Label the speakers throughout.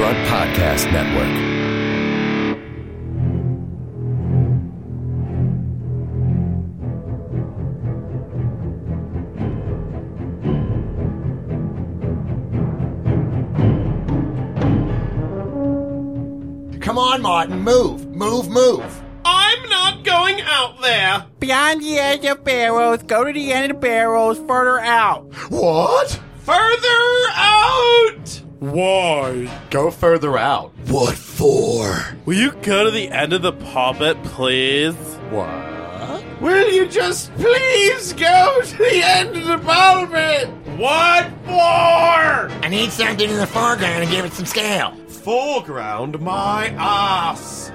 Speaker 1: Podcast Network.
Speaker 2: Come on, Martin, move, move, move.
Speaker 3: I'm not going out there.
Speaker 4: Beyond the edge of barrels, go to the end of the barrels, further out.
Speaker 2: What?
Speaker 3: Further out.
Speaker 5: Why?
Speaker 2: Go further out. What for?
Speaker 5: Will you go to the end of the pulpit, please?
Speaker 2: What?
Speaker 3: Will you just please go to the end of the pulpit? What for?
Speaker 2: I need something in the foreground to give it some scale.
Speaker 3: Foreground my ass.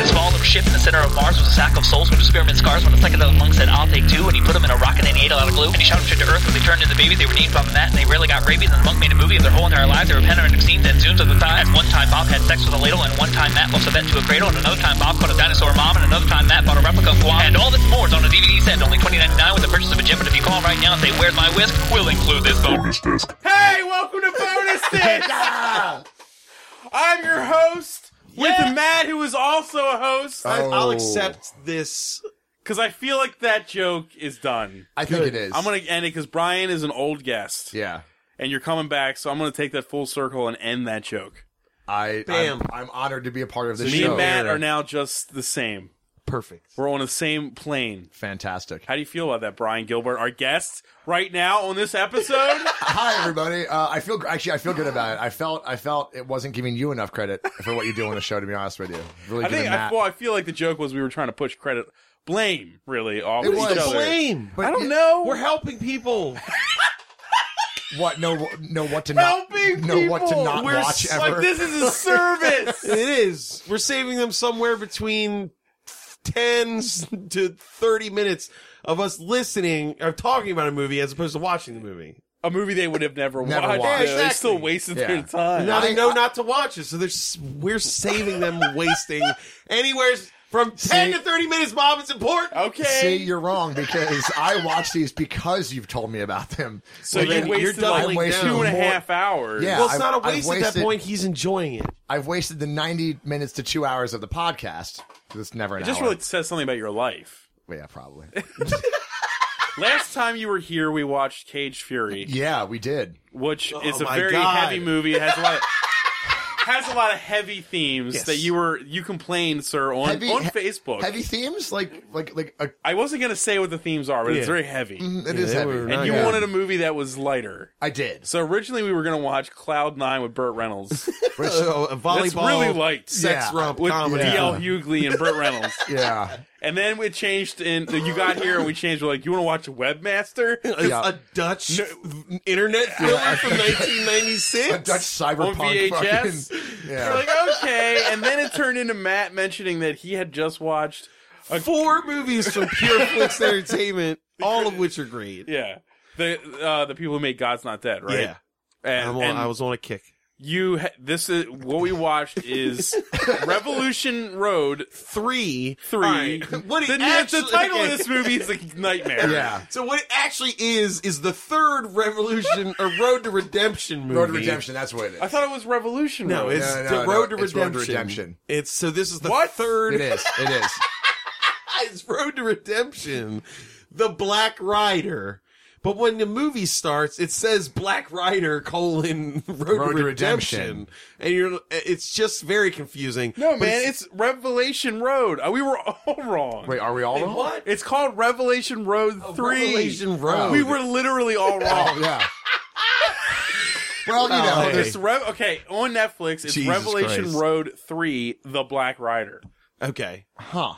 Speaker 6: This ball of shit in the center of Mars was a sack of souls with experiment scars when a psychedelic monk said, I'll take two, and he put them in a rocket and he ate a lot of glue, and he shot them straight to Earth when they turned into babies. They were named Bob and Matt, and they really got rabies, and the monk made a movie of their whole entire lives. They were panoramic scenes and zooms of the thighs. One time Bob had sex with a ladle, and one time Matt lost a vet to a cradle, and another time Bob caught a dinosaur mom, and another time Matt bought a replica of Guam. And all this more is on a DVD set, only $20.99 with the purchase of a gym, but if you call right now and say, where's my whisk, we'll include this bonus disc.
Speaker 3: Hey, welcome to Bonus Disc. I'm your host with Matt, who is also a host.
Speaker 2: Oh.
Speaker 7: I'll accept this.
Speaker 5: Because I feel like that joke is done.
Speaker 2: I think it is.
Speaker 5: I'm going to end it because Brian is an old guest.
Speaker 2: Yeah.
Speaker 5: And you're coming back, so I'm going to take that full circle and end that joke.
Speaker 2: I.
Speaker 7: Bam.
Speaker 2: I'm, I'm honored to be a part of this
Speaker 5: Me
Speaker 2: show.
Speaker 5: and Matt are now just the same.
Speaker 7: Perfect.
Speaker 5: We're on the same plane.
Speaker 2: Fantastic.
Speaker 5: How do you feel about that, Brian Gilbert, our guest right now on this episode?
Speaker 2: Hi, everybody. Uh, I feel actually I feel good about it. I felt I felt it wasn't giving you enough credit for what you do on the show. To be honest with you, really
Speaker 5: I
Speaker 2: giving
Speaker 5: think I,
Speaker 2: Matt.
Speaker 5: well, I feel like the joke was we were trying to push credit, blame, really, off
Speaker 2: It
Speaker 5: each
Speaker 2: was.
Speaker 5: other.
Speaker 7: Blame.
Speaker 2: But
Speaker 5: I don't
Speaker 2: y-
Speaker 5: know.
Speaker 7: We're helping people.
Speaker 2: what no no what to not
Speaker 5: helping
Speaker 2: no what to
Speaker 5: people.
Speaker 2: not
Speaker 5: We're
Speaker 2: watch
Speaker 5: s-
Speaker 2: ever.
Speaker 5: Like this is a service.
Speaker 7: It is. We're saving them somewhere between tens to thirty minutes of us listening or talking about a movie as opposed to watching the movie.
Speaker 5: a movie they would have never,
Speaker 2: Never
Speaker 5: watched.
Speaker 2: watched.
Speaker 5: They still wasted
Speaker 2: Yeah.
Speaker 5: their time.
Speaker 7: Now
Speaker 2: I-
Speaker 7: they know
Speaker 2: I-
Speaker 7: not to watch it, so they're s- we're saving them wasting anywhere from ten
Speaker 2: See? Oh,
Speaker 7: to thirty minutes. Mom, it's important.
Speaker 5: okay.
Speaker 2: See, you're wrong because I watch these because you've told me about them.
Speaker 5: so
Speaker 7: Well,
Speaker 5: you
Speaker 7: then you're
Speaker 5: wasted
Speaker 7: doubling
Speaker 5: like two
Speaker 2: down.
Speaker 5: and a
Speaker 2: More-
Speaker 5: half hours.
Speaker 2: Yeah.
Speaker 7: well, it's
Speaker 2: I've-
Speaker 7: not a
Speaker 2: I've
Speaker 7: waste at
Speaker 2: wasted-
Speaker 7: that point. He's enjoying it.
Speaker 2: I've wasted the 90 minutes to two hours of the podcast. That's never an
Speaker 5: It just
Speaker 2: hour.
Speaker 5: really says something about your life.
Speaker 2: yeah, probably.
Speaker 5: Last time you were here, we watched Cage Fury,
Speaker 2: yeah, Oh we did.
Speaker 5: which is a
Speaker 7: my
Speaker 5: very
Speaker 7: God.
Speaker 5: heavy movie. It has a lot of has a lot of heavy themes
Speaker 7: Yes.
Speaker 5: that you were you complained, sir, on
Speaker 2: Heavy-
Speaker 5: on
Speaker 2: he-
Speaker 5: Facebook.
Speaker 2: Heavy themes like like like uh,
Speaker 5: I wasn't gonna say what the themes are, but it's
Speaker 7: Yeah.
Speaker 5: very heavy.
Speaker 2: it
Speaker 7: Yeah,
Speaker 2: is
Speaker 7: they
Speaker 2: heavy.
Speaker 7: were
Speaker 2: And
Speaker 7: not
Speaker 2: Mm-hmm.
Speaker 5: You
Speaker 2: Oh, yeah.
Speaker 5: wanted a movie that was lighter.
Speaker 2: I did.
Speaker 5: So originally we were gonna watch Cloud Nine with Burt Reynolds.
Speaker 2: Which,
Speaker 7: Uh, a volleyball,
Speaker 5: That's really light.
Speaker 7: sex
Speaker 2: Yeah.
Speaker 7: romp
Speaker 5: with
Speaker 7: comedy.
Speaker 5: DL Hughley and Burt Reynolds.
Speaker 2: yeah.
Speaker 5: And then it changed in you got here and we changed we're like, you wanna watch Webmaster?
Speaker 7: It's
Speaker 2: Yeah.
Speaker 7: a Dutch internet thriller from 1996.
Speaker 2: A Dutch cyberpunk
Speaker 5: On VHS?
Speaker 2: fucking
Speaker 5: We're
Speaker 2: yeah.
Speaker 5: like, okay. And then it turned into Matt mentioning that he had just watched
Speaker 7: Four movies from Pure Flix Entertainment, all of which are great.
Speaker 5: Yeah. The uh, the people who made God's Not Dead, right?
Speaker 7: Yeah,
Speaker 5: And,
Speaker 7: I'm on-
Speaker 5: and
Speaker 7: I was on a kick.
Speaker 5: you ha- this is what we watched is Revolution Road
Speaker 7: Three,
Speaker 5: three.
Speaker 7: All right. What
Speaker 5: the,
Speaker 7: it
Speaker 5: the
Speaker 7: actually,
Speaker 5: title of this movie is a nightmare.
Speaker 2: Yeah.
Speaker 7: So what it actually is is the third Revolution or Road to Redemption movie.
Speaker 2: Road to Redemption, that's what it is.
Speaker 5: I thought it was Revolution
Speaker 7: No,
Speaker 5: Road.
Speaker 7: it's
Speaker 2: No, no,
Speaker 7: the
Speaker 2: no,
Speaker 7: Road, to
Speaker 2: it's Road to
Speaker 7: Redemption.
Speaker 2: Redemption.
Speaker 7: It's so this is the
Speaker 5: What?
Speaker 7: third
Speaker 2: it is. It is.
Speaker 7: It's Road to Redemption, the Black Rider. But when the movie starts, it says Black Rider colon Road, to Redemption.
Speaker 2: Redemption.
Speaker 7: and you're it's just very confusing.
Speaker 5: no
Speaker 7: But
Speaker 5: man, it's, Revelation Road. Uh, We were all wrong.
Speaker 2: Wait, are we all wrong?
Speaker 7: what?
Speaker 5: It's called Revelation Road Three. Oh.
Speaker 7: Revelation Road.
Speaker 5: We were literally all
Speaker 2: Oh,
Speaker 5: wrong.
Speaker 2: yeah. well, you know,
Speaker 7: Oh, hey.
Speaker 2: there's
Speaker 5: There's Rev- okay on Netflix. It's
Speaker 7: Jesus
Speaker 5: Revelation
Speaker 7: Christ.
Speaker 5: Road Three: The Black Rider.
Speaker 7: okay.
Speaker 2: huh.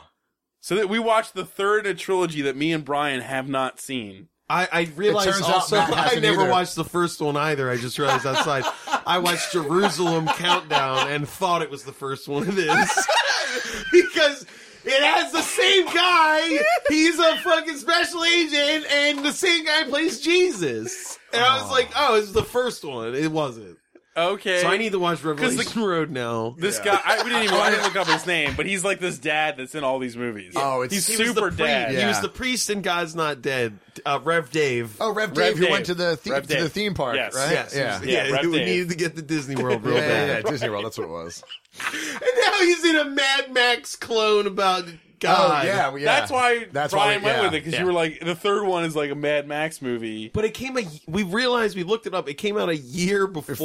Speaker 5: So that we watched the third in a trilogy that me and Brian have not seen.
Speaker 7: I, I realized
Speaker 2: turns out
Speaker 7: also
Speaker 2: Matt
Speaker 7: I
Speaker 2: hasn't
Speaker 7: never
Speaker 2: either.
Speaker 7: watched the first one either. I just realized outside. I watched Jerusalem Countdown and thought it was the first one of this because it has the same guy. He's a fucking special agent, and the same guy plays Jesus. And I was like, oh, it's the first one. It wasn't.
Speaker 5: Okay.
Speaker 7: So I need to watch
Speaker 5: the-
Speaker 7: Revelation Road now.
Speaker 5: this guy. I, we didn't even. I didn't look up his name, but he's like this dad that's in all these movies.
Speaker 2: Oh, it's-
Speaker 5: he's
Speaker 2: he
Speaker 7: was the
Speaker 5: super
Speaker 7: priest-
Speaker 5: dad.
Speaker 7: He
Speaker 2: Yeah.
Speaker 7: was the priest in God's Not Dead. Uh, Rev Dave.
Speaker 2: Oh, Rev,
Speaker 5: Rev
Speaker 2: Dave, who
Speaker 5: Dave.
Speaker 2: went to the the-
Speaker 5: Rev
Speaker 2: to the
Speaker 5: Dave.
Speaker 2: theme park,
Speaker 5: Yes.
Speaker 2: right?
Speaker 7: Yes,
Speaker 2: yeah.
Speaker 7: yeah,
Speaker 5: Yeah,
Speaker 7: yeah,
Speaker 5: Rev
Speaker 7: we
Speaker 5: Dave.
Speaker 7: needed to get to Disney World real
Speaker 2: Yeah, yeah,
Speaker 7: bad.
Speaker 2: yeah, Disney World. That's what it was.
Speaker 7: And now he's in a Mad Max clone about God.
Speaker 2: Oh yeah, well, yeah.
Speaker 5: That's why
Speaker 2: That's why
Speaker 5: Brian
Speaker 2: we-
Speaker 5: went
Speaker 2: yeah.
Speaker 5: with it because you were like the third one is like a Mad Max movie.
Speaker 7: But it came a. We realized we looked it up. It came out a year before,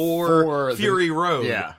Speaker 2: Before the-
Speaker 7: Fury Road.
Speaker 2: Yeah.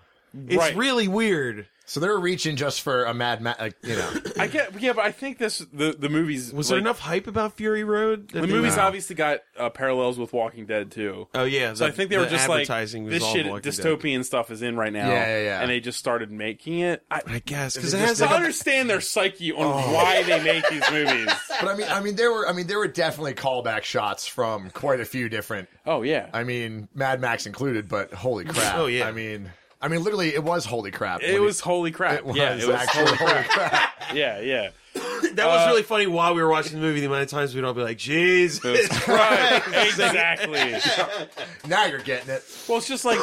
Speaker 7: it's
Speaker 5: Right.
Speaker 7: really weird.
Speaker 2: So they were reaching just for a Mad Max, like, you know.
Speaker 5: I get yeah, but I think this the the movies
Speaker 7: Was
Speaker 5: like,
Speaker 7: there enough hype about Fury Road?
Speaker 5: The movies
Speaker 2: No.
Speaker 5: obviously got uh, parallels with Walking Dead too.
Speaker 7: Oh yeah,
Speaker 5: So
Speaker 7: the-
Speaker 5: I think they were
Speaker 7: the
Speaker 5: just like
Speaker 7: advertising was
Speaker 5: this
Speaker 7: all
Speaker 5: shit
Speaker 7: Walking Dead.
Speaker 5: dystopian stuff is in right now.
Speaker 2: Yeah, yeah, yeah.
Speaker 5: And they just started making it. I,
Speaker 7: I guess because
Speaker 2: They
Speaker 7: it
Speaker 2: just
Speaker 7: has
Speaker 5: I
Speaker 7: like, a- Oh.
Speaker 5: understand their psyche on why they make these movies.
Speaker 2: But I mean, I mean, there were, I mean, there were definitely callback shots from quite a few different.
Speaker 5: Oh yeah.
Speaker 2: I mean, Mad Max included, but holy crap!
Speaker 7: Oh, yeah.
Speaker 2: I mean, I mean, literally, it was holy crap.
Speaker 5: it
Speaker 2: when
Speaker 5: was holy crap.
Speaker 2: It was
Speaker 5: yeah, it was
Speaker 2: actually
Speaker 5: holy
Speaker 2: holy
Speaker 5: crap.
Speaker 2: crap.
Speaker 5: Yeah, yeah.
Speaker 7: that was
Speaker 5: uh,
Speaker 7: really funny while we were watching the movie. The amount of times we'd all be like, "Jesus
Speaker 5: Right.
Speaker 7: Christ!"
Speaker 5: exactly.
Speaker 2: now you're getting it.
Speaker 5: Well, it's just like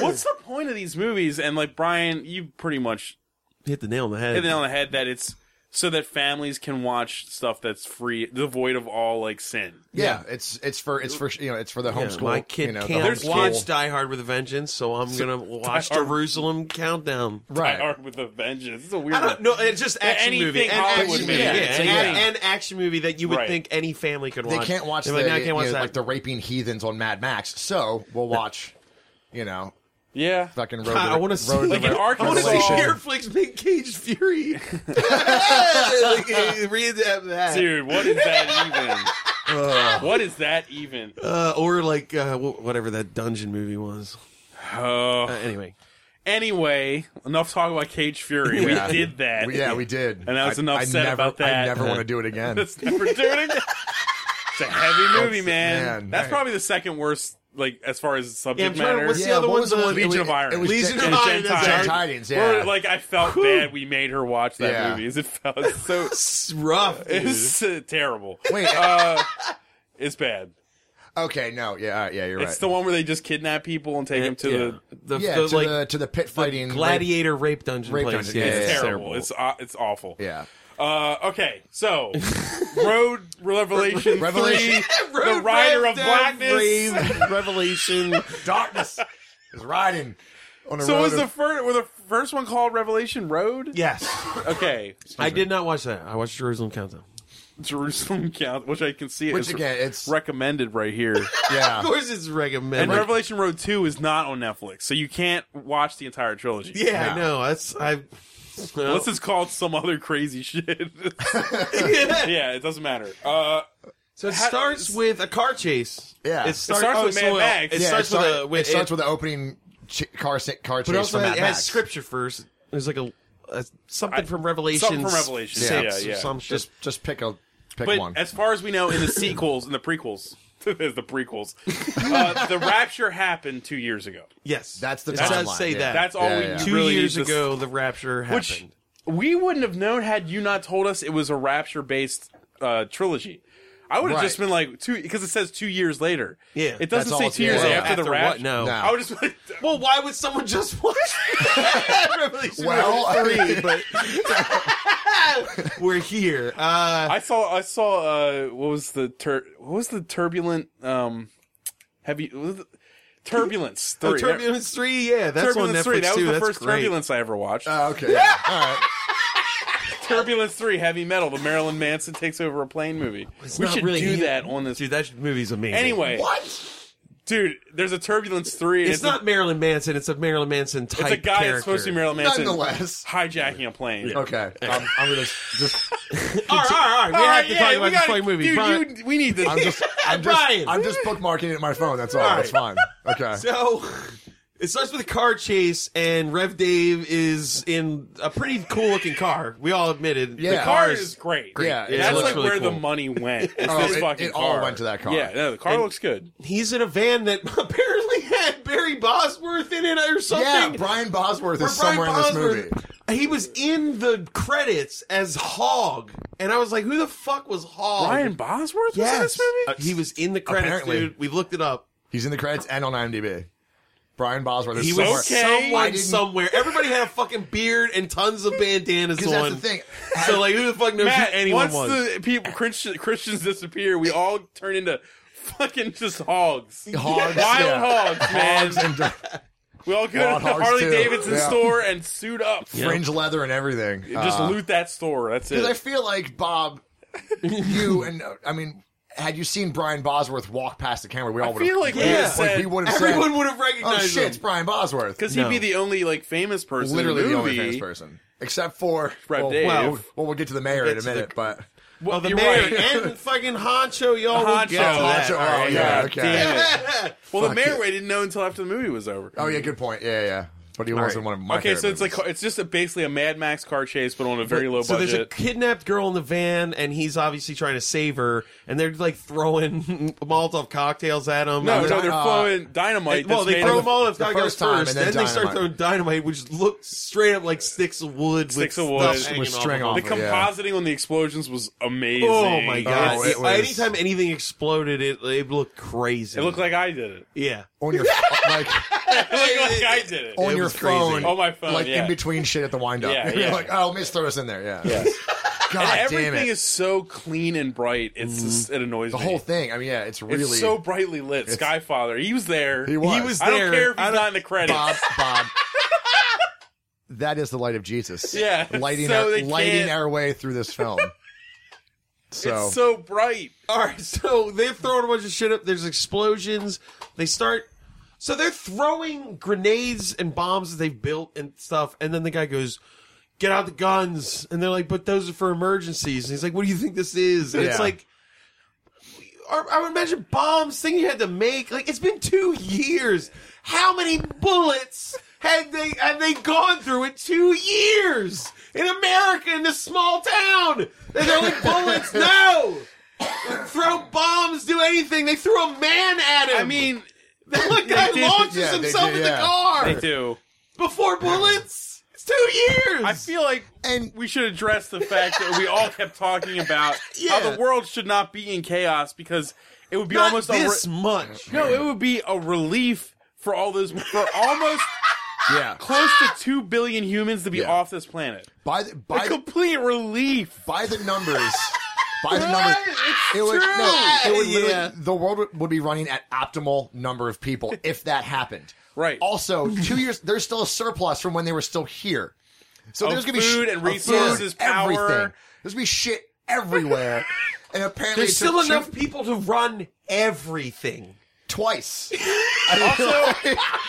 Speaker 5: what's the point of these movies? And like Brian, you pretty much
Speaker 7: Hit the nail on the head.
Speaker 5: hit the nail on the head that it's so that families can watch stuff that's free, devoid of all like sin.
Speaker 2: Yeah, it's it's for it's for you know it's for the
Speaker 7: Yeah,
Speaker 2: homeschool.
Speaker 7: my kid
Speaker 2: you know, the
Speaker 7: can't
Speaker 5: There's
Speaker 2: homeschool-
Speaker 7: watch Die Hard with a Vengeance, so I'm gonna watch
Speaker 5: Die Hard-
Speaker 7: Jerusalem Countdown.
Speaker 2: right.
Speaker 5: Die Hard with a vengeance. It's a weird.
Speaker 7: I don't
Speaker 5: one.
Speaker 7: know. It's just action
Speaker 5: anything
Speaker 7: movie, and
Speaker 5: Hollywood
Speaker 7: action
Speaker 2: movie.
Speaker 7: Yeah,
Speaker 2: Yeah,
Speaker 5: it's
Speaker 7: an,
Speaker 5: like
Speaker 7: a-
Speaker 5: anything.
Speaker 7: an action movie that you would
Speaker 5: Right.
Speaker 7: think any family could
Speaker 2: They
Speaker 7: watch.
Speaker 2: can't watch
Speaker 7: They're
Speaker 2: the,
Speaker 7: like, "No, I can't watch
Speaker 2: you know,
Speaker 7: that.
Speaker 2: like the raping heathens on Mad Max. So we'll watch, you know,
Speaker 5: Yeah.
Speaker 2: fucking road.
Speaker 7: God, I want to see
Speaker 5: Like in
Speaker 7: I want to see
Speaker 5: Arkansas.
Speaker 7: Sheerflick's Big Caged Fury. like, eh, re-adapt that.
Speaker 5: Dude, what is that even? what is that even?
Speaker 7: Uh, or like uh, wh- whatever that dungeon movie was. Uh, anyway,
Speaker 5: Oh. Anyway, enough talk about Cage Fury. We
Speaker 2: Yeah.
Speaker 5: did that.
Speaker 2: yeah, we did.
Speaker 5: And I was enough said
Speaker 2: never,
Speaker 5: about that.
Speaker 2: I never want to do it again.
Speaker 5: Let's never do it again. It's a heavy movie,
Speaker 2: That's-
Speaker 5: man.
Speaker 2: man,
Speaker 5: That's
Speaker 2: right.
Speaker 5: probably the second worst, like as far as
Speaker 7: Yeah,
Speaker 5: subject
Speaker 7: I'm trying to-
Speaker 5: matter.
Speaker 7: what's the other
Speaker 2: what
Speaker 7: one's
Speaker 2: was
Speaker 7: the
Speaker 2: one-
Speaker 7: one-
Speaker 2: it was-
Speaker 5: Legion of Iron.
Speaker 2: It was
Speaker 7: Legion
Speaker 2: Gen-
Speaker 7: of Iron,
Speaker 2: Gen
Speaker 7: that's right.
Speaker 2: Tidings,
Speaker 5: We're-
Speaker 2: yeah.
Speaker 5: like I felt bad we made her watch that
Speaker 2: Yeah.
Speaker 5: movie. Is it felt it's so
Speaker 7: it's rough. dude.
Speaker 5: it's uh, terrible.
Speaker 2: Wait, uh,
Speaker 5: Uh, it's bad.
Speaker 2: okay, no, yeah, all right, yeah, you're right. Eh,
Speaker 5: It's the one where they just kidnap people and take them to the.
Speaker 7: the,
Speaker 2: yeah,
Speaker 7: the,
Speaker 2: to
Speaker 7: like
Speaker 2: the to the pit fighting
Speaker 7: gladiator rape dungeon
Speaker 2: Rape
Speaker 7: place.
Speaker 2: dungeon,
Speaker 7: Yeah,
Speaker 2: yeah,
Speaker 5: It's
Speaker 2: yeah,
Speaker 5: terrible. It's aw- it's awful.
Speaker 2: Yeah,
Speaker 5: Uh, okay, so Road Revelation,
Speaker 2: Revelation.
Speaker 5: Three, the Rider of
Speaker 7: Rev-
Speaker 5: Blackness.
Speaker 7: Rev- Revelation.
Speaker 2: darkness is riding on a
Speaker 5: So
Speaker 2: road
Speaker 5: was the
Speaker 2: of-
Speaker 5: first was the first one called Revelation Road?
Speaker 7: yes,
Speaker 5: Okay,
Speaker 7: I did not watch that. I watched Jerusalem Countdown.
Speaker 5: Jerusalem Count, which I can see it
Speaker 2: Which
Speaker 5: is
Speaker 2: again, it's-
Speaker 5: recommended right here.
Speaker 2: yeah.
Speaker 7: Of course, it's
Speaker 5: and
Speaker 7: recommended.
Speaker 5: Revelation Road Two is not on Netflix, so you can't watch the entire trilogy.
Speaker 7: yeah, I
Speaker 2: No.
Speaker 7: know. That's I.
Speaker 5: Unless it's called some other crazy shit.
Speaker 7: yeah.
Speaker 5: yeah, it doesn't matter. Uh,
Speaker 7: So it
Speaker 5: Ha-
Speaker 7: starts with a car chase.
Speaker 2: Yeah.
Speaker 7: it starts,
Speaker 5: starts
Speaker 7: oh,
Speaker 5: with
Speaker 7: so
Speaker 5: Mad
Speaker 7: it-
Speaker 5: Max. Yeah,
Speaker 7: It
Speaker 2: Yeah,
Speaker 7: starts
Speaker 2: it, start-
Speaker 7: with a with
Speaker 2: it starts with the opening ch- car sa- car
Speaker 7: but it
Speaker 2: chase
Speaker 7: also
Speaker 2: from
Speaker 7: has,
Speaker 2: Mad
Speaker 7: it
Speaker 2: Max.
Speaker 7: has scripture first. There's like a, a something
Speaker 5: I-
Speaker 7: from Revelation.
Speaker 5: something from Revelation.
Speaker 7: six
Speaker 5: Yeah,
Speaker 7: or
Speaker 5: yeah.
Speaker 7: some shit.
Speaker 2: Just just pick a pick
Speaker 5: but
Speaker 2: one.
Speaker 5: as far as we know, in the sequels, in the prequels, there's the prequels, uh, the rapture happened two years ago.
Speaker 7: yes,
Speaker 2: That's the
Speaker 7: it
Speaker 2: timeline,
Speaker 7: Does say
Speaker 2: yeah.
Speaker 7: that.
Speaker 5: That's all
Speaker 2: Yeah,
Speaker 5: we
Speaker 2: yeah.
Speaker 7: two
Speaker 5: really
Speaker 7: years
Speaker 5: need to-
Speaker 7: ago the rapture happened.
Speaker 5: which we wouldn't have known had you not told us it was a rapture based uh, trilogy. I would have
Speaker 2: Right.
Speaker 5: just been like two because it says two years later.
Speaker 7: Yeah.
Speaker 5: it
Speaker 2: That's
Speaker 5: doesn't
Speaker 2: all
Speaker 5: say
Speaker 2: it's-
Speaker 5: two years
Speaker 2: yeah, yeah.
Speaker 5: after, the
Speaker 7: what?
Speaker 5: rapture.
Speaker 7: No.
Speaker 2: No.
Speaker 5: I would just be like,
Speaker 7: Well, why would someone just watch Revelation
Speaker 2: Well, I mean-
Speaker 7: but we're here. Uh,
Speaker 5: I saw I saw uh, what was the tur- what was the turbulent um heavy what was the- turbulence
Speaker 7: oh,
Speaker 5: three.
Speaker 7: Turbulence Three, yeah, that's on
Speaker 5: Turbulence
Speaker 7: Netflix
Speaker 5: three. That was
Speaker 7: too.
Speaker 5: the
Speaker 7: that's
Speaker 5: first
Speaker 7: great.
Speaker 5: turbulence I ever watched.
Speaker 2: Uh, okay, yeah. all right.
Speaker 5: turbulence three, heavy metal. The Marilyn Manson takes over a plane movie.
Speaker 7: It's
Speaker 5: we
Speaker 7: not
Speaker 5: should
Speaker 7: really
Speaker 5: do
Speaker 7: him.
Speaker 5: that on this.
Speaker 7: Dude, that movie's amazing.
Speaker 5: anyway,
Speaker 2: What?
Speaker 5: dude? There's a turbulence three. and
Speaker 7: it's,
Speaker 5: a-
Speaker 7: not Marilyn Manson. It's a Marilyn Manson type.
Speaker 5: It's a guy
Speaker 7: character.
Speaker 5: that's supposed to be Marilyn Manson,
Speaker 2: Nonetheless.
Speaker 5: hijacking a plane.
Speaker 2: Okay, I'm, I'm gonna just.
Speaker 7: All right, all right, all right. We
Speaker 5: All
Speaker 7: have
Speaker 5: right,
Speaker 7: to
Speaker 5: yeah,
Speaker 7: talk
Speaker 5: we
Speaker 7: about this
Speaker 5: gotta-
Speaker 7: fucking movie.
Speaker 5: dude,
Speaker 7: Brian,
Speaker 5: you- we need
Speaker 2: I'm
Speaker 5: this.
Speaker 2: just. I'm just.
Speaker 7: Brian.
Speaker 2: I'm just bookmarking it in my phone. That's all.
Speaker 7: All right.
Speaker 2: That's fine. Okay.
Speaker 7: So it starts with a car chase, and Rev Dave is in a pretty cool looking car. We all admitted.
Speaker 2: Yeah.
Speaker 7: The
Speaker 5: car
Speaker 7: car
Speaker 5: is
Speaker 7: is.
Speaker 5: great.
Speaker 2: Yeah, yeah, it
Speaker 5: that's
Speaker 2: looks
Speaker 5: like
Speaker 7: really
Speaker 5: where the
Speaker 7: cool.
Speaker 5: money went. It's
Speaker 2: Oh,
Speaker 5: this
Speaker 2: it-
Speaker 5: fucking
Speaker 2: it all
Speaker 5: car.
Speaker 2: went to that car.
Speaker 5: Yeah, no, the car looks good.
Speaker 7: He's in a van that apparently had Barry Bosworth in it or
Speaker 2: Yeah,
Speaker 7: something.
Speaker 2: Brian Bosworth
Speaker 7: Or
Speaker 2: is somewhere
Speaker 7: Brian
Speaker 2: in this movie.
Speaker 7: He was in the credits as Hog, and I was like, "Who the fuck was
Speaker 2: oh,
Speaker 7: Hog?"
Speaker 5: Brian Bosworth was in
Speaker 7: Yes,
Speaker 5: this movie.
Speaker 7: Uh, he was in the credits,
Speaker 2: Apparently.
Speaker 7: dude. We looked it up.
Speaker 2: He's in the credits and on IMDb. Brian Bosworth.
Speaker 7: He
Speaker 2: is
Speaker 7: was
Speaker 2: somewhere.
Speaker 5: Okay.
Speaker 2: I
Speaker 7: someone
Speaker 2: didn't-
Speaker 7: somewhere. Everybody had a fucking beard and tons of bandanas
Speaker 2: 'Cause
Speaker 7: on.
Speaker 2: that's the thing.
Speaker 7: So like, who the fuck knows
Speaker 5: Matt,
Speaker 7: who anyone
Speaker 5: once
Speaker 7: was?
Speaker 5: the people Christian, Christians disappear, we all turn into fucking just hogs,
Speaker 2: Hogs,
Speaker 5: wild
Speaker 2: yeah.
Speaker 5: hogs, man.
Speaker 2: Hogs and dr-
Speaker 5: we all go
Speaker 2: Wild
Speaker 5: to the
Speaker 2: hogs,
Speaker 5: Harley
Speaker 2: too.
Speaker 5: Davidson
Speaker 2: Yeah.
Speaker 5: store and suit up,
Speaker 2: fringe leather and everything.
Speaker 5: And just
Speaker 2: Uh,
Speaker 5: loot that store. That's it.
Speaker 2: Because I feel like Bob, you and uh, I mean, had you seen Brian Bosworth walk past the camera, we all
Speaker 5: I
Speaker 2: would have.
Speaker 5: feel like we
Speaker 7: Yeah.
Speaker 5: would've said-
Speaker 2: we would have
Speaker 7: Everyone
Speaker 2: said,
Speaker 7: would have
Speaker 2: "Oh
Speaker 7: recognized
Speaker 2: shit, it's
Speaker 7: him.
Speaker 2: Brian Bosworth."
Speaker 5: because he'd
Speaker 7: No.
Speaker 5: be the only like famous person,
Speaker 2: Literally
Speaker 5: in
Speaker 2: the
Speaker 5: the
Speaker 2: only
Speaker 5: movie.
Speaker 2: famous person, except for
Speaker 5: Brad
Speaker 2: well,
Speaker 5: Dave.
Speaker 2: well, we'll- well, we'll get to the mayor in a
Speaker 7: to the-
Speaker 2: minute, but
Speaker 5: Well,
Speaker 7: the
Speaker 5: you're
Speaker 7: mayor
Speaker 5: right.
Speaker 7: and fucking Honcho, y'all
Speaker 5: Honcho.
Speaker 7: would get to
Speaker 5: Oh,
Speaker 7: that.
Speaker 2: Honcho,
Speaker 7: All right,
Speaker 2: oh, yeah,
Speaker 7: yeah.
Speaker 2: okay.
Speaker 5: Damn
Speaker 7: Yeah.
Speaker 5: Well, the mayor way didn't know until after the movie was over.
Speaker 2: oh yeah, good point. Yeah, yeah. But he wasn't one of my.
Speaker 5: okay, so
Speaker 2: favorite
Speaker 5: it's like
Speaker 2: movies.
Speaker 5: it's just a, basically a Mad Max car chase, but on a very low
Speaker 7: so
Speaker 5: budget.
Speaker 7: there's a kidnapped girl in the van, and he's obviously trying to save her, and they're like throwing Molotov cocktails at him.
Speaker 5: no,
Speaker 7: And
Speaker 5: no,
Speaker 7: then-
Speaker 5: they're
Speaker 2: uh,
Speaker 5: flowing dynamite.
Speaker 7: well,
Speaker 5: that's
Speaker 7: they
Speaker 5: made
Speaker 7: throw
Speaker 5: of
Speaker 7: Molotov
Speaker 2: the
Speaker 7: cocktails
Speaker 2: first time, and
Speaker 7: first,
Speaker 2: then
Speaker 7: then, they start
Speaker 2: dynamite.
Speaker 7: throwing dynamite, which looked straight up like sticks of wood.
Speaker 5: Sticks
Speaker 7: with
Speaker 5: of wood.
Speaker 7: stuff
Speaker 5: With
Speaker 7: hanging off
Speaker 2: string
Speaker 7: of
Speaker 2: on
Speaker 5: The
Speaker 7: them.
Speaker 2: it. yeah.
Speaker 5: compositing on the explosions was amazing.
Speaker 7: Oh my god!
Speaker 2: Oh,
Speaker 7: Yeah,
Speaker 2: it was-
Speaker 7: Anytime anything exploded, it it looked crazy.
Speaker 5: It looked like I did it.
Speaker 7: yeah.
Speaker 2: on your like
Speaker 5: It looked like I did it.
Speaker 2: on
Speaker 7: It
Speaker 2: your
Speaker 7: was crazy.
Speaker 2: phone,
Speaker 5: On my phone,
Speaker 2: like
Speaker 5: yeah.
Speaker 2: in between shit at the wind up.
Speaker 5: Yeah,
Speaker 2: You're
Speaker 5: yeah.
Speaker 2: like, oh, let me just throw this in there. Yeah,
Speaker 5: And
Speaker 2: God damn
Speaker 5: everything
Speaker 2: it. Mm-hmm.
Speaker 5: is so clean and bright. It's just, it annoys
Speaker 2: the
Speaker 5: me.
Speaker 2: whole thing. I mean, yeah, it's really
Speaker 5: It's so brightly lit. Skyfather, he was there.
Speaker 2: He was.
Speaker 7: He was
Speaker 5: I
Speaker 7: there.
Speaker 5: don't care if
Speaker 7: I
Speaker 5: he's
Speaker 7: don't-
Speaker 5: not in the credits.
Speaker 2: Bob, Bob. that is the light of Jesus.
Speaker 5: Yeah,
Speaker 2: lighting
Speaker 5: so
Speaker 2: our,
Speaker 5: they
Speaker 2: lighting
Speaker 5: can't-
Speaker 2: our way through this film. So,
Speaker 5: It's so bright.
Speaker 7: All right, so they're throwing a bunch of shit up. There's explosions. They start. So they're throwing grenades and bombs that they've built and stuff. And then the guy goes, "Get out the guns!" And they're like, "But those are for emergencies." And he's like, "What do you think this is?" And it's
Speaker 2: Yeah.
Speaker 7: like, I I would imagine bombs thing you had to make. Like it's been two years. How many bullets had they had they gone through in two years in America in this small town? There's only bullets. No, throw bombs, do anything. They threw a man at him.
Speaker 5: I mean,
Speaker 7: the guy
Speaker 5: did-
Speaker 7: launches
Speaker 2: yeah, they
Speaker 7: himself
Speaker 2: did,
Speaker 7: in
Speaker 2: yeah.
Speaker 7: the car
Speaker 5: they do.
Speaker 7: before bullets. It's two years.
Speaker 5: I feel like
Speaker 2: and
Speaker 5: we should address the fact that we all kept talking about how
Speaker 7: Yeah.
Speaker 5: the world should not be in chaos because it would be
Speaker 7: Not
Speaker 5: almost
Speaker 7: this
Speaker 5: a re-
Speaker 7: much.
Speaker 5: no, it would be a relief for all those for almost
Speaker 2: yeah,
Speaker 5: close to two billion humans to be
Speaker 2: Yeah.
Speaker 5: off this planet.
Speaker 2: by the,
Speaker 5: A
Speaker 2: by,
Speaker 5: complete relief.
Speaker 2: by the numbers, by the numbers,
Speaker 7: It's
Speaker 2: it would, no, it would literally,
Speaker 7: Yeah.
Speaker 2: the world would, would be running at optimal number of people if that happened.
Speaker 5: Right.
Speaker 2: Also, two years there's still a surplus from when they were still here. So
Speaker 5: Of
Speaker 2: there's gonna be sh-
Speaker 5: food and
Speaker 2: of
Speaker 5: resources, power.
Speaker 2: everything. There's gonna be shit everywhere, and apparently
Speaker 7: There's
Speaker 2: it took
Speaker 7: still
Speaker 2: two-
Speaker 7: enough people to run everything.
Speaker 2: twice.
Speaker 5: Also,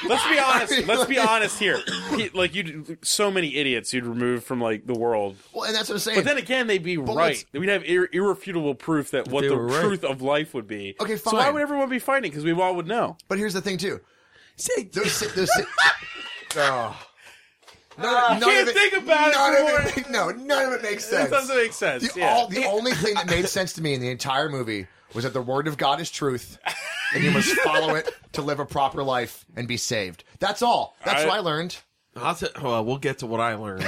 Speaker 5: let's be honest. Let's be honest here. He- Like you, so many idiots you'd remove from like the world.
Speaker 2: Well, and that's what I'm saying.
Speaker 5: But then again, they'd be right.
Speaker 2: let's-
Speaker 5: We'd have ir- irrefutable proof that what
Speaker 7: They
Speaker 5: the
Speaker 7: were right.
Speaker 5: truth of life would be.
Speaker 2: Okay,
Speaker 5: So why
Speaker 2: fine.
Speaker 5: would everyone be fighting? Because we all would know.
Speaker 2: But here's the thing too.
Speaker 7: See,
Speaker 2: Those, si- those, si- oh. None, none
Speaker 5: Ah, can't
Speaker 2: of it,
Speaker 5: think about it
Speaker 2: none
Speaker 5: for
Speaker 2: Of it, no, none of it makes sense.
Speaker 5: That doesn't make sense.
Speaker 2: The,
Speaker 5: yeah.
Speaker 2: all, the only thing that made sense to me in the entire movie was that the word of God is truth, and you must follow it to live a proper life and be saved. That's all. That's
Speaker 5: I-
Speaker 2: what I learned.
Speaker 7: I'll t- well, we'll get to what I learned.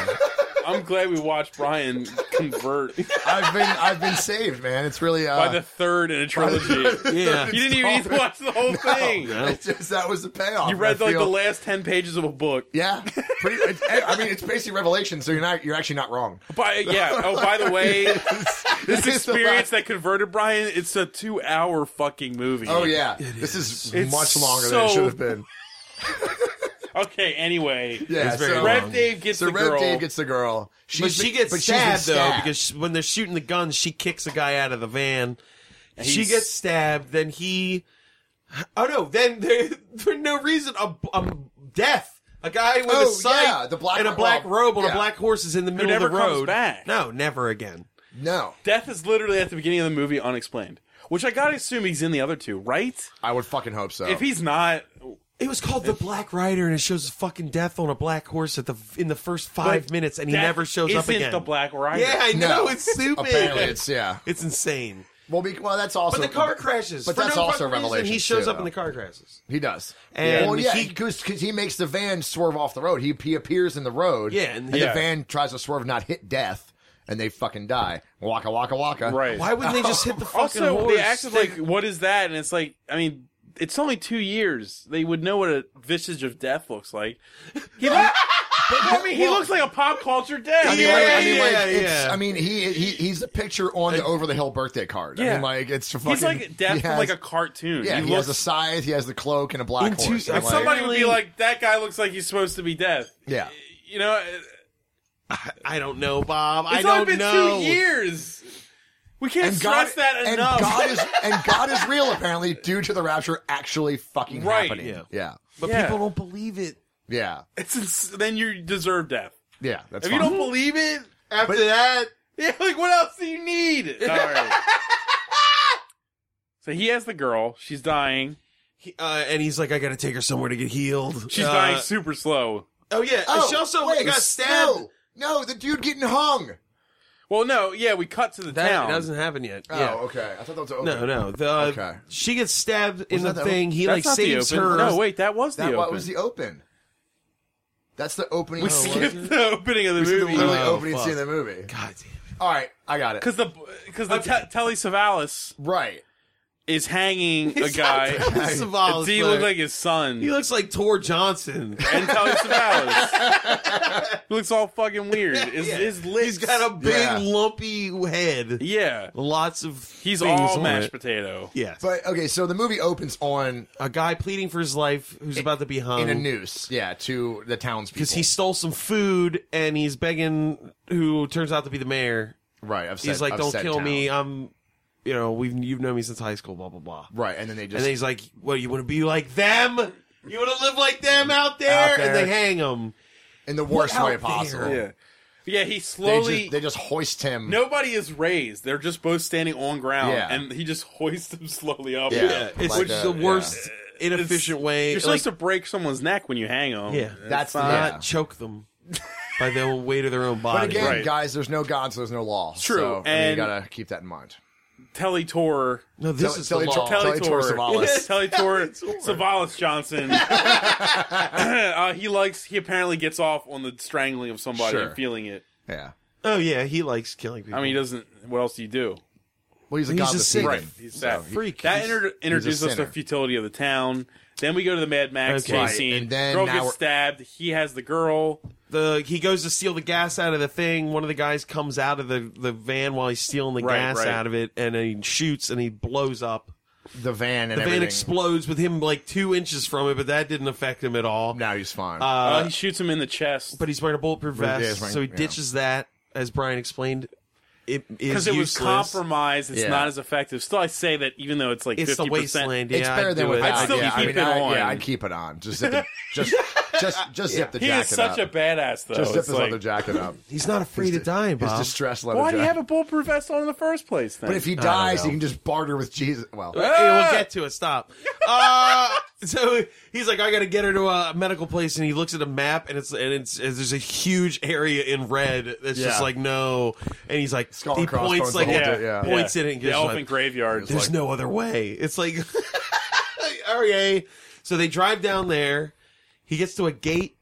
Speaker 5: I'm glad we watched Brian convert
Speaker 2: Uh, I've been I've been saved, man. It's really uh,
Speaker 5: by the third in a trilogy. you
Speaker 7: yeah.
Speaker 5: didn't even need to watch the whole thing.
Speaker 2: it's just, that was the payoff.
Speaker 5: You read
Speaker 2: I
Speaker 5: like the
Speaker 2: feel-
Speaker 5: last ten pages of a book.
Speaker 2: Yeah, pretty, it's- I mean it's basically Revelation, so you're not you're actually not wrong.
Speaker 5: By, yeah. Oh, by the way, this
Speaker 2: is the
Speaker 5: experience
Speaker 2: last-
Speaker 5: that converted Brian, it's a two-hour fucking movie.
Speaker 2: Oh yeah, this is,
Speaker 5: It's
Speaker 2: much longer than it
Speaker 5: so-
Speaker 2: should have been.
Speaker 5: Okay. Anyway,
Speaker 2: Yeah,
Speaker 7: It's very
Speaker 2: so,
Speaker 7: long.
Speaker 5: Rev Dave gets
Speaker 2: so
Speaker 5: the
Speaker 2: Rev
Speaker 5: girl.
Speaker 2: Dave gets the girl. She's
Speaker 7: but she
Speaker 2: been-
Speaker 7: gets
Speaker 2: but she's been
Speaker 7: stabbed, though
Speaker 2: stabbed.
Speaker 7: because she, when they're shooting the guns, she kicks a guy out of the van. She
Speaker 5: he's-
Speaker 7: gets stabbed. Then he. Oh no! Then there, for no reason, a, a death. A guy with
Speaker 2: Oh,
Speaker 7: a sight
Speaker 2: yeah, the black-
Speaker 7: and a black
Speaker 2: well,
Speaker 7: robe on
Speaker 2: yeah.
Speaker 7: a black horse is in the middle
Speaker 5: never
Speaker 7: of the
Speaker 5: comes
Speaker 7: road.
Speaker 5: back.
Speaker 7: No, never again.
Speaker 2: no,
Speaker 5: Death is literally at the beginning of the movie unexplained, which I gotta assume he's in the other two, right?
Speaker 2: I would fucking hope so.
Speaker 5: If
Speaker 7: Oh.
Speaker 5: he's not,
Speaker 7: It was called the Black Rider, and it shows his fucking death on a black horse at the in the first five
Speaker 5: But
Speaker 7: minutes, and he
Speaker 5: Death
Speaker 7: never shows up
Speaker 5: isn't
Speaker 7: again.
Speaker 5: the Black Rider.
Speaker 7: yeah, I know
Speaker 2: No.
Speaker 7: it's stupid.
Speaker 2: apparently it's yeah.
Speaker 7: It's insane.
Speaker 2: Well, be, well, that's also.
Speaker 7: But the car crashes.
Speaker 2: But
Speaker 7: For
Speaker 2: that's
Speaker 7: no
Speaker 2: also
Speaker 7: fucking reason,
Speaker 2: Revelation
Speaker 7: He shows
Speaker 2: too,
Speaker 7: up in
Speaker 2: though.
Speaker 7: the car crashes.
Speaker 2: He does.
Speaker 7: And
Speaker 2: well, yeah,
Speaker 7: he-
Speaker 2: because he, makes the van swerve off the road. He he appears in the road.
Speaker 7: Yeah, and-
Speaker 2: and,
Speaker 5: Yeah.
Speaker 2: the van tries to swerve, not hit death, and they fucking die. Waka waka waka.
Speaker 5: right?
Speaker 7: Why wouldn't they just hit the fucking
Speaker 5: also,
Speaker 7: horse?
Speaker 5: they acted like, "What is that?" And it's like, I mean, it's only two years. They would know what a visage of death looks like. He looks, I mean, he looks like a pop culture death.
Speaker 2: I mean,
Speaker 7: Yeah,
Speaker 2: like, I mean, like,
Speaker 7: yeah,
Speaker 2: it's,
Speaker 7: yeah. Uh,
Speaker 2: I mean, he, he he's a picture on the over the hill birthday card. I
Speaker 5: Yeah.
Speaker 2: mean, like it's fucking.
Speaker 5: He's like death
Speaker 2: he
Speaker 5: from like
Speaker 2: has-
Speaker 5: a cartoon.
Speaker 2: Yeah, he,
Speaker 5: he
Speaker 2: has a
Speaker 5: looks.
Speaker 2: scythe. He has the cloak and a black
Speaker 7: Into-
Speaker 2: horse. and,
Speaker 7: like,
Speaker 2: like,
Speaker 5: somebody would be like, that guy looks like he's supposed to be death.
Speaker 2: yeah.
Speaker 5: You know,
Speaker 7: I don't know, Bob. I
Speaker 5: it's
Speaker 7: don't
Speaker 5: only been
Speaker 7: know.
Speaker 5: two years. We can't stress that
Speaker 2: and
Speaker 5: enough.
Speaker 2: God is and God is real apparently due to the rapture actually fucking
Speaker 5: Right,
Speaker 2: happening.
Speaker 7: yeah.
Speaker 2: yeah,
Speaker 7: But
Speaker 5: Yeah.
Speaker 7: people don't believe it.
Speaker 2: yeah,
Speaker 5: It's ins- then you deserve death.
Speaker 2: yeah. That's
Speaker 5: If you
Speaker 2: fine.
Speaker 5: don't believe it,
Speaker 7: After that,
Speaker 5: yeah, like what else do you need? All right. so he has the girl. She's dying.
Speaker 7: he, uh, and he's like, I gotta take her somewhere to get healed.
Speaker 5: She's
Speaker 7: Uh,
Speaker 5: dying super slow.
Speaker 7: Oh yeah,
Speaker 2: Oh,
Speaker 7: she also
Speaker 2: wait,
Speaker 7: got stabbed.
Speaker 2: No, no, the dude getting hung.
Speaker 5: Well, no, yeah, we cut to the
Speaker 7: That
Speaker 5: town.
Speaker 7: doesn't happen yet.
Speaker 2: Oh,
Speaker 7: yeah.
Speaker 2: okay. I thought that was open.
Speaker 7: No, no. The, uh,
Speaker 2: Okay.
Speaker 7: She gets stabbed in
Speaker 2: Wasn't
Speaker 7: the
Speaker 2: that the-
Speaker 7: thing. He
Speaker 5: That's
Speaker 7: like
Speaker 5: not the
Speaker 7: saves
Speaker 5: open.
Speaker 7: her.
Speaker 5: No, wait, that was the
Speaker 2: That
Speaker 5: open.
Speaker 2: what was the open? That's the opening.
Speaker 5: we
Speaker 2: Oh,
Speaker 5: skipped the opening of the
Speaker 2: This is the literally
Speaker 5: movie
Speaker 7: Oh,
Speaker 2: opening
Speaker 7: fuck.
Speaker 2: scene of the movie.
Speaker 7: God damn.
Speaker 2: All right, I got it.
Speaker 5: because the because the te- Telly Savalas
Speaker 2: Right.
Speaker 5: is hanging a guy.
Speaker 7: This is a Wallace
Speaker 5: D
Speaker 7: player.
Speaker 5: looked like his son.
Speaker 7: he looks like Tor Johnson.
Speaker 5: and Telly Savalas looks all fucking weird. His, his lips.
Speaker 7: He's got a big
Speaker 2: Yeah.
Speaker 7: lumpy head.
Speaker 5: yeah.
Speaker 7: Lots of
Speaker 5: He's
Speaker 7: things
Speaker 5: all
Speaker 7: on
Speaker 5: mashed
Speaker 7: it.
Speaker 5: potato.
Speaker 7: Yes.
Speaker 2: But okay, so the movie opens on
Speaker 7: a guy pleading for his life who's about to be hung
Speaker 2: in a noose. Yeah, to the townspeople.
Speaker 7: because he stole some food and he's begging who turns out to be the mayor.
Speaker 2: right. I've said,
Speaker 7: He's like,
Speaker 2: I've
Speaker 7: "Don't
Speaker 2: said
Speaker 7: kill
Speaker 2: town.
Speaker 7: me. I'm, you know, we've you've known me since high school. Blah blah blah."
Speaker 2: Right, and then they
Speaker 7: And
Speaker 2: just
Speaker 7: then he's like, "What? You want to be like them? You want to live like them out there?"
Speaker 2: there.
Speaker 7: And they hang him.
Speaker 2: in the worst
Speaker 7: out
Speaker 2: way
Speaker 7: there?
Speaker 2: possible.
Speaker 5: Yeah. Yeah, he
Speaker 2: They
Speaker 5: slowly.
Speaker 2: just, they just hoist him.
Speaker 5: Nobody is raised. They're just both standing on ground,
Speaker 2: Yeah.
Speaker 5: and he just hoists them slowly up.
Speaker 2: Yeah.
Speaker 7: Yeah, it's
Speaker 2: Like
Speaker 7: just
Speaker 2: that,
Speaker 7: the worst
Speaker 5: It's-
Speaker 7: inefficient way.
Speaker 5: You're
Speaker 7: like,
Speaker 5: supposed to break someone's neck when you hang them.
Speaker 7: Yeah.
Speaker 2: That's
Speaker 7: not
Speaker 2: yeah.
Speaker 7: choke them by the weight of their own
Speaker 2: But
Speaker 7: body.
Speaker 2: again,
Speaker 5: Right.
Speaker 2: guys, there's no God, so there's no law.
Speaker 5: True,
Speaker 2: so, I mean,
Speaker 5: and-
Speaker 2: you gotta keep that in mind.
Speaker 5: Telly Tor.
Speaker 7: no, this
Speaker 2: Tell-
Speaker 7: is
Speaker 2: tell
Speaker 7: the
Speaker 2: each-
Speaker 7: law.
Speaker 2: tell-
Speaker 5: Telly
Speaker 2: Telly
Speaker 5: Tor.
Speaker 2: Tor Savalas.
Speaker 5: Telly Tor. Savalas Johnson. uh, he likes. He apparently gets off on the strangling of somebody
Speaker 2: Sure.
Speaker 5: and feeling it.
Speaker 2: Yeah.
Speaker 7: oh yeah, he likes killing people.
Speaker 5: I mean, he doesn't. What else do you do?
Speaker 2: Well, he's a
Speaker 7: He's
Speaker 2: god
Speaker 7: a
Speaker 2: that's
Speaker 7: sinner.
Speaker 2: heathen.
Speaker 5: Right. He's that
Speaker 7: he- freak.
Speaker 5: That
Speaker 7: He's-
Speaker 5: inter- introduced us to
Speaker 2: sinner.
Speaker 5: futility of the town. Then we go to the Mad Max
Speaker 7: Okay. Right,
Speaker 5: chase scene.
Speaker 2: and then
Speaker 5: girl
Speaker 2: now
Speaker 5: gets
Speaker 2: we're-
Speaker 5: stabbed. He has the girl.
Speaker 7: the he goes to steal the gas out of the thing. One of the guys comes out of the, the van while he's stealing the
Speaker 5: Right,
Speaker 7: gas
Speaker 5: right.
Speaker 7: out of it, and then he shoots and he blows up.
Speaker 2: The van and
Speaker 7: The
Speaker 2: everything.
Speaker 7: van explodes with him like two inches from it, but that didn't affect him at all.
Speaker 2: Now he's fine.
Speaker 5: Uh, he shoots him in the chest.
Speaker 7: But he's wearing a bulletproof
Speaker 2: Yeah,
Speaker 7: vest,
Speaker 2: he's wearing-
Speaker 7: so he
Speaker 2: yeah.
Speaker 7: ditches that. As Brian explained, it is
Speaker 5: because it was
Speaker 7: useless.
Speaker 5: compromised. It's
Speaker 2: Yeah.
Speaker 5: not as effective. Still, I say that even though it's like
Speaker 7: It's the
Speaker 5: fifty percent,
Speaker 7: wasteland. Yeah,
Speaker 2: it's
Speaker 7: I'd
Speaker 2: better
Speaker 7: do
Speaker 2: than
Speaker 7: it.
Speaker 2: without.
Speaker 5: I'd still
Speaker 2: yeah,
Speaker 5: keep
Speaker 2: I mean,
Speaker 5: it
Speaker 2: I,
Speaker 5: on.
Speaker 2: Yeah, I'd keep it on. Just zip the, just just just zip the
Speaker 5: he
Speaker 2: jacket
Speaker 5: is such
Speaker 2: up.
Speaker 5: a badass though.
Speaker 2: just zip
Speaker 5: it's
Speaker 2: his
Speaker 5: like,
Speaker 2: leather jacket up.
Speaker 7: He's not afraid of dying,
Speaker 2: His
Speaker 7: Bob.
Speaker 2: distressed leather
Speaker 5: why do
Speaker 2: jacket.
Speaker 5: you have a bulletproof vest on in the first place? Then?
Speaker 2: but if he
Speaker 7: don't
Speaker 2: dies,
Speaker 7: know.
Speaker 2: he can just barter with Jesus. Well,
Speaker 7: Hey, we'll get to it. Stop. Uh, so he's like, I got to get her to a medical place, and he looks at a map, and it's and it's, and there's a huge area in red that's just
Speaker 2: Yeah.
Speaker 7: like no, and he's like,
Speaker 2: Skull
Speaker 7: he
Speaker 2: and crossbones
Speaker 7: points
Speaker 2: the
Speaker 7: like
Speaker 2: whole
Speaker 7: yeah,
Speaker 2: day, yeah.
Speaker 7: points
Speaker 5: Yeah.
Speaker 7: at it and
Speaker 5: the
Speaker 7: gives
Speaker 5: elephant
Speaker 7: like,
Speaker 5: graveyard,
Speaker 7: there's no other way. It's like, okay. So they drive down there. He gets to a gate.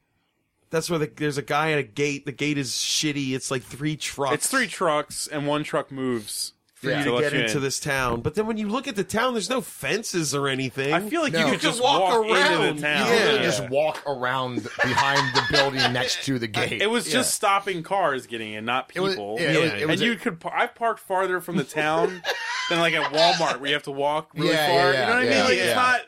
Speaker 7: That's where the, there's a guy at a gate. The gate is shitty. It's like three trucks.
Speaker 5: it's three trucks and one truck moves for
Speaker 2: Yeah.
Speaker 5: you
Speaker 2: To
Speaker 5: to, let
Speaker 7: get
Speaker 5: you
Speaker 7: into
Speaker 5: in.
Speaker 7: this town. But then when you look at the town, there's no fences or anything.
Speaker 5: I feel like
Speaker 2: No.
Speaker 5: you
Speaker 2: You
Speaker 5: could
Speaker 2: could
Speaker 5: just
Speaker 7: walk
Speaker 5: into
Speaker 7: around.
Speaker 5: the town.
Speaker 7: You
Speaker 2: literally
Speaker 7: Yeah.
Speaker 2: just walk around behind the building next to the gate.
Speaker 5: It was just stopping cars getting in, not
Speaker 2: was-
Speaker 5: people.
Speaker 2: yeah, it was- it was
Speaker 5: and
Speaker 2: a-
Speaker 5: you could. par- I parked farther from the town than like at Walmart where you have to walk really
Speaker 2: Yeah,
Speaker 5: far.
Speaker 2: yeah,
Speaker 5: you know what I mean?
Speaker 2: yeah,
Speaker 5: Like
Speaker 2: yeah.
Speaker 5: it's not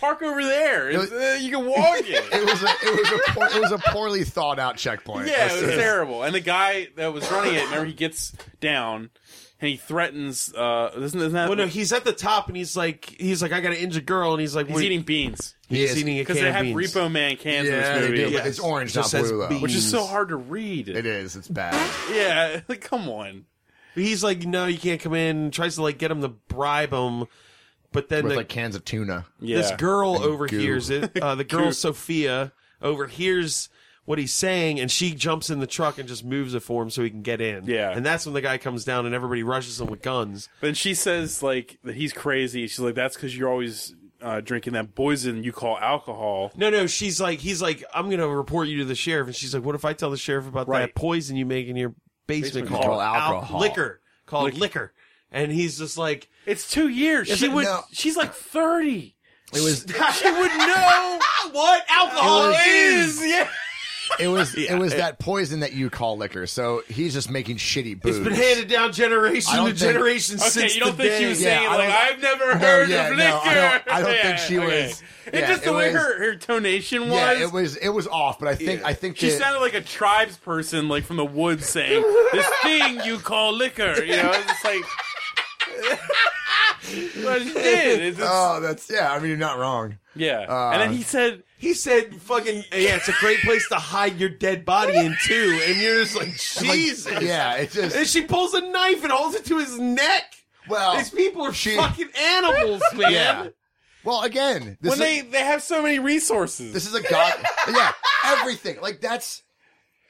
Speaker 5: park over there. It's,
Speaker 2: was-
Speaker 5: uh, you can walk
Speaker 2: It
Speaker 5: it.
Speaker 2: was a it was a poor, it was a poorly thought out checkpoint.
Speaker 5: yeah,
Speaker 2: That's
Speaker 5: it was
Speaker 2: it.
Speaker 5: terrible. And the guy that was running it, remember, he gets down and he threatens. Uh, isn't, isn't that?
Speaker 7: Well, no, he's at the top and he's like, he's like, I got an injured girl, and he's like,
Speaker 5: he's
Speaker 7: wait,
Speaker 5: eating beans
Speaker 7: he's
Speaker 2: He is-
Speaker 7: eating a can
Speaker 5: because they
Speaker 7: of
Speaker 5: have
Speaker 7: beans.
Speaker 5: Repo Man cans
Speaker 2: Yeah,
Speaker 5: in this
Speaker 2: they
Speaker 5: movie,
Speaker 2: do, but
Speaker 7: Yes.
Speaker 2: it's orange,
Speaker 7: Just
Speaker 2: not
Speaker 7: says
Speaker 2: blue though.
Speaker 7: beans.
Speaker 5: which is so hard to read.
Speaker 2: It is. It's bad.
Speaker 5: Yeah, like come on.
Speaker 7: He's like, no, you can't come in. Tries to like get him to bribe him, but then
Speaker 2: With
Speaker 7: the,
Speaker 2: like cans of tuna.
Speaker 5: Yeah.
Speaker 7: this girl
Speaker 2: And
Speaker 7: overhears it. Uh, the girl Sophia overhears what he's saying, and she jumps in the truck and just moves it for him so he can get in.
Speaker 5: Yeah.
Speaker 7: and that's when the guy comes down and everybody rushes him with guns.
Speaker 5: But she says like that he's crazy. She's like, that's because you're always uh, drinking that poison you call alcohol.
Speaker 7: No, no, she's like, he's like, I'm gonna report you to the sheriff, and she's like, what if I tell the sheriff about
Speaker 5: Right.
Speaker 7: that poison you make in your basement,
Speaker 5: Basement
Speaker 7: called
Speaker 2: called
Speaker 7: al-
Speaker 2: alcohol.
Speaker 7: liquor, called liquor, and he's just like,
Speaker 5: It's two years. she
Speaker 2: it-
Speaker 5: would.
Speaker 2: no.
Speaker 5: She's like thirty.
Speaker 2: It was
Speaker 3: She would know what alcohol
Speaker 2: It was-
Speaker 3: is. Yeah.
Speaker 2: it was it was that poison that you call liquor. So he's just making shitty booze.
Speaker 7: It's been handed down generation
Speaker 2: I
Speaker 7: to
Speaker 2: don't think-
Speaker 7: generation
Speaker 5: Okay,
Speaker 7: since
Speaker 5: you don't
Speaker 7: the
Speaker 5: think
Speaker 7: day.
Speaker 5: she was
Speaker 2: Yeah,
Speaker 5: saying
Speaker 2: I
Speaker 5: like
Speaker 2: don't-
Speaker 5: I've never heard
Speaker 2: yeah,
Speaker 5: of liquor.
Speaker 2: no, I don't- I don't think she was-
Speaker 5: And
Speaker 2: yeah,
Speaker 5: just the
Speaker 2: it
Speaker 5: way
Speaker 2: was-
Speaker 5: her, her tonation was,
Speaker 2: yeah, it was it was off, but I think I think
Speaker 5: she
Speaker 2: that-
Speaker 5: sounded like a tribes person, like from the woods, saying this thing you call liquor. You know, it's just like. well, she did. It's just-
Speaker 2: Oh, that's yeah. I mean, you're not wrong.
Speaker 5: yeah,
Speaker 2: uh,
Speaker 5: and then he said,
Speaker 7: He said, "Fucking yeah, it's a great place to hide your dead body in too." And you're just like, Jesus.
Speaker 2: Yeah, it's
Speaker 7: And
Speaker 2: just
Speaker 7: she pulls a knife and holds it to his neck.
Speaker 2: well,
Speaker 7: These people are
Speaker 2: she-
Speaker 7: fucking animals, man.
Speaker 2: yeah. Well, again, this
Speaker 5: when
Speaker 2: is,
Speaker 5: they they have so many resources.
Speaker 2: this is a god. yeah, everything like that's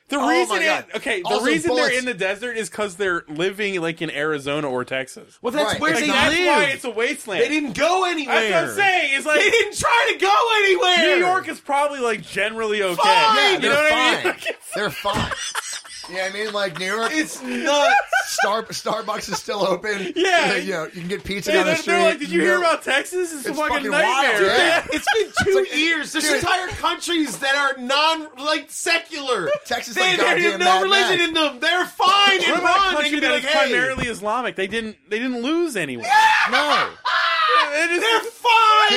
Speaker 5: the
Speaker 2: oh my
Speaker 5: reason, it,
Speaker 2: God.
Speaker 5: okay, the
Speaker 2: Also,
Speaker 5: reason they're
Speaker 2: bullets.
Speaker 5: in the desert is because they're living like in Arizona or Texas.
Speaker 7: Well, that's
Speaker 2: Right.
Speaker 7: where
Speaker 5: Like,
Speaker 7: they
Speaker 5: that's
Speaker 7: live.
Speaker 5: why it's a wasteland.
Speaker 7: they didn't go anywhere.
Speaker 5: That's what I'm saying. It's like
Speaker 7: They didn't try to go anywhere.
Speaker 5: New York is probably like generally okay.
Speaker 7: Fine!
Speaker 2: yeah,
Speaker 5: you
Speaker 2: they're
Speaker 5: know what
Speaker 2: fine.
Speaker 5: I mean? Like, it's-
Speaker 2: They're fine. Yeah, I mean, like New York,
Speaker 7: It's nuts.
Speaker 2: Star Starbucks is still open.
Speaker 5: Yeah.
Speaker 2: you know, you can get pizza
Speaker 5: They're,
Speaker 2: down the
Speaker 5: they're,
Speaker 2: street.
Speaker 5: like, did you
Speaker 2: know.
Speaker 5: hear about Texas? It's, a
Speaker 2: It's
Speaker 5: fucking,
Speaker 2: fucking wild,
Speaker 5: nightmare.
Speaker 2: yeah.
Speaker 7: It's been two
Speaker 2: like-
Speaker 7: years. There's
Speaker 2: Dude.
Speaker 7: entire countries that are non like secular.
Speaker 2: Texas
Speaker 7: they,
Speaker 2: like
Speaker 7: they have
Speaker 2: goddamn
Speaker 7: no
Speaker 2: Mad
Speaker 7: religion
Speaker 2: Max.
Speaker 7: in them. They're fine
Speaker 5: What
Speaker 7: and
Speaker 5: about
Speaker 7: wrong.
Speaker 5: a
Speaker 7: They
Speaker 5: country
Speaker 7: can be
Speaker 5: that
Speaker 7: like,
Speaker 5: is
Speaker 7: hey,
Speaker 5: primarily Islamic? They didn't. They didn't lose anyone.
Speaker 2: No,
Speaker 5: It is-
Speaker 7: they're fine.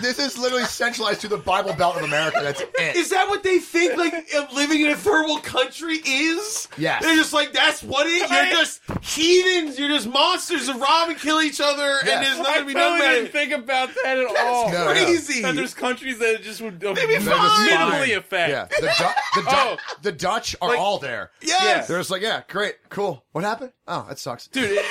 Speaker 2: this is this is literally centralized to the Bible Belt of America. That's it.
Speaker 7: Is that what they think like of living in a third world country is?
Speaker 2: Yes.
Speaker 7: They're just like, that's what it
Speaker 5: I-
Speaker 7: you're just heathens, you're just monsters that rob and kill each other
Speaker 2: Yeah.
Speaker 7: and there's
Speaker 5: I
Speaker 7: nothing to be done
Speaker 5: totally
Speaker 7: about
Speaker 5: didn't
Speaker 7: it.
Speaker 5: think about that at all.
Speaker 2: no,
Speaker 7: Crazy.
Speaker 5: That there's countries that just would uh,
Speaker 7: be
Speaker 2: They're just
Speaker 7: Fine.
Speaker 5: minimally
Speaker 2: fine.
Speaker 5: affect.
Speaker 2: Yeah, the, Du- the, Du-
Speaker 5: Oh.
Speaker 2: the Dutch are all there.
Speaker 7: Yes.
Speaker 2: They're just like, yeah, great, cool. What happened? Oh, that sucks.
Speaker 5: Dude, it-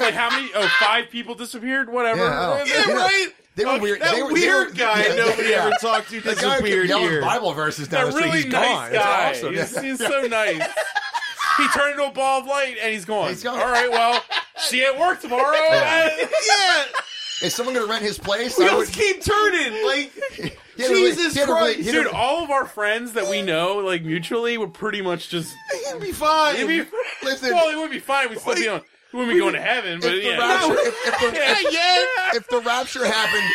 Speaker 5: like how many? Oh, five people disappeared. Whatever.
Speaker 2: Yeah, oh.
Speaker 5: Yeah,
Speaker 2: You know,
Speaker 7: right?
Speaker 2: They were weird.
Speaker 7: That
Speaker 2: they were,
Speaker 7: weird
Speaker 2: they were,
Speaker 7: guy
Speaker 2: yeah,
Speaker 7: nobody
Speaker 2: yeah.
Speaker 7: ever talked to
Speaker 2: That
Speaker 7: does
Speaker 2: guy
Speaker 7: a
Speaker 2: kept
Speaker 7: weird
Speaker 2: yelling
Speaker 7: year.
Speaker 2: Bible verses down
Speaker 5: That
Speaker 2: the street.
Speaker 5: really
Speaker 2: he's
Speaker 5: nice
Speaker 2: gone.
Speaker 5: guy.
Speaker 2: It's awesome.
Speaker 5: He's,
Speaker 2: Yeah.
Speaker 5: he's so nice. He turned into a ball of light and he's gone.
Speaker 2: He's gone.
Speaker 5: All right, well, see you at work tomorrow.
Speaker 2: Yeah.
Speaker 7: Yeah.
Speaker 2: Is someone going to rent his place?
Speaker 7: We
Speaker 2: I would-
Speaker 7: just keep turning. Like
Speaker 2: he had a really-
Speaker 7: Jesus
Speaker 2: he had a really-
Speaker 7: Christ.
Speaker 2: he had a-
Speaker 5: Dude, all of our friends that we know, like mutually, would pretty much just.
Speaker 7: it'd be fine.
Speaker 5: It'd be,
Speaker 2: Listen.
Speaker 5: well, it would be fine. We'd still be on. We wouldn't be going to heaven, but
Speaker 2: if, the
Speaker 5: yeah.
Speaker 2: rapture, if, if, the,
Speaker 5: Yeah, yeah.
Speaker 2: if, if the rapture happened,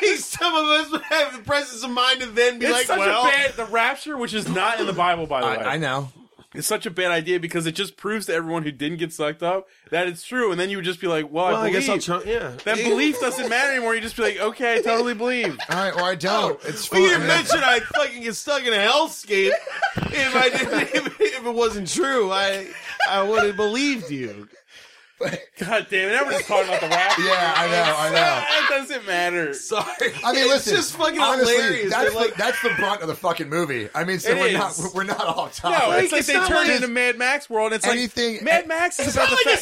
Speaker 7: Hey, some of us would have the presence of mind to then be
Speaker 5: It's
Speaker 7: like,
Speaker 5: such
Speaker 7: well,
Speaker 5: a bad the rapture, which is not in the Bible, by the way.
Speaker 2: know.
Speaker 5: It's such a bad idea because it just proves to everyone who didn't get sucked up that it's true, and then you would just be like, "Well, I, believe.
Speaker 7: Yeah.
Speaker 5: That belief doesn't matter anymore. You just be like, "Okay, I totally believe."
Speaker 2: All right, or I don't. It's
Speaker 7: We
Speaker 2: fine.
Speaker 7: didn't mention I'd fucking get stuck in a hellscape if I didn't if, if it wasn't true. I I would have believed you.
Speaker 5: God damn it! Everyone's talking about the rapture.
Speaker 2: Yeah, I know, I know.
Speaker 5: It doesn't matter.
Speaker 7: Sorry.
Speaker 2: I mean,
Speaker 7: it's
Speaker 2: listen.
Speaker 7: just fucking
Speaker 2: honestly,
Speaker 7: hilarious.
Speaker 2: That's,
Speaker 7: They're like,
Speaker 2: the, that's the brunt of the fucking movie. I mean, so
Speaker 5: It
Speaker 2: we're
Speaker 5: is.
Speaker 2: not we're not off topic.
Speaker 5: No, it's like
Speaker 7: it's
Speaker 5: they
Speaker 7: not
Speaker 5: turn
Speaker 7: like
Speaker 5: into Mad Max world. And it's like
Speaker 2: Anything-
Speaker 5: Mad Max is
Speaker 7: it's
Speaker 5: about
Speaker 7: not
Speaker 5: the
Speaker 7: like I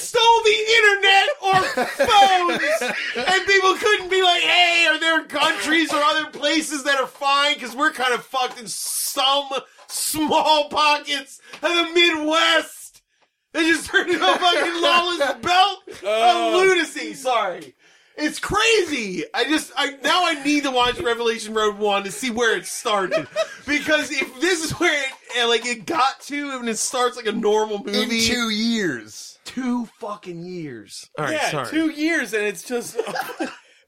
Speaker 5: fact.
Speaker 7: stole the internet or phones, and people couldn't be like, "Hey, are there countries or other places that are fine?" Because we're kind of fucked in some small pockets of the Midwest. They just turned into a fucking lawless belt
Speaker 5: Oh.
Speaker 7: of lunacy. Sorry. It's crazy. I just I now I need to watch Revelation Road One to see where it started because if this is where it eh, like it got to and it starts like a normal movie
Speaker 2: in two years.
Speaker 7: two fucking years. All right,
Speaker 5: Yeah,
Speaker 7: sorry.
Speaker 5: two years, and it's just.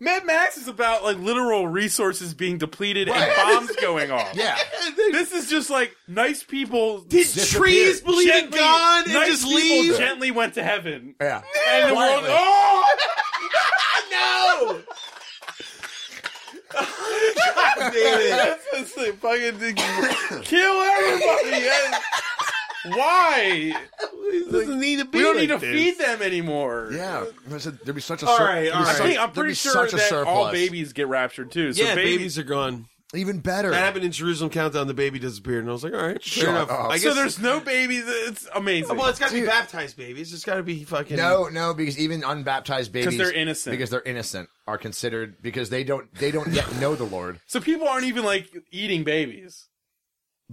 Speaker 5: Mad Max is about like literal resources being depleted
Speaker 2: Right.
Speaker 5: and bombs going off.
Speaker 2: Yeah.
Speaker 5: This is just like nice people
Speaker 7: Did trees believe in
Speaker 5: gently,
Speaker 7: God and
Speaker 5: nice
Speaker 7: just
Speaker 5: people
Speaker 7: leave?
Speaker 5: gently went to heaven.
Speaker 2: Yeah.
Speaker 5: And the world,
Speaker 2: Quietly.
Speaker 5: oh,
Speaker 7: no! God damn it.
Speaker 5: that's just like fucking kill everybody. Yes. Why?
Speaker 7: This doesn't need to be.
Speaker 5: We don't need to
Speaker 7: like
Speaker 5: feed them anymore.
Speaker 2: Yeah, there's a- there'd be such a.
Speaker 7: All
Speaker 2: sur-
Speaker 7: right,
Speaker 2: there'd be
Speaker 7: all right.
Speaker 5: I
Speaker 2: such-
Speaker 5: think I'm
Speaker 2: there'd
Speaker 5: pretty
Speaker 2: be
Speaker 5: sure
Speaker 2: such a
Speaker 5: that all
Speaker 2: surplus.
Speaker 5: babies get raptured too. So
Speaker 7: Yeah,
Speaker 5: baby-
Speaker 7: babies are gone.
Speaker 2: even better.
Speaker 7: That happened in Jerusalem Countdown. The baby disappeared, and I was like, "All right, fair
Speaker 2: Shut
Speaker 7: enough."
Speaker 2: up.
Speaker 7: I guess
Speaker 5: So there's no babies. It's amazing.
Speaker 7: well, it's got to be baptized babies. It's got to be fucking
Speaker 2: No, no, because even unbaptized babies,
Speaker 5: they're innocent.
Speaker 2: because they're innocent, are considered because they don't they don't yet know the Lord.
Speaker 5: so people aren't even like eating babies.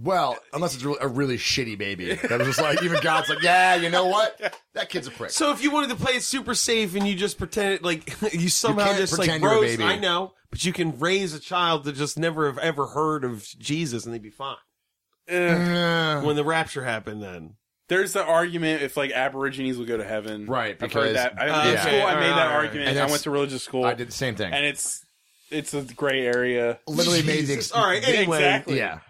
Speaker 2: Well, unless it's a really shitty baby that was just like even God's like, yeah, you know what? That kid's a prick.
Speaker 7: So if you wanted to play it super safe and you just pretend it like you somehow
Speaker 2: can't
Speaker 7: just like
Speaker 2: pretend you're a
Speaker 7: rose,
Speaker 2: baby.
Speaker 7: I know, but you can raise a child that just never have ever heard of Jesus and they'd be fine.
Speaker 5: Ugh.
Speaker 2: Uh,
Speaker 7: When the rapture happened, then
Speaker 5: There's the argument if like Aborigines will go to heaven,
Speaker 2: Right,
Speaker 5: I've heard
Speaker 2: because-
Speaker 5: that. I, in
Speaker 2: Yeah.
Speaker 5: school, I made
Speaker 7: Okay,
Speaker 5: that
Speaker 7: alright.
Speaker 5: argument.
Speaker 2: And
Speaker 5: I
Speaker 2: that's-
Speaker 5: went to religious school.
Speaker 2: I did the same thing.
Speaker 5: and it's it's a gray area.
Speaker 2: Literally made the ex-
Speaker 7: All right. Anyway,
Speaker 5: Exactly.
Speaker 2: Yeah.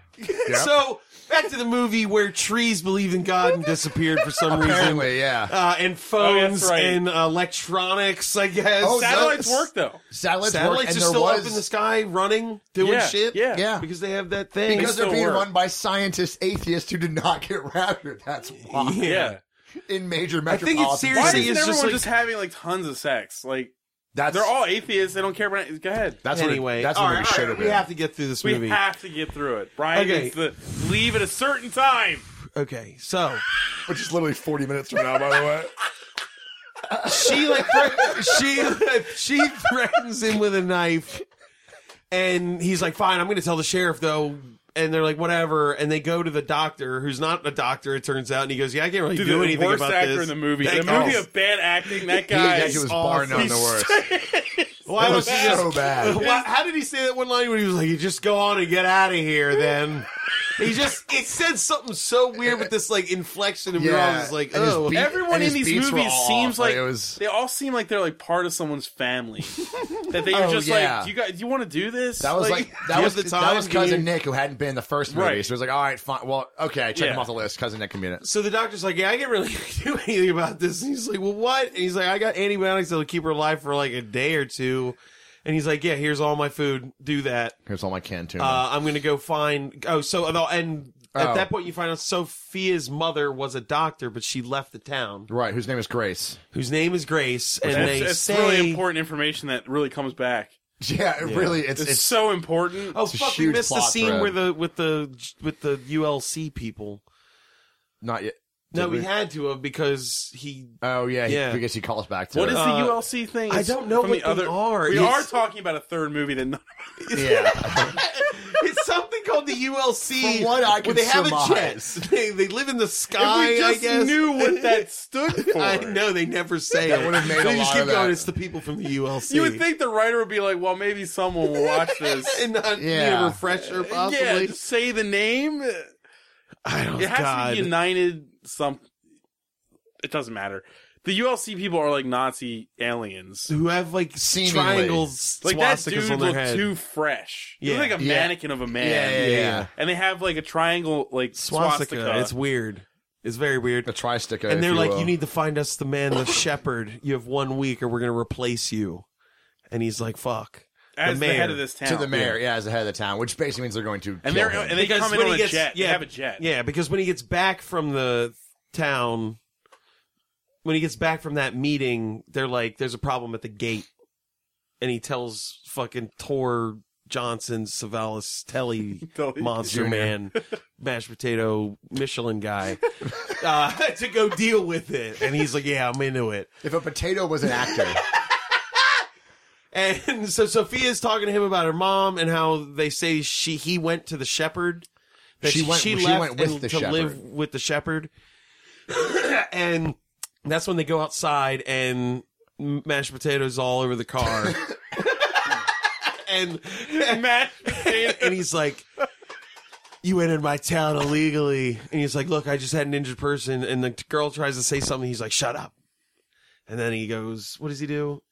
Speaker 7: so back to the movie where trees believed in God and disappeared for some reason.
Speaker 2: Apparently, yeah.
Speaker 7: Uh, and phones
Speaker 5: Oh, right.
Speaker 7: and electronics, I guess.
Speaker 2: Oh,
Speaker 5: Satellites
Speaker 2: Those-
Speaker 5: work though.
Speaker 2: Satellites, work,
Speaker 7: Satellites
Speaker 2: and
Speaker 7: are
Speaker 2: there
Speaker 7: still
Speaker 2: was
Speaker 7: up in the sky running, doing
Speaker 5: Yeah,
Speaker 7: shit.
Speaker 5: yeah.
Speaker 2: Yeah.
Speaker 7: Because they have that thing.
Speaker 2: because
Speaker 5: They
Speaker 2: they're
Speaker 5: still
Speaker 2: being
Speaker 5: work.
Speaker 2: run by scientists, atheists who did not get raptured. That's why.
Speaker 5: Yeah.
Speaker 2: In major
Speaker 7: I
Speaker 2: metropolitan.
Speaker 7: think it's
Speaker 2: cities.
Speaker 5: Why
Speaker 7: Seriously,
Speaker 5: isn't
Speaker 7: it's just
Speaker 5: everyone just,
Speaker 7: like-
Speaker 5: having like tons of sex? Like
Speaker 2: That's
Speaker 5: they're all atheists. They don't care about. it. Go ahead.
Speaker 2: That's what it-
Speaker 7: anyway,
Speaker 2: that's
Speaker 7: all
Speaker 2: what we
Speaker 7: right, all
Speaker 2: should
Speaker 7: right,
Speaker 2: have
Speaker 7: we
Speaker 2: been.
Speaker 7: have to get through this
Speaker 5: we
Speaker 7: movie.
Speaker 5: have to get through it. Brian
Speaker 7: Okay.
Speaker 5: needs to leave at a certain time.
Speaker 7: okay, so
Speaker 2: Which is literally 40 minutes from now, by the way.
Speaker 7: she like thre- she she threatens him with a knife, and he's like, "Fine, I'm going to tell the sheriff though." And they're like, "Whatever," and they go to the doctor, who's not a doctor, it turns out, and he goes, "Yeah, I can't really
Speaker 5: Dude,
Speaker 7: do
Speaker 5: the
Speaker 7: anything
Speaker 5: worst
Speaker 7: about
Speaker 5: actor
Speaker 7: this."
Speaker 5: in the movie.
Speaker 7: That
Speaker 5: the movie
Speaker 7: guy's-
Speaker 5: of bad acting. That
Speaker 2: Yeah,
Speaker 5: guy.
Speaker 2: he was
Speaker 5: is
Speaker 2: bar none the
Speaker 5: awful.
Speaker 2: worst.
Speaker 7: Why
Speaker 2: It
Speaker 7: was
Speaker 2: was
Speaker 7: he
Speaker 2: so bad.
Speaker 7: Why- how did he say that one line when he was like, "You just go on and get out of here"? Then he just it said something so weird with this like inflection, and we were all
Speaker 2: Yeah,
Speaker 7: just like,
Speaker 2: and his
Speaker 7: "Oh,
Speaker 2: beat-
Speaker 5: Everyone
Speaker 2: and
Speaker 5: in
Speaker 2: his
Speaker 5: these
Speaker 2: beats were
Speaker 5: movies
Speaker 2: all
Speaker 5: seems
Speaker 2: off, like,
Speaker 5: like
Speaker 2: it was-
Speaker 5: they all seem like they're like part of someone's family. that they
Speaker 2: Oh,
Speaker 5: are just
Speaker 2: yeah.
Speaker 5: like, "Do you got, do you want to do this?
Speaker 2: That was like, that
Speaker 7: you
Speaker 2: was
Speaker 7: have the
Speaker 2: that
Speaker 7: time,
Speaker 2: was
Speaker 7: you
Speaker 2: cousin
Speaker 7: mean?
Speaker 2: Nick who hadn't been in the first movie,
Speaker 5: Right.
Speaker 2: so it was like, all right, fine, well, okay, check him
Speaker 5: Yeah.
Speaker 2: off the list. Cousin Nick can be in it.
Speaker 7: So the doctor's like, yeah, I can't really do anything about this. And he's like, well, what? And he's like, I got antibiotics that'll keep her alive for like a day or two. And he's like, yeah, here's all my food. Do that.
Speaker 2: Here's all my can tuna.
Speaker 7: Uh, I'm gonna go find. Oh, so and at
Speaker 2: Oh.
Speaker 7: that point you find out Sophia's mother was a doctor, but she left the town.
Speaker 2: right, whose name is Grace.
Speaker 7: Whose name is Grace, and
Speaker 5: That's,
Speaker 7: they
Speaker 5: that's
Speaker 7: say,
Speaker 5: really important information that really comes back.
Speaker 2: Yeah, it really, it's,
Speaker 5: It's,
Speaker 2: it's,
Speaker 5: so important.
Speaker 7: Oh
Speaker 2: a
Speaker 7: fuck! We
Speaker 2: huge
Speaker 7: missed the
Speaker 2: plot
Speaker 7: scene
Speaker 2: thread.
Speaker 7: where the with the with the ULC people.
Speaker 2: not yet.
Speaker 7: No,
Speaker 2: Did
Speaker 7: we
Speaker 2: we-
Speaker 7: had to have because he
Speaker 2: Oh, yeah, he,
Speaker 7: Yeah.
Speaker 2: because he calls back to
Speaker 5: what
Speaker 2: it.
Speaker 5: is
Speaker 7: Uh,
Speaker 5: the ULC thing?
Speaker 7: I
Speaker 5: It's
Speaker 7: don't know
Speaker 5: from
Speaker 7: what
Speaker 5: the
Speaker 7: they
Speaker 5: other,
Speaker 7: are.
Speaker 5: We
Speaker 7: It's-
Speaker 5: are talking about a third movie that none
Speaker 2: yeah.
Speaker 7: It's something called the ULC.
Speaker 2: From what I
Speaker 7: where
Speaker 2: can
Speaker 7: they have a jet.
Speaker 2: surmise.
Speaker 7: They, they live in the sky.
Speaker 5: If we just
Speaker 7: I guess.
Speaker 5: knew what that stood for.
Speaker 7: I know they never say
Speaker 2: That
Speaker 7: it.
Speaker 2: would've made a
Speaker 7: they just
Speaker 2: lot
Speaker 7: keep
Speaker 2: of
Speaker 7: going.
Speaker 2: that.
Speaker 7: It's the people from the ULC.
Speaker 5: You would think the writer would be like, "Well, maybe someone will watch this."
Speaker 7: and not be
Speaker 2: Yeah.
Speaker 7: a refresher, possibly.
Speaker 5: yeah, just say the name. It
Speaker 7: I don't.
Speaker 5: has
Speaker 7: God.
Speaker 5: to be United. Some. It doesn't matter. The ULC people are like Nazi aliens.
Speaker 7: Who have like
Speaker 2: Seemingly.
Speaker 7: triangles,
Speaker 5: Like that
Speaker 7: swastikas
Speaker 5: dude
Speaker 7: on their head.
Speaker 5: looked too fresh. He
Speaker 7: Yeah.
Speaker 5: looked like a
Speaker 2: Yeah.
Speaker 5: mannequin of a man.
Speaker 2: Yeah, yeah, yeah.
Speaker 5: And they have like a triangle, like swastika.
Speaker 7: swastika. It's weird. It's very weird.
Speaker 2: The tri sticker.
Speaker 7: and they're like,
Speaker 2: will.
Speaker 7: "You need to find us the man, the shepherd. You have one week, or we're gonna replace you." And he's like, "Fuck."
Speaker 5: as
Speaker 7: the
Speaker 5: the,
Speaker 7: mayor.
Speaker 5: head of this town
Speaker 2: to the mayor, yeah, as the head of the town, which basically means they're going to.
Speaker 5: And
Speaker 2: kill
Speaker 5: they're
Speaker 2: him.
Speaker 5: and they
Speaker 7: Because
Speaker 5: come in
Speaker 7: when
Speaker 5: on
Speaker 7: he
Speaker 5: a
Speaker 7: gets-
Speaker 5: jet.
Speaker 7: yeah,
Speaker 5: they have a jet.
Speaker 7: Yeah, because when he gets back from the town, when he gets back from that meeting, they're like, "There's a problem at the gate," and he tells fucking Tor Johnson, Savalas, Telly,
Speaker 5: Telly
Speaker 7: Monster
Speaker 2: Junior.
Speaker 7: Man, mashed potato Michelin guy, uh, to go deal with it, and he's like, "Yeah, I'm into it."
Speaker 2: if a potato was an actor,
Speaker 7: And so Sophia's talking to him about her mom and how they say she he went to the shepherd. That
Speaker 2: She went- she
Speaker 7: left
Speaker 2: went with
Speaker 7: and
Speaker 2: the
Speaker 7: to
Speaker 2: shepherd.
Speaker 7: live with the shepherd. and that's when they go outside and mashed potatoes all over the car. and
Speaker 5: Matt,
Speaker 7: and he's like you entered my town illegally and he's like look i just had an injured person and the girl tries to say something he's like shut up and then he goes what does he do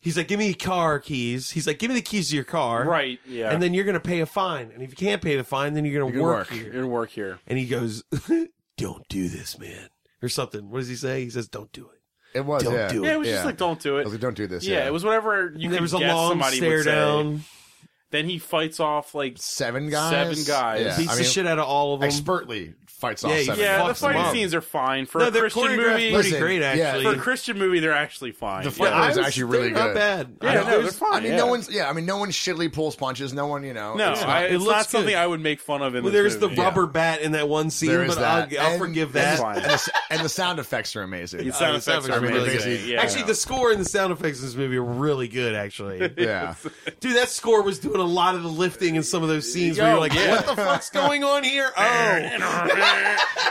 Speaker 7: he's like give me car keys he's like give me the keys to your car
Speaker 5: right? Yeah,
Speaker 7: and then you're gonna pay a fine and if you can't pay the fine then you're gonna
Speaker 2: You can work.
Speaker 7: work, here
Speaker 5: in work here.
Speaker 7: and he goes don't do this man or something what does he say he says don't do it
Speaker 2: it was.
Speaker 7: Don't
Speaker 2: yeah.
Speaker 7: do
Speaker 5: Yeah, it was just
Speaker 2: Yeah.
Speaker 5: like, don't do
Speaker 2: I
Speaker 5: it.
Speaker 2: was like, don't do this.
Speaker 5: yeah, it was whatever you
Speaker 7: and
Speaker 5: could
Speaker 7: there was a
Speaker 5: guess
Speaker 7: long
Speaker 5: somebody
Speaker 7: stare
Speaker 5: would say.
Speaker 7: down
Speaker 5: Then he fights off like
Speaker 2: seven guys.
Speaker 5: Seven guys.
Speaker 2: Yeah.
Speaker 7: beats
Speaker 2: I
Speaker 7: the
Speaker 2: mean,
Speaker 7: shit out of all of them
Speaker 2: expertly fights off
Speaker 7: Yeah,
Speaker 2: seven.
Speaker 5: yeah.
Speaker 7: fucks
Speaker 5: The
Speaker 7: them
Speaker 5: fighting
Speaker 7: up.
Speaker 5: scenes are fine for
Speaker 7: no
Speaker 5: a
Speaker 7: they're
Speaker 5: Christian
Speaker 7: choreographed
Speaker 5: movie.
Speaker 7: pretty
Speaker 2: Listen,
Speaker 7: great
Speaker 2: yeah,
Speaker 7: actually
Speaker 5: for a Christian movie, they're actually fine.
Speaker 2: The
Speaker 5: yeah.
Speaker 2: fight was actually really
Speaker 7: they're not
Speaker 2: good.
Speaker 7: bad.
Speaker 5: Yeah,
Speaker 7: I don't-
Speaker 5: no, they're fine.
Speaker 2: I mean,
Speaker 5: yeah.
Speaker 2: no one's. Yeah, I mean, no one shittily pulls punches. No one, you know.
Speaker 5: No,
Speaker 2: it's not-
Speaker 5: I,
Speaker 7: it
Speaker 5: it's
Speaker 7: looks
Speaker 5: not something
Speaker 7: good.
Speaker 5: I would make fun of in
Speaker 7: Well,
Speaker 5: this
Speaker 7: there's the
Speaker 5: movie.
Speaker 7: rubber bat in that one scene,
Speaker 2: there is
Speaker 7: but
Speaker 2: that.
Speaker 7: I'll, I'll
Speaker 2: And-
Speaker 7: forgive
Speaker 2: and
Speaker 7: that.
Speaker 5: fine.
Speaker 2: the s- And the sound effects are amazing.
Speaker 5: The sound
Speaker 7: the sound
Speaker 5: effects are
Speaker 7: effects are
Speaker 5: really
Speaker 2: amazing.
Speaker 5: good. Yeah.
Speaker 7: Actually, the score and the sound effects in this movie are really good. Actually,
Speaker 2: Yeah,
Speaker 7: dude, that score was doing a lot of the lifting in some of those scenes where
Speaker 5: Yo,
Speaker 7: you're like,
Speaker 5: yeah.
Speaker 7: "What the fuck's going on here?" Oh,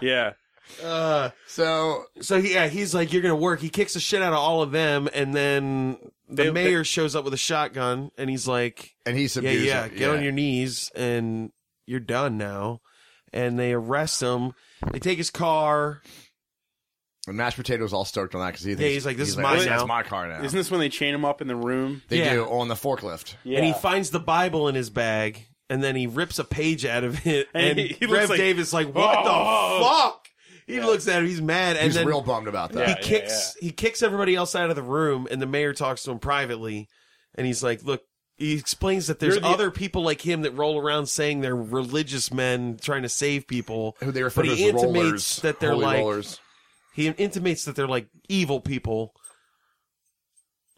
Speaker 5: yeah.
Speaker 2: so
Speaker 7: uh, so yeah, he's like, "You're gonna work." He kicks the shit out of all of them, and then the
Speaker 5: They-
Speaker 7: mayor shows up with a shotgun, and he's like,
Speaker 2: and he subdues.
Speaker 7: yeah, yeah.
Speaker 2: him.
Speaker 7: Get on your knees, and you're done now. and they arrest him. They take his car.
Speaker 2: And mashed potatoes all stoked on that because he thinks,
Speaker 7: Yeah, he's like, this is mine
Speaker 2: "This
Speaker 7: now."
Speaker 2: is my car now.
Speaker 5: Isn't this when they chain him up in the room?
Speaker 2: they
Speaker 7: Yeah.
Speaker 2: do on the forklift.
Speaker 5: Yeah.
Speaker 7: and he finds the Bible in his bag, and then he rips a page out of it,
Speaker 5: And
Speaker 7: and,
Speaker 5: he- he looks
Speaker 7: Rev
Speaker 5: like, Oh,
Speaker 7: Davis like, "What
Speaker 5: "Whoa."
Speaker 7: the fuck?" He looks at him, he's mad, and
Speaker 2: He's
Speaker 7: then
Speaker 2: real bummed about
Speaker 7: he
Speaker 2: that.
Speaker 5: Yeah,
Speaker 7: kicks he kicks everybody else out of the room, and the mayor talks to him privately, and he's like, "Look." He explains that there's
Speaker 5: You're the-
Speaker 7: other people like him that roll around saying they're religious men trying to save people.
Speaker 2: Who they refer
Speaker 7: but
Speaker 2: to
Speaker 7: he
Speaker 2: as
Speaker 7: intimates
Speaker 2: rollers.
Speaker 7: that they're
Speaker 2: holy
Speaker 7: like
Speaker 2: rollers.
Speaker 7: he intimates that they're like evil people,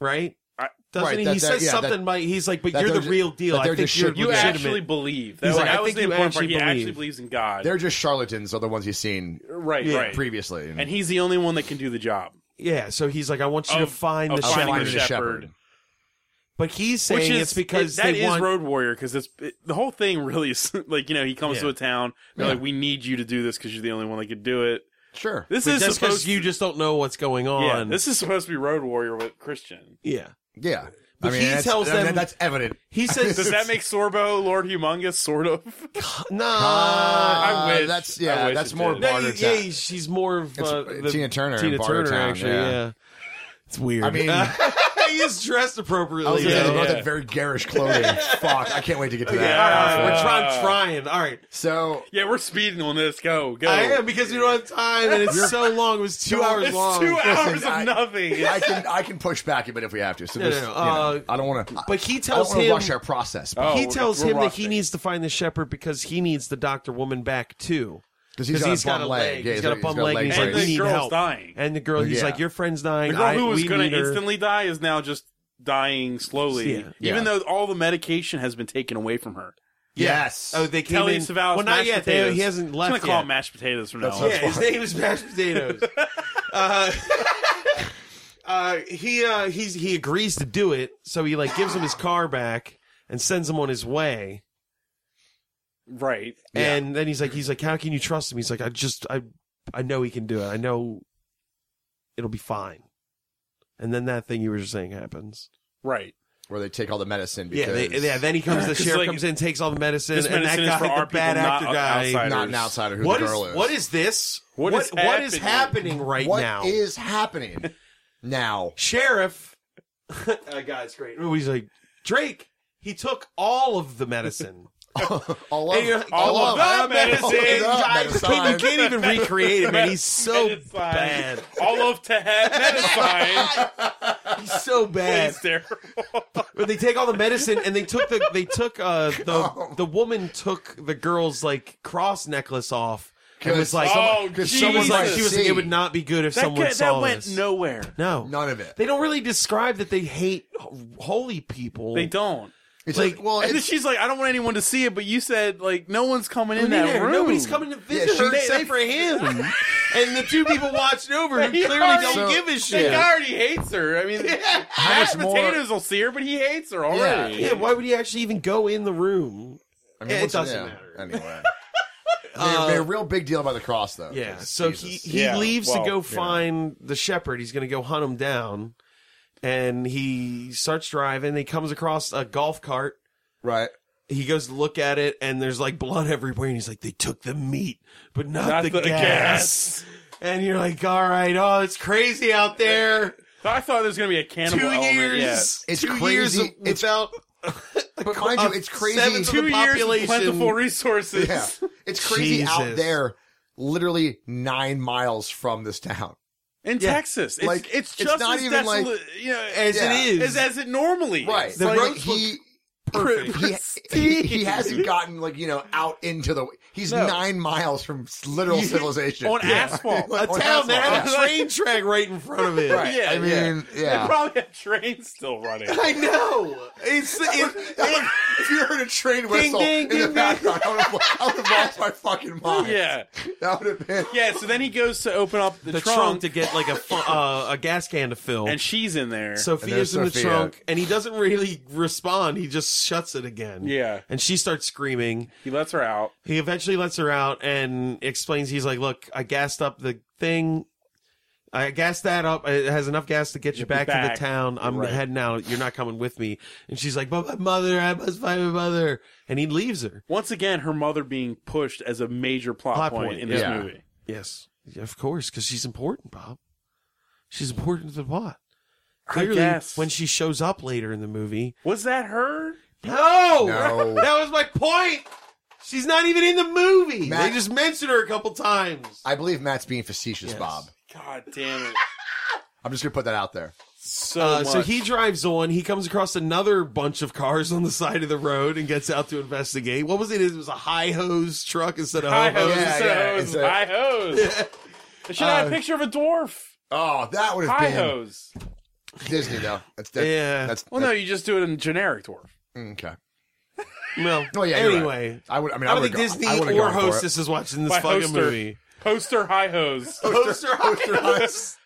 Speaker 7: right?
Speaker 5: I-
Speaker 7: Doesn't
Speaker 2: Right,
Speaker 7: he?
Speaker 2: that-
Speaker 7: he
Speaker 2: that-
Speaker 7: says
Speaker 2: yeah, that-
Speaker 7: something like he's like, but
Speaker 2: that
Speaker 7: you're the
Speaker 2: they're ju-
Speaker 7: real deal.
Speaker 2: that
Speaker 7: I
Speaker 2: they're
Speaker 7: think
Speaker 2: just
Speaker 7: you're
Speaker 2: shit
Speaker 5: You
Speaker 7: legitimate.
Speaker 5: actually believe. That,
Speaker 7: He's like,
Speaker 5: that
Speaker 7: I
Speaker 5: was
Speaker 7: think
Speaker 5: the
Speaker 7: you
Speaker 5: important part.
Speaker 7: actually
Speaker 5: He actually
Speaker 7: believe.
Speaker 5: believes in God.
Speaker 2: They're just charlatans. Are the ones he's seen
Speaker 5: right,
Speaker 7: Yeah.
Speaker 5: right.
Speaker 2: previously.
Speaker 5: And he's the only one that can do the job.
Speaker 7: Yeah, so he's like, I want you
Speaker 2: Oh,
Speaker 5: Of-
Speaker 7: to find
Speaker 5: of
Speaker 7: the
Speaker 2: Of
Speaker 5: finding
Speaker 2: finding
Speaker 7: shepherd.
Speaker 2: the
Speaker 5: shepherd.
Speaker 2: shepherd.
Speaker 7: But he's saying it's because
Speaker 5: that is
Speaker 7: they want.
Speaker 5: Road Warrior because it's it- the whole thing really is like you know he comes
Speaker 7: Yeah.
Speaker 5: to a town they're
Speaker 2: Yeah.
Speaker 5: like we need you to do this because you're the only one that could do it.
Speaker 2: Sure.
Speaker 5: This
Speaker 7: But
Speaker 5: is
Speaker 7: that's
Speaker 5: supposed
Speaker 7: because you just don't know what's going on.
Speaker 5: yeah this is supposed to be Road Warrior with Christian.
Speaker 7: Yeah.
Speaker 2: Yeah.
Speaker 7: But
Speaker 2: I mean,
Speaker 7: he
Speaker 2: that's-
Speaker 7: tells
Speaker 2: I mean,
Speaker 7: them-
Speaker 2: that's evident.
Speaker 7: He says,
Speaker 5: Does that make Sorbo Lord Humongous sort of?
Speaker 7: nah?
Speaker 5: I
Speaker 2: Uh,
Speaker 5: wish-
Speaker 2: that's
Speaker 5: I
Speaker 2: yeah.
Speaker 5: wish
Speaker 2: that's
Speaker 5: it
Speaker 2: more
Speaker 5: did.
Speaker 7: No,
Speaker 2: barter
Speaker 7: he-
Speaker 2: town.
Speaker 7: yeah, she's more of
Speaker 2: It's,
Speaker 7: uh,
Speaker 2: uh,
Speaker 7: the
Speaker 2: Tina Turner in
Speaker 7: Tina
Speaker 2: Barter
Speaker 7: Turner,
Speaker 2: Town,
Speaker 7: actually.
Speaker 2: yeah.
Speaker 7: it's weird.
Speaker 2: I mean, I
Speaker 7: he is dressed appropriately.
Speaker 2: was gonna say,
Speaker 7: though.
Speaker 2: they both
Speaker 5: yeah.
Speaker 2: had very garish clothing. Fuck, I can't wait to get to that.
Speaker 5: Yeah.
Speaker 7: All right,
Speaker 2: outfit.
Speaker 7: we're trying. I'm trying. All right.
Speaker 2: So
Speaker 5: Yeah, we're speeding on this. Go go.
Speaker 7: I am because we don't have time, and it's so long. It was two hours
Speaker 5: it's
Speaker 7: long.
Speaker 5: two hours
Speaker 2: Listen,
Speaker 5: of
Speaker 2: I-
Speaker 5: nothing. It's-
Speaker 2: I can I can push back a bit if we have to. So
Speaker 7: No,
Speaker 2: this,
Speaker 7: no, no,
Speaker 2: you know,
Speaker 7: uh,
Speaker 2: I don't want to.
Speaker 7: But he
Speaker 2: I don't
Speaker 7: tells
Speaker 2: want to
Speaker 7: him
Speaker 2: rush our process because
Speaker 5: Oh,
Speaker 7: he
Speaker 5: we're-
Speaker 7: tells
Speaker 5: we're
Speaker 7: him that he
Speaker 5: rushing.
Speaker 7: needs to find the shepherd because he needs the doctor woman back too.
Speaker 2: he's,
Speaker 7: Because he's
Speaker 2: got a bum leg. Yeah,
Speaker 7: he's got a bum leg. and He's
Speaker 5: brace.
Speaker 7: like,
Speaker 5: And
Speaker 7: we
Speaker 5: the
Speaker 7: need
Speaker 5: girl's
Speaker 7: help.
Speaker 5: dying.
Speaker 7: And the girl, he's
Speaker 2: Yeah.
Speaker 7: like, your friend's dying.
Speaker 5: The girl
Speaker 7: I-
Speaker 5: who was
Speaker 7: we
Speaker 5: going
Speaker 7: need
Speaker 5: to
Speaker 7: her."
Speaker 5: instantly die is now just dying slowly,
Speaker 7: Yeah.
Speaker 5: even
Speaker 2: Yeah.
Speaker 5: though all the medication has been taken away from her.
Speaker 2: yes.
Speaker 7: Oh, they came
Speaker 5: Kelly
Speaker 7: in.
Speaker 5: Savalas,
Speaker 7: well, not
Speaker 5: mashed
Speaker 7: yet. They,
Speaker 5: Potatoes.
Speaker 7: he hasn't
Speaker 5: I'm
Speaker 7: left
Speaker 5: gonna call
Speaker 7: yet.
Speaker 5: him mashed potatoes from now
Speaker 2: That's
Speaker 5: on.
Speaker 7: yeah, his name is mashed potatoes. uh, uh, he uh, he's he agrees to do it, so he like gives him his car back and sends him on his way.
Speaker 5: Right.
Speaker 7: And then he's like, he's like, how can you trust him? He's like, I just, I, I know he can do it. I know it'll be fine. And then that thing you were just saying happens.
Speaker 5: Right.
Speaker 2: where they take all the medicine.
Speaker 7: Yeah,
Speaker 2: Because
Speaker 7: they, yeah. Then he comes. The
Speaker 5: 'Cause,
Speaker 7: sheriff
Speaker 5: like,
Speaker 7: comes in, takes all the medicine,
Speaker 5: This
Speaker 7: and that
Speaker 5: medicine is
Speaker 7: guy,
Speaker 5: for our
Speaker 7: the
Speaker 5: people,
Speaker 7: bad
Speaker 5: not
Speaker 7: actor
Speaker 5: o-
Speaker 7: guy.
Speaker 5: outsiders.
Speaker 2: not an outsider who
Speaker 7: What
Speaker 2: the
Speaker 7: is
Speaker 2: girl is.
Speaker 7: what is this?
Speaker 5: What is
Speaker 7: what is
Speaker 5: happening?
Speaker 7: happening right
Speaker 2: What
Speaker 7: now?
Speaker 2: is happening now?
Speaker 7: sheriff? uh, God, it's great. He's like Drake. He took all of the medicine.
Speaker 2: all
Speaker 7: And you're
Speaker 2: of
Speaker 7: like, "Oh,
Speaker 2: all of
Speaker 5: "Oh,
Speaker 7: all of
Speaker 5: the
Speaker 2: all of
Speaker 5: medicine,
Speaker 2: the
Speaker 7: Guys,
Speaker 2: medicine.
Speaker 7: you can't even recreate it, man. He's so
Speaker 5: Medicine.
Speaker 7: bad.
Speaker 5: All of Tehad medicine
Speaker 7: He's so bad.
Speaker 5: is there.
Speaker 7: But they take all the medicine and they took the they took uh the the woman took the girl's like cross necklace off and was like
Speaker 5: Oh,
Speaker 2: Because
Speaker 7: she
Speaker 2: someone
Speaker 7: was like
Speaker 2: Jesus.
Speaker 7: she was like it would not be good if
Speaker 5: That,
Speaker 7: someone
Speaker 5: ca-
Speaker 7: saw
Speaker 5: that went
Speaker 7: this.
Speaker 5: nowhere.
Speaker 7: no.
Speaker 2: none of it.
Speaker 7: They don't really describe that they hate ho- holy people.
Speaker 5: They don't.
Speaker 2: It's
Speaker 7: like-
Speaker 2: like, well,
Speaker 5: and then
Speaker 2: it's,
Speaker 5: she's like, I don't want anyone to see it, but you said like no one's coming in that
Speaker 7: Neither.
Speaker 5: room.
Speaker 7: Nobody's coming to visit
Speaker 2: Yeah, she-
Speaker 7: her
Speaker 2: they-
Speaker 7: except
Speaker 2: they-
Speaker 7: for him. and the two people watching over him
Speaker 5: They
Speaker 7: clearly
Speaker 5: already-
Speaker 7: don't
Speaker 2: So-
Speaker 7: give a
Speaker 5: That
Speaker 7: shit.
Speaker 5: guy already hates her. I mean, mashed
Speaker 2: How much more-
Speaker 5: potatoes will see her, but he hates her already.
Speaker 7: Yeah, why would he actually even go in the room?
Speaker 2: I
Speaker 7: Yeah, it
Speaker 2: what's-
Speaker 7: doesn't
Speaker 2: yeah,
Speaker 7: matter. Uh,
Speaker 2: anyway. They're, they're a real big deal about the cross, though.
Speaker 7: Yeah.
Speaker 2: 'cause
Speaker 7: So
Speaker 2: Jesus.
Speaker 7: he he
Speaker 5: Yeah,
Speaker 7: leaves
Speaker 5: well,
Speaker 7: to go
Speaker 5: yeah.
Speaker 7: find the shepherd. He's going to go hunt him down, and he starts driving. He comes across a golf cart.
Speaker 2: right.
Speaker 7: He goes to look at it, and there's like blood everywhere. And he's like, "They took the meat, but not,
Speaker 5: Not
Speaker 7: the,
Speaker 5: the
Speaker 7: gas. And you're like, "All right, oh, it's crazy out there.
Speaker 5: I thought there was gonna be a cannibal
Speaker 7: Two
Speaker 5: element,
Speaker 7: years,
Speaker 5: yeah.
Speaker 2: It's
Speaker 7: two
Speaker 2: crazy-
Speaker 7: years of-
Speaker 2: it's-
Speaker 7: without
Speaker 2: But mind you, it's crazy.
Speaker 7: seventh of
Speaker 5: two
Speaker 7: the
Speaker 5: years of
Speaker 7: population.
Speaker 5: plentiful resources.
Speaker 2: Yeah. It's crazy out
Speaker 7: Jesus.
Speaker 2: there, literally nine miles from this town.
Speaker 5: In
Speaker 7: Yeah.
Speaker 5: Texas, it's,
Speaker 2: Like,
Speaker 5: it's
Speaker 2: it's
Speaker 5: just
Speaker 2: not
Speaker 5: as
Speaker 2: even, like-
Speaker 5: desolate, you know,
Speaker 7: as
Speaker 2: Yeah.
Speaker 7: it is.
Speaker 5: as, as it normally
Speaker 2: Right.
Speaker 5: is.
Speaker 7: The
Speaker 2: Like,
Speaker 7: roads look
Speaker 2: he,
Speaker 7: perfect.
Speaker 2: he, he, he hasn't gotten, like, you know, out into the. He's nine miles from literal civilization.
Speaker 5: on asphalt.
Speaker 2: Like,
Speaker 7: a
Speaker 2: on
Speaker 7: town that
Speaker 2: asphalt,
Speaker 7: had a
Speaker 2: yeah.
Speaker 7: train track right in front of it.
Speaker 2: Right.
Speaker 5: Yeah,
Speaker 2: I mean,
Speaker 5: They
Speaker 2: yeah.
Speaker 5: probably have trains still running.
Speaker 7: I know. It's it, it,
Speaker 2: if you heard a train whistle
Speaker 7: ding,
Speaker 2: in the
Speaker 7: ding,
Speaker 2: background, I would have I would have lost my fucking mind.
Speaker 5: yeah,
Speaker 2: That would have been.
Speaker 5: yeah. So then he goes to open up the,
Speaker 7: the trunk, to get like a fu- uh, a gas can to fill.
Speaker 5: and she's in there.
Speaker 7: Sophia's
Speaker 2: And
Speaker 7: in
Speaker 2: there's
Speaker 7: the
Speaker 2: Sophia.
Speaker 7: trunk, and he doesn't really respond. He just shuts it again.
Speaker 5: Yeah.
Speaker 7: and she starts screaming.
Speaker 5: he lets her out.
Speaker 7: He eventually lets her out and explains. He's like, "Look, I gassed up the thing. I gassed that up. It has enough gas to get you back, to
Speaker 5: back.
Speaker 7: the town. I'm
Speaker 5: Right.
Speaker 7: heading out. You're not coming with me. And she's like, but my mother, I must find my mother. And he leaves her.
Speaker 5: Once again, her mother being pushed as a major plot,
Speaker 7: Plot
Speaker 5: point,
Speaker 7: point,
Speaker 5: in this
Speaker 2: yeah.
Speaker 5: movie.
Speaker 7: Yes, of course, because she's important, Bob. She's important to the plot.
Speaker 5: guess.
Speaker 7: when she shows up later in the movie.
Speaker 5: Was that her?
Speaker 7: No!
Speaker 2: No.
Speaker 7: that was my point! She's not even in the movie!
Speaker 2: Matt-
Speaker 7: they just mentioned her a couple times.
Speaker 2: I believe Matt's being facetious,
Speaker 7: Yes.
Speaker 2: Bob.
Speaker 5: God damn it.
Speaker 2: I'm just gonna put that out there.
Speaker 5: So
Speaker 7: Uh,
Speaker 5: much.
Speaker 7: so he drives on. He comes across another bunch of cars on the side of the road and gets out to investigate. What was it? It was a high hose truck instead of
Speaker 5: high
Speaker 7: hose.
Speaker 5: hose instead
Speaker 2: yeah,
Speaker 5: of hose.
Speaker 2: it's a-
Speaker 5: High hose. She had
Speaker 2: Uh,
Speaker 5: a picture of a dwarf.
Speaker 2: Oh, that would have
Speaker 5: High
Speaker 2: been
Speaker 5: hose.
Speaker 2: Disney though. That's, that,
Speaker 7: Yeah.
Speaker 2: That's,
Speaker 5: Well, no, you just do it in generic dwarf.
Speaker 2: no. Okay.
Speaker 7: No.
Speaker 2: Oh yeah. you're right.
Speaker 7: Anyway,
Speaker 2: I would. I mean,
Speaker 7: I
Speaker 2: I,
Speaker 7: don't
Speaker 2: would
Speaker 7: think
Speaker 2: go,
Speaker 7: Disney
Speaker 2: I would've
Speaker 7: or
Speaker 2: gone for it.
Speaker 7: hostess is watching this
Speaker 5: By
Speaker 7: fucking
Speaker 5: hoster.
Speaker 7: movie.
Speaker 5: Poster high hose.
Speaker 7: Hoster, hoster, host.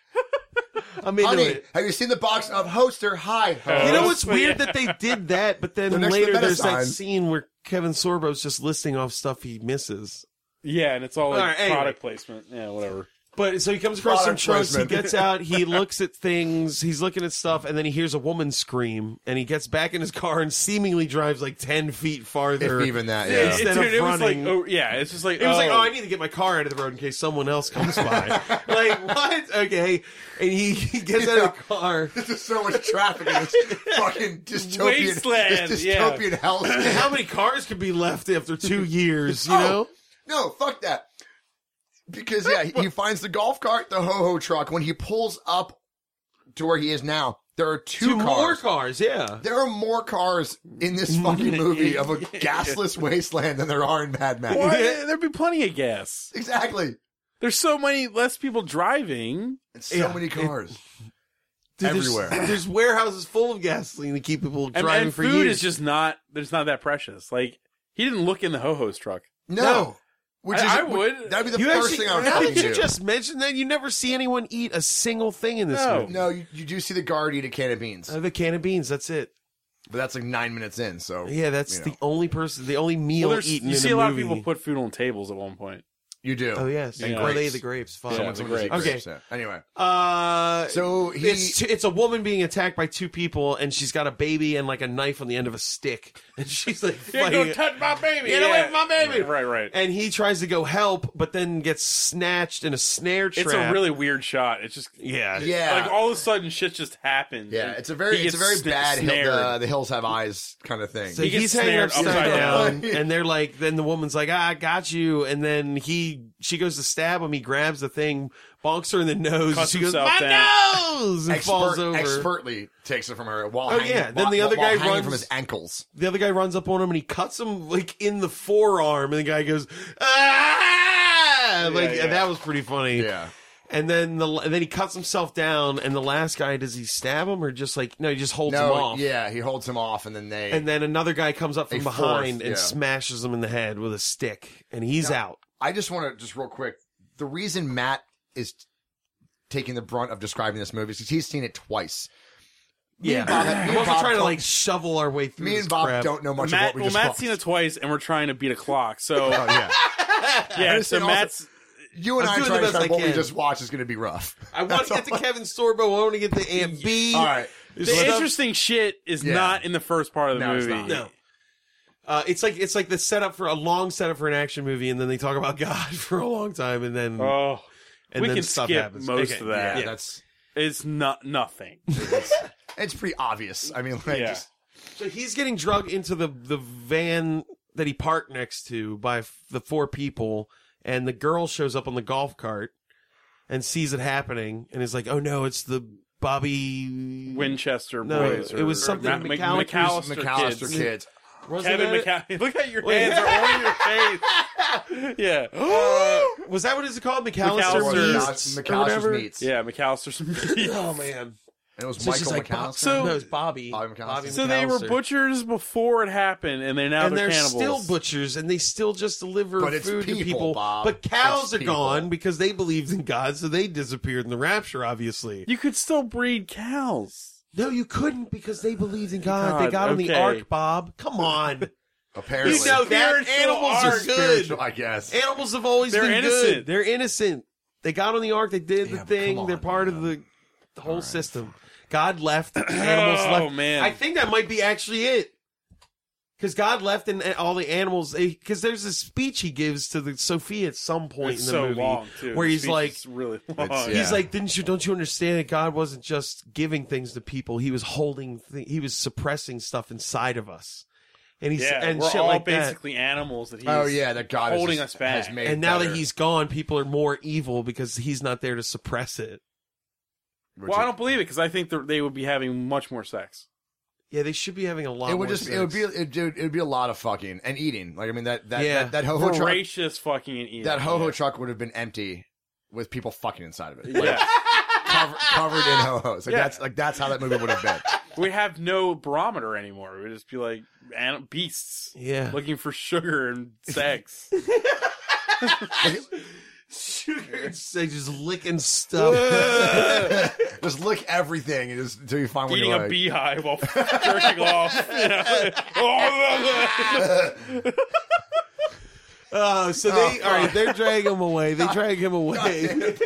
Speaker 7: I'm into
Speaker 2: Honey,
Speaker 7: it.
Speaker 2: have you seen the box of Hoster High? Ho?
Speaker 7: You know
Speaker 5: Oh,
Speaker 7: what's
Speaker 5: yeah.
Speaker 7: weird that they did that, but then
Speaker 2: They're next to
Speaker 7: later
Speaker 2: the
Speaker 7: there's that
Speaker 2: Medicine.
Speaker 7: scene where Kevin Sorbo's just listing off stuff he misses.
Speaker 5: Yeah, and it's all like
Speaker 7: All right, anyway.
Speaker 5: product placement. Yeah, whatever.
Speaker 7: But so he comes across
Speaker 2: Product
Speaker 7: some trucks, he
Speaker 2: placement.
Speaker 7: gets out, he looks at things, he's looking at stuff, and then he hears a woman scream, and he gets back in his car and seemingly drives like ten feet farther.
Speaker 2: If even that.
Speaker 7: Yeah.
Speaker 2: Yeah.
Speaker 5: It-
Speaker 7: Instead
Speaker 5: dude,
Speaker 7: of
Speaker 5: it was like,
Speaker 7: running-
Speaker 5: oh, yeah, it's just like,
Speaker 7: It was like,
Speaker 5: oh,
Speaker 7: oh, I need to get my car out of the road in case someone else comes by. like, what? Okay. And he, he gets out of the car.
Speaker 2: There's so much traffic in this fucking dystopian,
Speaker 5: Wasteland,
Speaker 2: this
Speaker 5: yeah.
Speaker 2: dystopian hell.
Speaker 7: How many cars could be left after two years, you know?
Speaker 2: No, fuck that. Because yeah, he, he finds the golf cart, the ho ho truck. When he pulls up to where he is now, there are two,
Speaker 7: two
Speaker 2: cars.
Speaker 7: more cars, yeah.
Speaker 2: There are more cars in this
Speaker 7: Mm-hmm.
Speaker 2: fucking movie of a gasless wasteland than there are in Mad Max.
Speaker 5: Why? There'd be plenty of gas.
Speaker 2: Exactly.
Speaker 5: There's so many less people driving.
Speaker 2: And so
Speaker 7: Yeah,
Speaker 2: many
Speaker 7: it-
Speaker 2: cars.
Speaker 7: Dude, there's-
Speaker 2: Everywhere.
Speaker 7: There's, warehouses full of gasoline to keep people
Speaker 5: And,
Speaker 7: driving
Speaker 5: and
Speaker 7: for
Speaker 5: food
Speaker 7: years.
Speaker 5: is just not, there's not that precious. Like, he didn't look in the ho ho's truck.
Speaker 2: no.
Speaker 7: No.
Speaker 2: Which
Speaker 5: I-
Speaker 2: is
Speaker 5: I would.
Speaker 2: That'd be the
Speaker 7: you
Speaker 2: first
Speaker 7: actually,
Speaker 2: thing I would
Speaker 7: now
Speaker 2: fucking
Speaker 7: that you
Speaker 2: do.
Speaker 7: just mentioned that, you never see anyone eat a single thing in this
Speaker 5: No.
Speaker 7: movie.
Speaker 2: No, you, you do see the guard eat a can of beans,
Speaker 7: Uh, the can of beans, that's it.
Speaker 2: but that's like nine minutes in. So
Speaker 7: Oh, Yeah, that's
Speaker 2: You
Speaker 7: the
Speaker 2: know.
Speaker 7: only person, the only meal
Speaker 5: Well, there's,
Speaker 7: eaten
Speaker 5: you
Speaker 7: in
Speaker 5: see
Speaker 7: the
Speaker 5: a lot
Speaker 7: movie.
Speaker 5: of people put food on tables at one point.
Speaker 2: you do.
Speaker 7: Oh yes,
Speaker 5: And
Speaker 7: Oh,
Speaker 5: grapes.
Speaker 7: they ate the grapes. Fuck.
Speaker 5: Someone's-
Speaker 2: Someone's
Speaker 7: Okay.
Speaker 2: okay. Anyway,
Speaker 7: Uh,
Speaker 2: so he
Speaker 7: it's t- it's a woman being attacked by two people, and she's got a baby and like a knife on the end of a stick, and she's like fighting. it.
Speaker 5: touch my baby.
Speaker 7: Get away from my baby.
Speaker 5: Right, right.
Speaker 7: and he tries to go help, but then gets snatched in a snare trap.
Speaker 5: It's a really weird shot. It's just
Speaker 7: yeah.
Speaker 2: yeah,
Speaker 5: like all of a sudden shit just happens.
Speaker 2: yeah.
Speaker 5: And
Speaker 2: It's a very
Speaker 5: he
Speaker 2: it's a
Speaker 5: gets
Speaker 2: very
Speaker 5: sn-
Speaker 2: bad hill, uh,
Speaker 5: snared.
Speaker 2: the, the hills have eyes kind of thing.
Speaker 7: So
Speaker 5: He gets
Speaker 7: he's
Speaker 5: snared
Speaker 7: hanging upside,
Speaker 5: upside
Speaker 7: down,
Speaker 2: down.
Speaker 7: and they're like, then the woman's like, ah, I got you. And then he, she goes to stab him. He grabs the thing, bonks her in the nose. and
Speaker 5: Cuts
Speaker 7: she goes,
Speaker 5: himself
Speaker 7: my
Speaker 5: down."
Speaker 7: nose, and
Speaker 2: Expert-
Speaker 7: falls over.
Speaker 2: expertly takes it from her while
Speaker 7: Oh,
Speaker 2: hanging,
Speaker 7: yeah, then
Speaker 2: while-
Speaker 7: the other
Speaker 2: while
Speaker 7: guy
Speaker 2: hanging
Speaker 7: runs-
Speaker 2: from his ankles.
Speaker 7: The other guy runs up on him and he cuts him like in the forearm, and the guy goes, ah, like
Speaker 5: yeah.
Speaker 7: that was pretty funny.
Speaker 2: Yeah,
Speaker 7: And then the and then he cuts himself down, and the last guy does he stab him or just like no, he just holds him
Speaker 2: no,
Speaker 7: off.
Speaker 2: yeah. He holds him off, and then they
Speaker 7: And then another guy comes up from
Speaker 2: A fourth,
Speaker 7: behind and
Speaker 2: yeah.
Speaker 7: smashes him in the head with a stick, and he's out.
Speaker 2: I just want to just real quick. The reason Matt is taking the brunt of describing this movie is because he's seen it twice.
Speaker 7: Yeah,
Speaker 2: Bob- me and
Speaker 7: I'm also
Speaker 2: Bob
Speaker 7: trying to
Speaker 2: don't-
Speaker 7: like shovel our way through.
Speaker 2: Me
Speaker 7: this
Speaker 2: and Bob
Speaker 7: crap.
Speaker 2: don't know much
Speaker 5: Matt,
Speaker 2: of what we
Speaker 5: well,
Speaker 2: just
Speaker 5: Matt's
Speaker 2: watched.
Speaker 5: seen it twice, and we're trying to beat a clock. So
Speaker 2: Oh yeah,
Speaker 5: yeah, so
Speaker 2: understand also-
Speaker 5: Matt's
Speaker 2: you and
Speaker 7: I'm
Speaker 2: I
Speaker 7: doing
Speaker 2: trying
Speaker 7: the
Speaker 2: to
Speaker 7: best I
Speaker 2: decide what we
Speaker 7: can.
Speaker 2: just watched is going to be rough.
Speaker 7: I want to get to Kevin Sorbo. I want to get to Aunt B.
Speaker 2: All right.
Speaker 7: There's
Speaker 5: the
Speaker 7: stuff-
Speaker 5: interesting shit is
Speaker 2: Yeah.
Speaker 5: not in the first part of the
Speaker 2: No, it's
Speaker 5: movie.
Speaker 2: not.
Speaker 7: No. Uh, it's like it's like the setup for a long setup for an action movie, and then they talk about God for a long time, and then
Speaker 5: Oh,
Speaker 7: and
Speaker 5: we
Speaker 7: then
Speaker 5: can
Speaker 7: stuff
Speaker 5: skip
Speaker 7: happens.
Speaker 5: most
Speaker 7: Okay,
Speaker 5: of that.
Speaker 7: Yeah,
Speaker 5: Yeah.
Speaker 7: that's
Speaker 5: it's not nothing.
Speaker 2: It's pretty obvious. I mean, like,
Speaker 5: Yeah.
Speaker 2: just-
Speaker 7: so he's getting drugged into the the van that he parked next to by f- the four people, and the girl shows up on the golf cart and sees it happening, and is like, "Oh no, it's the Bobby
Speaker 5: Winchester
Speaker 7: No,
Speaker 5: boys.
Speaker 7: it was
Speaker 5: or- or
Speaker 7: something
Speaker 5: Mac- Mac-
Speaker 7: McAllister's-
Speaker 5: McAllister,
Speaker 2: McAllister
Speaker 5: kids.
Speaker 2: kids.
Speaker 7: wasn't
Speaker 5: Kevin
Speaker 7: that it?
Speaker 5: McAllister. Look at your
Speaker 7: Wait.
Speaker 5: hands are on your face. yeah,
Speaker 7: Was that what it's called? McAllister,
Speaker 5: McAllister-
Speaker 7: Meats or
Speaker 2: McAllister's
Speaker 7: whatever?
Speaker 2: Meats.
Speaker 5: yeah, McAllister's.
Speaker 7: Oh man.
Speaker 2: And it was
Speaker 7: So she's
Speaker 2: Michael
Speaker 7: like, Bob-
Speaker 2: McAllister.
Speaker 5: So-
Speaker 7: no, it's Bobby.
Speaker 2: Bobby McAllister.
Speaker 5: So they were
Speaker 7: McAllister.
Speaker 5: butchers before it happened, and they now
Speaker 7: and
Speaker 5: they're,
Speaker 7: they're
Speaker 5: cannibals.
Speaker 7: still butchers, and they still just deliver
Speaker 2: But it's
Speaker 7: food to
Speaker 2: people,
Speaker 7: people.
Speaker 2: Bob.
Speaker 7: But cows
Speaker 2: It's
Speaker 7: are
Speaker 2: people.
Speaker 7: gone because they believed in God, so they disappeared in the rapture. Obviously,
Speaker 5: you could still breed cows.
Speaker 7: no, you couldn't because they believed in God. they
Speaker 5: God,
Speaker 7: got on the
Speaker 5: okay.
Speaker 7: ark, Bob. Come on,
Speaker 2: apparently.
Speaker 7: you know that
Speaker 5: Spiritual
Speaker 7: animals are
Speaker 5: ark.
Speaker 7: good.
Speaker 2: I guess.
Speaker 7: Animals have always
Speaker 5: They're
Speaker 7: been
Speaker 5: innocent.
Speaker 7: good. They're innocent. They got on the ark. They did
Speaker 2: Yeah,
Speaker 7: the
Speaker 2: but
Speaker 7: thing.
Speaker 2: come on,
Speaker 7: They're part of the, the whole system. God left. Animals
Speaker 5: Oh,
Speaker 7: left.
Speaker 5: man.
Speaker 7: I think that might be actually it. Because God left and and all the animals. Because there's a speech he gives to the Sophia at some point
Speaker 5: It's
Speaker 7: in the
Speaker 5: so
Speaker 7: movie
Speaker 5: long too.
Speaker 7: where
Speaker 5: The
Speaker 7: he's
Speaker 5: speech
Speaker 7: like,
Speaker 5: is really long.
Speaker 2: It's-
Speaker 5: Oh, yeah.
Speaker 7: He's
Speaker 2: Yeah.
Speaker 7: like, didn't you? Don't you understand that God wasn't just giving things to people? He was holding. Th- he was suppressing stuff inside of us, and he's and
Speaker 5: we're
Speaker 7: shit
Speaker 5: all
Speaker 7: like that.
Speaker 5: basically animals that he's
Speaker 2: Oh yeah, that God has
Speaker 5: holding
Speaker 2: just-
Speaker 5: us back.
Speaker 2: has made
Speaker 7: And now that
Speaker 2: better,
Speaker 7: he's gone, people are more evil because he's not there to suppress it.
Speaker 2: which
Speaker 5: Well, I
Speaker 2: is-
Speaker 5: don't believe it because I think that they would be having much more sex.
Speaker 7: Yeah, they should be having a lot.
Speaker 2: It would
Speaker 7: more
Speaker 2: just it would be
Speaker 7: sex.
Speaker 2: it, dude, it would be a lot of fucking and eating. Like I mean that that
Speaker 7: Yeah.
Speaker 2: that, that ho ho truck
Speaker 5: Voracious fucking E and eating.
Speaker 2: that ho ho truck would have been empty with people fucking inside of it.
Speaker 5: Yeah.
Speaker 2: Like,
Speaker 5: Yeah.
Speaker 2: cover, covered in ho hos. Like
Speaker 5: Yeah.
Speaker 2: that's like that's how that movie would have been.
Speaker 5: we have no barometer anymore. It would just be like an- beasts
Speaker 7: yeah.
Speaker 5: looking for sugar and sex.
Speaker 7: It's- they just licking stuff.
Speaker 2: just lick everything and just until you find what you
Speaker 5: eating a
Speaker 2: like.
Speaker 5: beehive while jerking off. You know?
Speaker 7: oh, so they all right. They're dragging him away. They drag him away.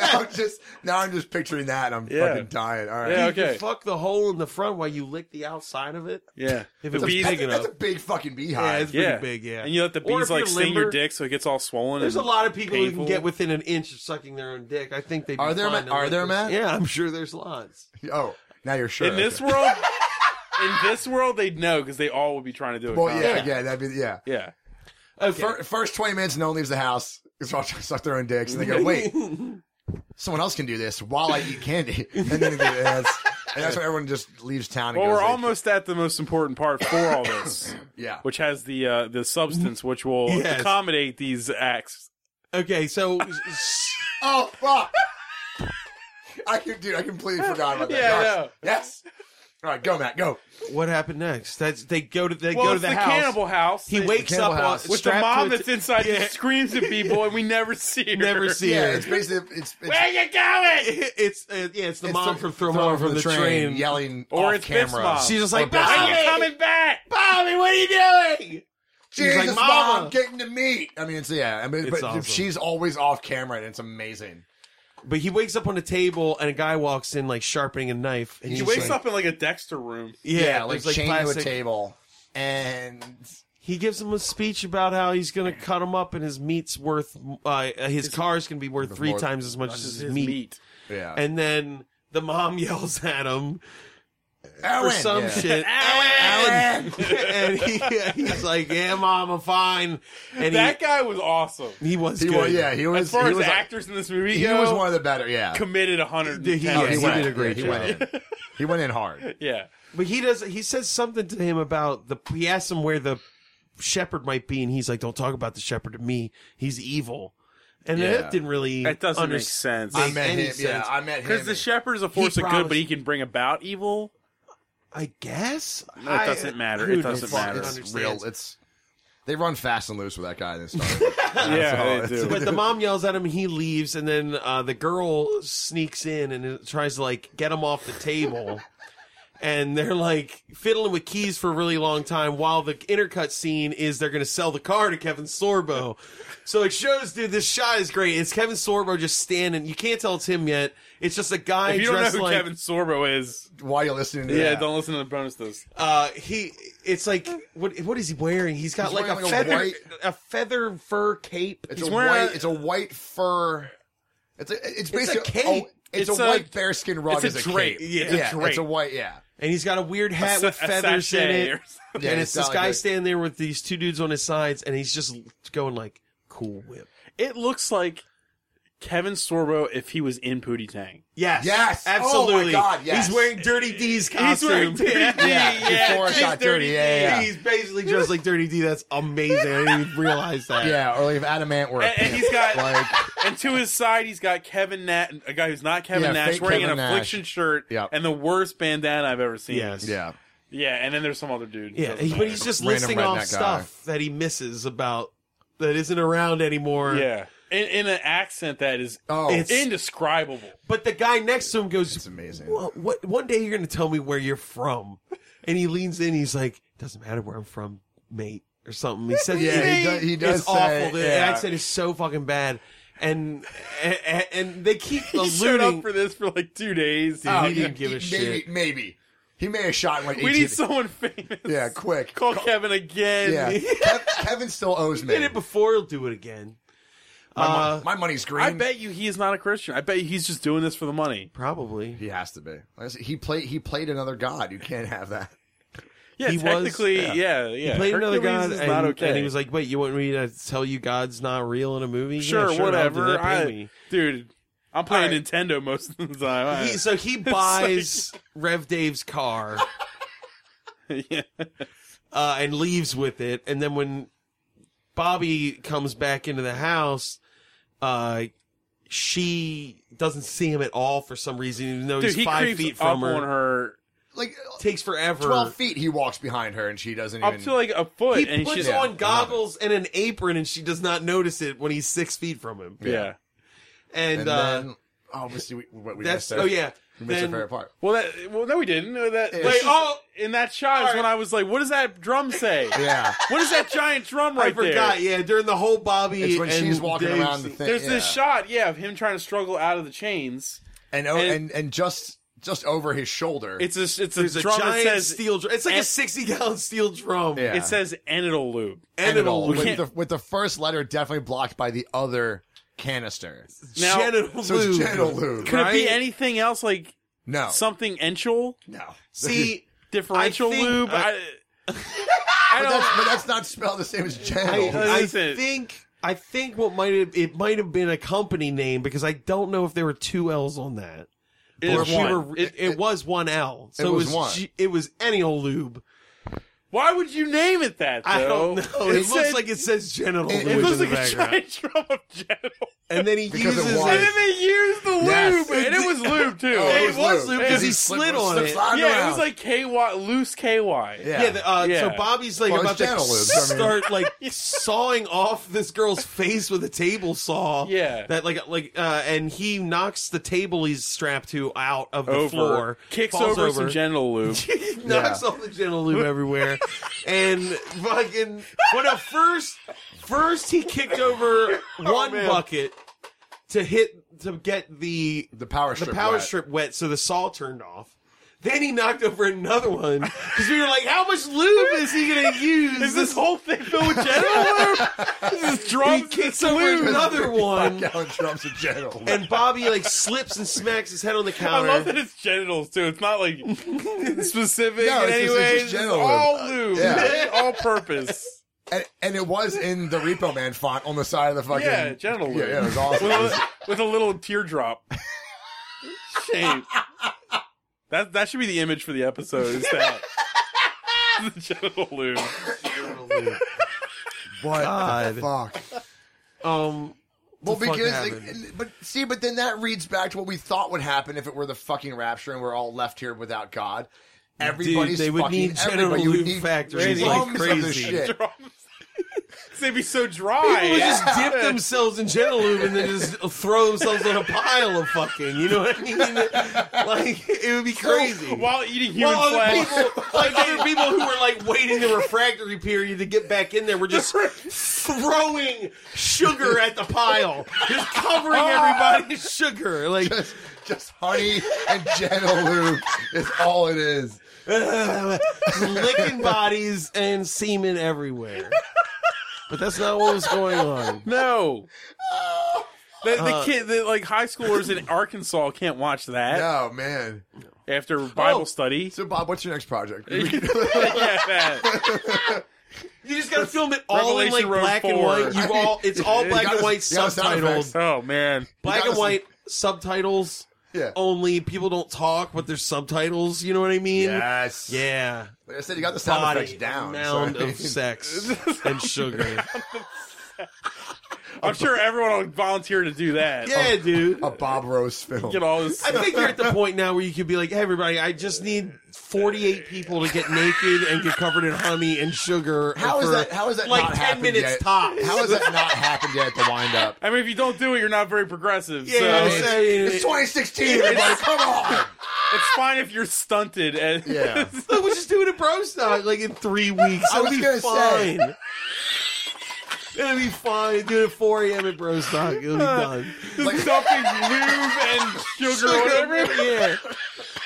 Speaker 2: Oh, now I'm just now I'm just picturing that and I'm
Speaker 5: Yeah.
Speaker 2: fucking dying. All right.
Speaker 5: yeah, okay.
Speaker 7: Fuck the hole in the front while you lick the outside of it.
Speaker 5: Yeah. The
Speaker 7: If it was
Speaker 5: bees-
Speaker 2: That's,
Speaker 7: big
Speaker 2: a, that's
Speaker 7: enough.
Speaker 2: a big fucking
Speaker 7: Yeah,
Speaker 2: beehive.
Speaker 7: it's pretty big. Yeah,
Speaker 5: And you let the
Speaker 7: Or if
Speaker 5: bees like
Speaker 7: you're
Speaker 5: sting your
Speaker 7: limber-
Speaker 5: dick so it gets all swollen.
Speaker 7: There's a
Speaker 5: and
Speaker 7: lot of people who
Speaker 5: painful.
Speaker 7: can get within an inch of sucking their own dick. I think they
Speaker 2: Are there, Ma- are there, Matt?
Speaker 7: Yeah, I'm sure there's lots.
Speaker 2: Oh, now you're sure.
Speaker 5: in this
Speaker 2: okay.
Speaker 5: world. In this world, they'd know because they all would be trying to do it.
Speaker 2: Well, yeah, yeah,
Speaker 5: constantly.
Speaker 2: that'd be yeah.
Speaker 5: yeah.
Speaker 7: Uh,
Speaker 2: Fir- first 20 minutes, no one leaves the house. It's all trying to suck their own dicks. And they go, wait, someone else can do this while I eat candy. And then they do this. And that's why everyone just leaves town. And
Speaker 5: Well,
Speaker 2: goes,
Speaker 5: we're
Speaker 2: like,
Speaker 5: almost at the most important part for all this,
Speaker 2: Yeah.
Speaker 5: which has the uh, the substance which will
Speaker 7: Yes.
Speaker 5: accommodate these acts.
Speaker 7: Okay, so s-
Speaker 2: Oh, fuck. I can, dude, I completely forgot about that.
Speaker 5: Yeah, I
Speaker 2: Yes.
Speaker 5: know.
Speaker 2: Yes. All right, go, Matt, go.
Speaker 7: what happened next? That's they go to they
Speaker 5: Well,
Speaker 7: go to
Speaker 5: it's
Speaker 7: the,
Speaker 5: the,
Speaker 7: house.
Speaker 5: cannibal house.
Speaker 7: He
Speaker 5: They-
Speaker 7: wakes
Speaker 2: cannibal
Speaker 7: up on-
Speaker 2: house.
Speaker 5: with the
Speaker 7: strapped
Speaker 5: mom
Speaker 7: to a-
Speaker 5: that's inside
Speaker 7: Yeah.
Speaker 5: just screams at people, and we never see her.
Speaker 7: Never see
Speaker 2: Yeah,
Speaker 7: her.
Speaker 2: it's basically, it's, it's,
Speaker 5: Where you going?
Speaker 7: It's uh, yeah, it's the
Speaker 2: it's
Speaker 7: mom
Speaker 2: the-
Speaker 7: from Throw
Speaker 2: thrown
Speaker 7: Mom from the train.
Speaker 2: yelling
Speaker 5: Or
Speaker 2: off
Speaker 5: it's Biff's
Speaker 2: camera.
Speaker 5: mom.
Speaker 7: She's just
Speaker 2: Or
Speaker 7: like
Speaker 2: Biff's
Speaker 5: Are
Speaker 7: Bobby,
Speaker 5: you coming back?
Speaker 7: Bobby, what are you doing?
Speaker 2: Jesus,
Speaker 7: like,
Speaker 2: mom,
Speaker 7: "Mama."
Speaker 2: I'm getting the meat. I mean, it's, yeah, I mean,
Speaker 7: It's
Speaker 2: but
Speaker 7: awesome.
Speaker 2: she's always off camera and it's amazing.
Speaker 7: But he wakes up on a table and a guy walks in like sharpening a knife. And
Speaker 5: She
Speaker 7: he's
Speaker 5: wakes
Speaker 7: like-
Speaker 5: up in like a Dexter room.
Speaker 7: Yeah,
Speaker 2: Yeah, like,
Speaker 7: there's, like
Speaker 2: chained to a
Speaker 7: plastic-
Speaker 2: table. And
Speaker 7: He gives him a speech about how he's going to cut him up, and his meat's worth uh, his car's going to be worth three
Speaker 2: more-
Speaker 7: times as much as his, meat.
Speaker 2: yeah,
Speaker 7: And then the mom yells at him
Speaker 2: Owen,
Speaker 7: for some
Speaker 2: yeah.
Speaker 7: shit,
Speaker 2: Owen!
Speaker 7: and he, he's like, "Yeah, mom, I'm fine." And
Speaker 5: That guy was awesome.
Speaker 7: he he was
Speaker 2: He
Speaker 7: good.
Speaker 2: was, yeah, he was.
Speaker 5: As far
Speaker 2: he
Speaker 5: as
Speaker 2: was, a-
Speaker 5: actors in this movie
Speaker 2: he
Speaker 5: go,
Speaker 2: was one of the better. Yeah,
Speaker 5: committed 100.
Speaker 7: Dude, he-
Speaker 2: Oh,
Speaker 7: yeah,
Speaker 2: he,
Speaker 7: he
Speaker 2: went
Speaker 7: did a
Speaker 2: in,
Speaker 7: great
Speaker 2: yeah,
Speaker 7: job.
Speaker 2: He went in. He went in hard.
Speaker 5: yeah.
Speaker 7: but he does. He says something to him about the. He asks him where the shepherd might be, and he's like, "Don't talk about the shepherd to me. He's evil." And
Speaker 2: Yeah.
Speaker 7: that didn't really.
Speaker 5: That doesn't
Speaker 7: under-
Speaker 5: make sense.
Speaker 2: I
Speaker 7: Make
Speaker 2: met
Speaker 7: any
Speaker 2: him. Yeah,
Speaker 7: sense.
Speaker 2: I met him.
Speaker 5: Because the shepherd is a force of good,
Speaker 7: promised-
Speaker 5: but he can bring about evil.
Speaker 7: I guess
Speaker 5: No, it doesn't matter. It doesn't matter.
Speaker 2: it's real. It's they run fast and loose with that guy. in This story.
Speaker 5: Yeah,
Speaker 2: all.
Speaker 5: they do.
Speaker 7: But the mom yells at him, and he leaves, and then uh, the girl sneaks in and it tries to like get him off the table. and they're like fiddling with keys for a really long time while the intercut scene is they're going to sell the car to Kevin Sorbo. so it shows, dude, this shot is great. It's Kevin Sorbo just standing. You can't tell it's him yet. It's just a guy
Speaker 5: If you don't know
Speaker 7: dressed
Speaker 5: who
Speaker 7: like
Speaker 5: Kevin Sorbo is,
Speaker 2: While you're listening to
Speaker 5: yeah,
Speaker 2: that,
Speaker 5: don't listen to the bonus those.
Speaker 7: uh he it's like what what is he wearing? He's got
Speaker 2: He's
Speaker 7: like,
Speaker 2: wearing,
Speaker 7: a
Speaker 2: like, a
Speaker 7: feather
Speaker 2: white-
Speaker 7: a feather fur cape.
Speaker 2: it's
Speaker 5: he's
Speaker 2: a
Speaker 5: wearing
Speaker 2: white.
Speaker 5: a-
Speaker 2: it's a white fur. It's a. It's basically
Speaker 7: cape.
Speaker 2: oh, it's,
Speaker 5: It's
Speaker 2: a,
Speaker 5: a-
Speaker 2: white bearskin rug.
Speaker 5: it's a
Speaker 2: as
Speaker 5: drape.
Speaker 2: cape.
Speaker 5: Yeah, it's a
Speaker 2: yeah,
Speaker 5: drape.
Speaker 2: it's a white. Yeah,
Speaker 7: and he's got a weird hat
Speaker 5: sa-
Speaker 7: with feathers in
Speaker 5: sachet
Speaker 7: it.
Speaker 5: or something.
Speaker 2: yeah.
Speaker 7: and it's this
Speaker 2: not
Speaker 7: guy
Speaker 2: like a-
Speaker 7: standing there with these two dudes on his sides, and he's just going like "Cool Whip."
Speaker 5: It looks like Kevin Sorbo if he was in Pootie Tang.
Speaker 7: Yes,
Speaker 2: Yes!
Speaker 7: absolutely.
Speaker 2: Oh my God, yes.
Speaker 7: He's wearing Dirty D's costume.
Speaker 5: wearing Dirty
Speaker 7: yeah.
Speaker 5: D.
Speaker 2: Yeah,
Speaker 5: Yeah,
Speaker 2: before
Speaker 5: it's
Speaker 2: it got dirty.
Speaker 5: dirty.
Speaker 2: Yeah, yeah,
Speaker 7: He's basically dressed like Dirty D. That's amazing. I didn't even realize that.
Speaker 2: yeah. Or like if Adamant were a
Speaker 5: And- and
Speaker 2: pimp,
Speaker 5: he's got-
Speaker 2: like
Speaker 5: And to his side, he's got Kevin Nat, a guy who's not Kevin
Speaker 2: Yeah,
Speaker 5: Nash,
Speaker 2: fake
Speaker 5: wearing
Speaker 2: Kevin
Speaker 5: an
Speaker 2: Nash.
Speaker 5: affliction shirt
Speaker 2: Yeah.
Speaker 5: and the worst bandana I've ever seen.
Speaker 7: Yes.
Speaker 2: yeah.
Speaker 5: Yeah, and then there's some other dude.
Speaker 7: Yeah,
Speaker 5: Doesn't
Speaker 7: he- but
Speaker 5: matter.
Speaker 7: he's just
Speaker 2: Random
Speaker 7: listing off
Speaker 2: redneck
Speaker 7: stuff that he misses about that isn't around anymore.
Speaker 5: yeah. In, in an accent that is
Speaker 2: Oh,
Speaker 7: It's-
Speaker 5: indescribable.
Speaker 7: But the guy next to him goes,
Speaker 2: It's amazing.
Speaker 7: "Well, what, one day you're going to tell me where you're from. And he leans in. He's like, doesn't matter where I'm from, mate, or something. He says,
Speaker 2: Yeah, he
Speaker 7: "Mate."
Speaker 2: does- he does
Speaker 7: It's
Speaker 2: say-
Speaker 7: awful. The
Speaker 2: yeah.
Speaker 7: accent is so fucking bad. and and, and they keep
Speaker 5: He showed up
Speaker 7: alluding.
Speaker 5: for this for like two days.
Speaker 7: Oh,
Speaker 5: dude.
Speaker 7: he didn't give a
Speaker 2: maybe,
Speaker 7: shit.
Speaker 2: Maybe he may have shot in like
Speaker 5: we
Speaker 2: 18
Speaker 5: need someone famous.
Speaker 2: Yeah, quick.
Speaker 5: Call Kevin again.
Speaker 2: Yeah, Kev, Kevin still owes me.
Speaker 7: Did it before? He'll do it again.
Speaker 2: my, mon-
Speaker 7: uh,
Speaker 2: my money's green.
Speaker 5: I bet you he is not a Christian. I bet you he's just doing this for the money.
Speaker 7: Probably.
Speaker 2: he has to be. Like I said, He played. He played another god. You can't have that.
Speaker 5: Yeah,
Speaker 7: He was-
Speaker 5: technically, yeah, yeah.
Speaker 7: He played another
Speaker 5: Hercules
Speaker 7: god,
Speaker 5: is
Speaker 7: and,
Speaker 5: not okay.
Speaker 7: and he was like, "Wait, you want me to tell you God's not real in a movie?
Speaker 5: sure,
Speaker 7: Yeah, I'll do
Speaker 5: whatever.
Speaker 7: that. Pay
Speaker 5: I-
Speaker 7: me."
Speaker 5: dude, I'm playing
Speaker 2: Alright.
Speaker 5: Nintendo most of the time. I-
Speaker 7: He, so he buys Rev Dave's car
Speaker 5: yeah.
Speaker 7: uh, and leaves with it, and then when Bobby comes back into the house, uh, she doesn't see him at all for some reason, even though
Speaker 5: Dude,
Speaker 7: he's
Speaker 5: he
Speaker 7: five
Speaker 5: creeps
Speaker 7: feet
Speaker 5: up
Speaker 7: from her.
Speaker 5: on her
Speaker 2: Like
Speaker 7: Takes forever.
Speaker 2: twelve feet, he walks behind her, and she doesn't
Speaker 5: up
Speaker 2: even.
Speaker 5: to like a foot,
Speaker 7: He
Speaker 5: and
Speaker 7: puts
Speaker 5: she's
Speaker 2: Yeah.
Speaker 7: on goggles and an apron, and she does not notice it when he's six feet from him.
Speaker 5: yeah.
Speaker 7: And,
Speaker 2: and
Speaker 7: uh,
Speaker 2: then, obviously, we, what we
Speaker 7: that's
Speaker 2: missed.
Speaker 7: oh
Speaker 2: our-
Speaker 7: yeah.
Speaker 2: we missed our
Speaker 7: Then-
Speaker 2: favorite part.
Speaker 5: Well, that well, no, we didn't. No, That
Speaker 2: Yeah.
Speaker 5: like,
Speaker 2: She's-
Speaker 5: oh, in that shot is
Speaker 7: Alright.
Speaker 5: when I was like, "What does that drum say?
Speaker 2: Yeah,
Speaker 5: What is that giant drum right
Speaker 7: I forgot.
Speaker 5: there?"
Speaker 7: Yeah, during the whole Bobby
Speaker 2: it's when
Speaker 7: and
Speaker 2: she's walking
Speaker 7: Dave's-
Speaker 2: around the thing.
Speaker 5: There's this
Speaker 2: yeah.
Speaker 5: shot, yeah, of him trying to struggle out of the chains.
Speaker 2: and oh,
Speaker 5: and-
Speaker 2: and and just just over his shoulder.
Speaker 5: It's a it's a
Speaker 7: There's a
Speaker 5: drum that
Speaker 7: giant
Speaker 5: says
Speaker 7: steel drum. It's like a
Speaker 5: and-
Speaker 7: sixty gallon steel drum.
Speaker 2: Yeah.
Speaker 5: it says "Anidal Loop."
Speaker 7: and it'll
Speaker 2: With
Speaker 5: can't-
Speaker 2: the, with the first letter definitely blocked by the other canister.
Speaker 5: Now-
Speaker 7: genital
Speaker 2: So it's
Speaker 7: lube.
Speaker 2: genital lube.
Speaker 5: Could it be
Speaker 7: Right?
Speaker 5: anything else like
Speaker 7: Oh.
Speaker 2: No,
Speaker 5: something ential,
Speaker 2: no.
Speaker 7: See,
Speaker 5: differential
Speaker 7: I think-
Speaker 5: lube?
Speaker 7: I-
Speaker 5: I,
Speaker 2: But
Speaker 5: I don't.
Speaker 2: that's, but that's not spelled the same as
Speaker 7: I,
Speaker 2: genital.
Speaker 5: Uh,
Speaker 7: I
Speaker 5: Listen.
Speaker 7: think I think what might have it might have been a company name because I don't know if there were two L's on that.
Speaker 5: It
Speaker 7: Or
Speaker 5: is
Speaker 7: if we
Speaker 5: one.
Speaker 7: were- it, it was one L. So
Speaker 2: it
Speaker 7: it
Speaker 2: was
Speaker 7: was,
Speaker 2: one.
Speaker 7: G- it was any old lube.
Speaker 5: Why would you name it that? Though?
Speaker 7: I don't know. It, looks
Speaker 5: said-
Speaker 7: like it says genital
Speaker 2: It- it
Speaker 7: lube
Speaker 5: it looks
Speaker 7: in the
Speaker 5: like a
Speaker 7: background.
Speaker 5: giant drum of genital.
Speaker 7: and then he
Speaker 2: Because it
Speaker 7: uses
Speaker 2: was.
Speaker 5: And then they used the lube,
Speaker 2: Yes.
Speaker 5: and it was lube too.
Speaker 2: Oh,
Speaker 7: it was lube because
Speaker 5: It
Speaker 7: he
Speaker 5: was
Speaker 7: slid on
Speaker 2: slip-
Speaker 7: it.
Speaker 2: slide
Speaker 5: yeah,
Speaker 2: around.
Speaker 5: it was like KY, loose KY.
Speaker 2: yeah.
Speaker 7: Yeah, the, uh,
Speaker 5: Yeah.
Speaker 7: so Bobby's like
Speaker 2: Well,
Speaker 7: about
Speaker 2: it's
Speaker 7: to
Speaker 2: cantaloupes, I mean.
Speaker 7: start like sawing off this girl's face with a table saw.
Speaker 5: Yeah.
Speaker 7: that like like uh, and he knocks the table he's strapped to out of the
Speaker 5: Over.
Speaker 7: floor,
Speaker 5: Kicks
Speaker 7: falls
Speaker 5: over, some genital lube.
Speaker 7: he knocks all the genital lube everywhere, and fucking. But at first, first he kicked over one bucket to hit to get the
Speaker 2: The power strip.
Speaker 7: the power
Speaker 2: wet.
Speaker 7: strip wet, so the saw turned off. Then he knocked over another one because we were like, "How much lube is he going to use?"
Speaker 5: Is this whole thing filled with genital lube? Is this drum?
Speaker 7: he kicks over
Speaker 5: Oh
Speaker 7: another one,
Speaker 2: Five gallon drums of genital.
Speaker 7: and Bobby like slips and smacks his head on the
Speaker 5: I
Speaker 7: counter.
Speaker 5: love that it's genitals too. It's not like specific
Speaker 2: No,
Speaker 5: in
Speaker 2: it's
Speaker 5: any
Speaker 2: just- it's just
Speaker 5: way. It's just
Speaker 2: genital lube.
Speaker 5: all lube,
Speaker 2: Yeah.
Speaker 5: all purpose.
Speaker 2: and, and it was in the Repo Man font on the side of the fucking.
Speaker 5: Yeah, genital
Speaker 2: Yeah,
Speaker 5: lube.
Speaker 2: yeah, it was awesome.
Speaker 5: with, a, with a little teardrop shape. That that should be the image for the episode. Is that the genital lube?
Speaker 2: what the
Speaker 7: God.
Speaker 2: fuck?
Speaker 7: um,
Speaker 2: Well,
Speaker 7: fuck
Speaker 2: because
Speaker 7: happened?
Speaker 2: and- but see, but then that reads back to what we thought would happen if it were the fucking rapture and we're all left here without God. Everybody's
Speaker 7: dude, they would
Speaker 2: fucking
Speaker 7: need genital
Speaker 2: everybody. You would
Speaker 7: lube
Speaker 2: need
Speaker 7: factories like
Speaker 2: drums of this
Speaker 7: crazy.
Speaker 2: shit.
Speaker 5: Drums. They'd be so
Speaker 7: People would
Speaker 5: dry.
Speaker 7: just dip themselves in genital lube and then just throw themselves on a pile of fucking. You know what I mean? Like it would be crazy.
Speaker 5: While eating human
Speaker 7: Well, other
Speaker 5: flesh.
Speaker 7: people, like other people who were like waiting the refractory period to get back in there were just throwing sugar at the pile, just covering everybody in sugar. Like,
Speaker 2: Just, just honey and genital lube is all it is.
Speaker 7: licking bodies and semen everywhere. But that's not what was going on.
Speaker 5: No. The, the
Speaker 7: Uh,
Speaker 5: kid, the, like high schoolers in Arkansas, can't watch that
Speaker 2: Oh man.
Speaker 5: after Bible
Speaker 7: Oh.
Speaker 5: study.
Speaker 2: So Bob, what's your next project?
Speaker 5: yeah, that.
Speaker 7: You just gotta film it all in like
Speaker 5: Revelation Road
Speaker 7: black and
Speaker 5: four.
Speaker 7: white. You all, it's all
Speaker 2: You
Speaker 7: black
Speaker 2: gotta-
Speaker 7: and white
Speaker 2: you gotta sound effects.
Speaker 7: subtitles.
Speaker 5: Oh man,
Speaker 7: Black
Speaker 2: gotta-
Speaker 7: and white subtitles
Speaker 2: Yeah.
Speaker 7: only. People don't talk, but there's subtitles. You know what I mean?
Speaker 2: Yes.
Speaker 7: Yeah.
Speaker 2: Like I said, you got the sound
Speaker 7: body
Speaker 2: effects down. so,
Speaker 7: amount
Speaker 2: I mean,
Speaker 7: of sex and sugar.
Speaker 5: I'm sure everyone will volunteer to do that.
Speaker 7: yeah, dude.
Speaker 2: a Bob Rose film.
Speaker 5: Get all this.
Speaker 7: Oh. I think you're at the point now where you could be like, hey, everybody, I just need 48 people to get naked and get covered in honey and sugar.
Speaker 2: How is
Speaker 7: for
Speaker 2: that? How is that
Speaker 7: like
Speaker 2: not
Speaker 7: 10
Speaker 2: happened
Speaker 7: minutes
Speaker 2: yet?
Speaker 7: tops.
Speaker 2: How has that not happened yet? The wind up.
Speaker 5: I mean, if you don't do it, you're not very progressive.
Speaker 7: Yeah,
Speaker 5: so
Speaker 7: I'm
Speaker 5: it's,
Speaker 7: saying
Speaker 2: It's
Speaker 7: it-
Speaker 2: 2016, everybody. Come on.
Speaker 5: it's fine if you're stunted. And
Speaker 2: Yeah.
Speaker 7: Look, we'll just do it at Bro Stock like in three weeks.
Speaker 2: I
Speaker 7: It'll
Speaker 2: was
Speaker 7: be
Speaker 2: gonna say.
Speaker 7: fine. It'll be fine. Do it at 4 a.m. at Bro Stock. It'll be
Speaker 2: Uh,
Speaker 7: done.
Speaker 2: Like-
Speaker 5: Stuffing lube and sugar, or whatever.
Speaker 7: yeah.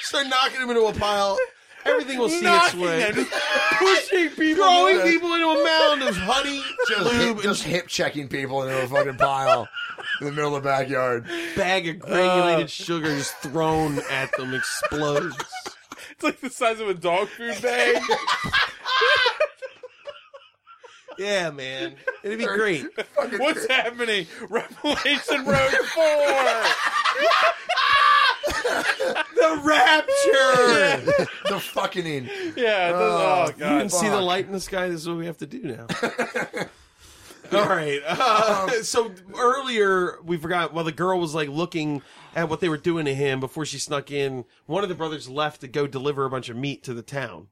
Speaker 7: Start knocking them into a pile. Everything will see its
Speaker 5: Knocking
Speaker 7: way.
Speaker 5: them, just pushing people.
Speaker 7: Throwing people into a mound of honey,
Speaker 2: Just
Speaker 7: lube,
Speaker 2: hip,
Speaker 7: and
Speaker 2: just hip checking people into a fucking pile in the middle of the backyard.
Speaker 7: bag of granulated sugar just thrown at them explodes.
Speaker 5: It's like the size of a dog food bag.
Speaker 7: Yeah, man. It'd be great.
Speaker 5: What's happening? Revelation Road 4!
Speaker 7: The rapture!
Speaker 2: the fucking.
Speaker 5: Yeah, it does- oh,
Speaker 7: You
Speaker 5: God.
Speaker 7: can see the
Speaker 2: Fuck.
Speaker 7: light in the sky. This is what we have to do now. All right. Uh, so earlier we forgot. While the girl was like looking at what they were doing to him before she snuck in, one of the brothers left to go deliver a bunch of meat to the town.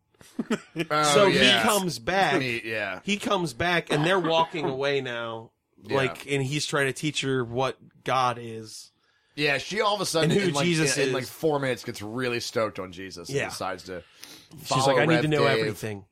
Speaker 2: Oh,
Speaker 7: so
Speaker 2: yeah.
Speaker 7: he comes back.
Speaker 2: Meat, yeah.
Speaker 7: He comes back, and they're walking away now. Like, and he's trying to teach her what God is.
Speaker 2: Yeah, she all of a sudden
Speaker 7: And who
Speaker 2: in like,
Speaker 7: Jesus
Speaker 2: in, in
Speaker 7: is.
Speaker 2: like four minutes gets really stoked on Jesus and
Speaker 7: Yeah.
Speaker 2: decides to.
Speaker 7: She's
Speaker 2: follow
Speaker 7: like, I need
Speaker 2: Rev
Speaker 7: to know
Speaker 2: Dave.
Speaker 7: everything.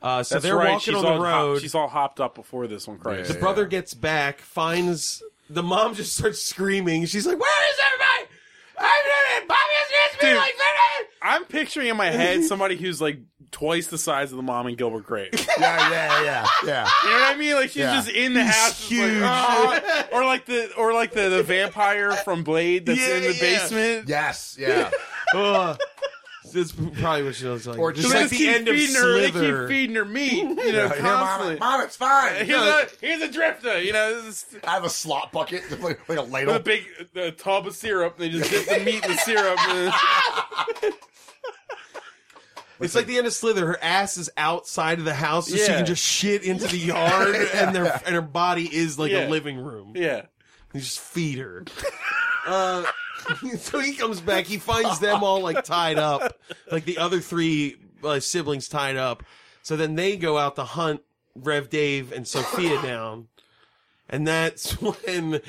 Speaker 7: Uh, so
Speaker 5: That's
Speaker 7: they're
Speaker 5: right.
Speaker 7: walking
Speaker 5: she's
Speaker 7: on the
Speaker 5: all
Speaker 7: road.
Speaker 5: Hop, she's all hopped up before this one, Christ.
Speaker 2: Yeah.
Speaker 7: The brother gets back, finds the mom just starts screaming. She's like, "Where is everybody? I'm Bobby has me
Speaker 5: Dude.
Speaker 7: like that."
Speaker 5: I'm picturing in my head somebody who's like twice the size of the mom in Gilbert Grape. You
Speaker 2: Yeah, yeah, yeah, yeah.
Speaker 5: know what I mean? Like she's
Speaker 2: Yeah.
Speaker 5: just in the house, just like,
Speaker 7: huge.
Speaker 5: "Ah," or like the or like the, the vampire from Blade that's
Speaker 7: Yeah,
Speaker 5: in the
Speaker 7: yeah.
Speaker 5: basement.
Speaker 2: Yes, yeah.
Speaker 7: Ugh. That's probably what she was like.
Speaker 2: Or just
Speaker 5: They
Speaker 2: like
Speaker 5: just
Speaker 7: the
Speaker 5: keep
Speaker 7: end of
Speaker 5: feeding her. They
Speaker 7: Slither.
Speaker 5: keep feeding her meat, you know,
Speaker 2: Here,
Speaker 5: constantly.
Speaker 2: Mom, Mom, it's fine.
Speaker 5: Here's a here's a drifter, you know, this is-
Speaker 2: I have a slop bucket, just like, like a ladle.
Speaker 5: with a big uh, tub of syrup. They just dip the meat in the syrup. And,
Speaker 7: it's like the end of Slither. Her ass is outside of the house, so she
Speaker 5: Yeah.
Speaker 7: can just shit into the yard, and their and her body is like
Speaker 5: Yeah.
Speaker 7: a living room.
Speaker 5: yeah,
Speaker 7: You just feed her. uh, so he comes back. He finds them all like tied up, like the other three uh, siblings tied up. So then they go out to hunt Rev Dave and Sophia down, and that's when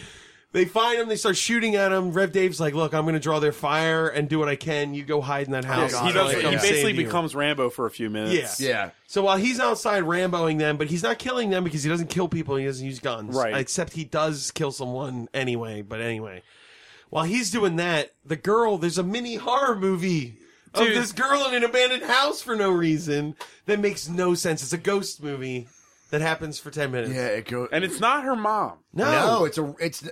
Speaker 7: they find him. They start shooting at him. Rev Dave's like, "Look, I'm going to draw their fire and do what I can. You go hide in that house."
Speaker 2: God,
Speaker 5: he
Speaker 7: till I
Speaker 2: yeah.
Speaker 5: does.
Speaker 7: come
Speaker 5: He
Speaker 7: save
Speaker 5: basically
Speaker 7: you."
Speaker 5: becomes Rambo for a few minutes.
Speaker 7: Yeah.
Speaker 2: yeah.
Speaker 7: So while he's outside ramboing them, but he's not killing them because he doesn't kill people and he doesn't use guns.
Speaker 5: Right.
Speaker 7: Except he does kill someone anyway, but anyway. While he's doing that, the girl, there's a mini horror movie of
Speaker 5: Dude.
Speaker 7: this girl in an abandoned house for no reason that makes no sense. It's a ghost movie that happens for 10 minutes.
Speaker 2: Yeah, it goes.
Speaker 5: and it's not her mom.
Speaker 7: No,
Speaker 2: no, it's a, it's,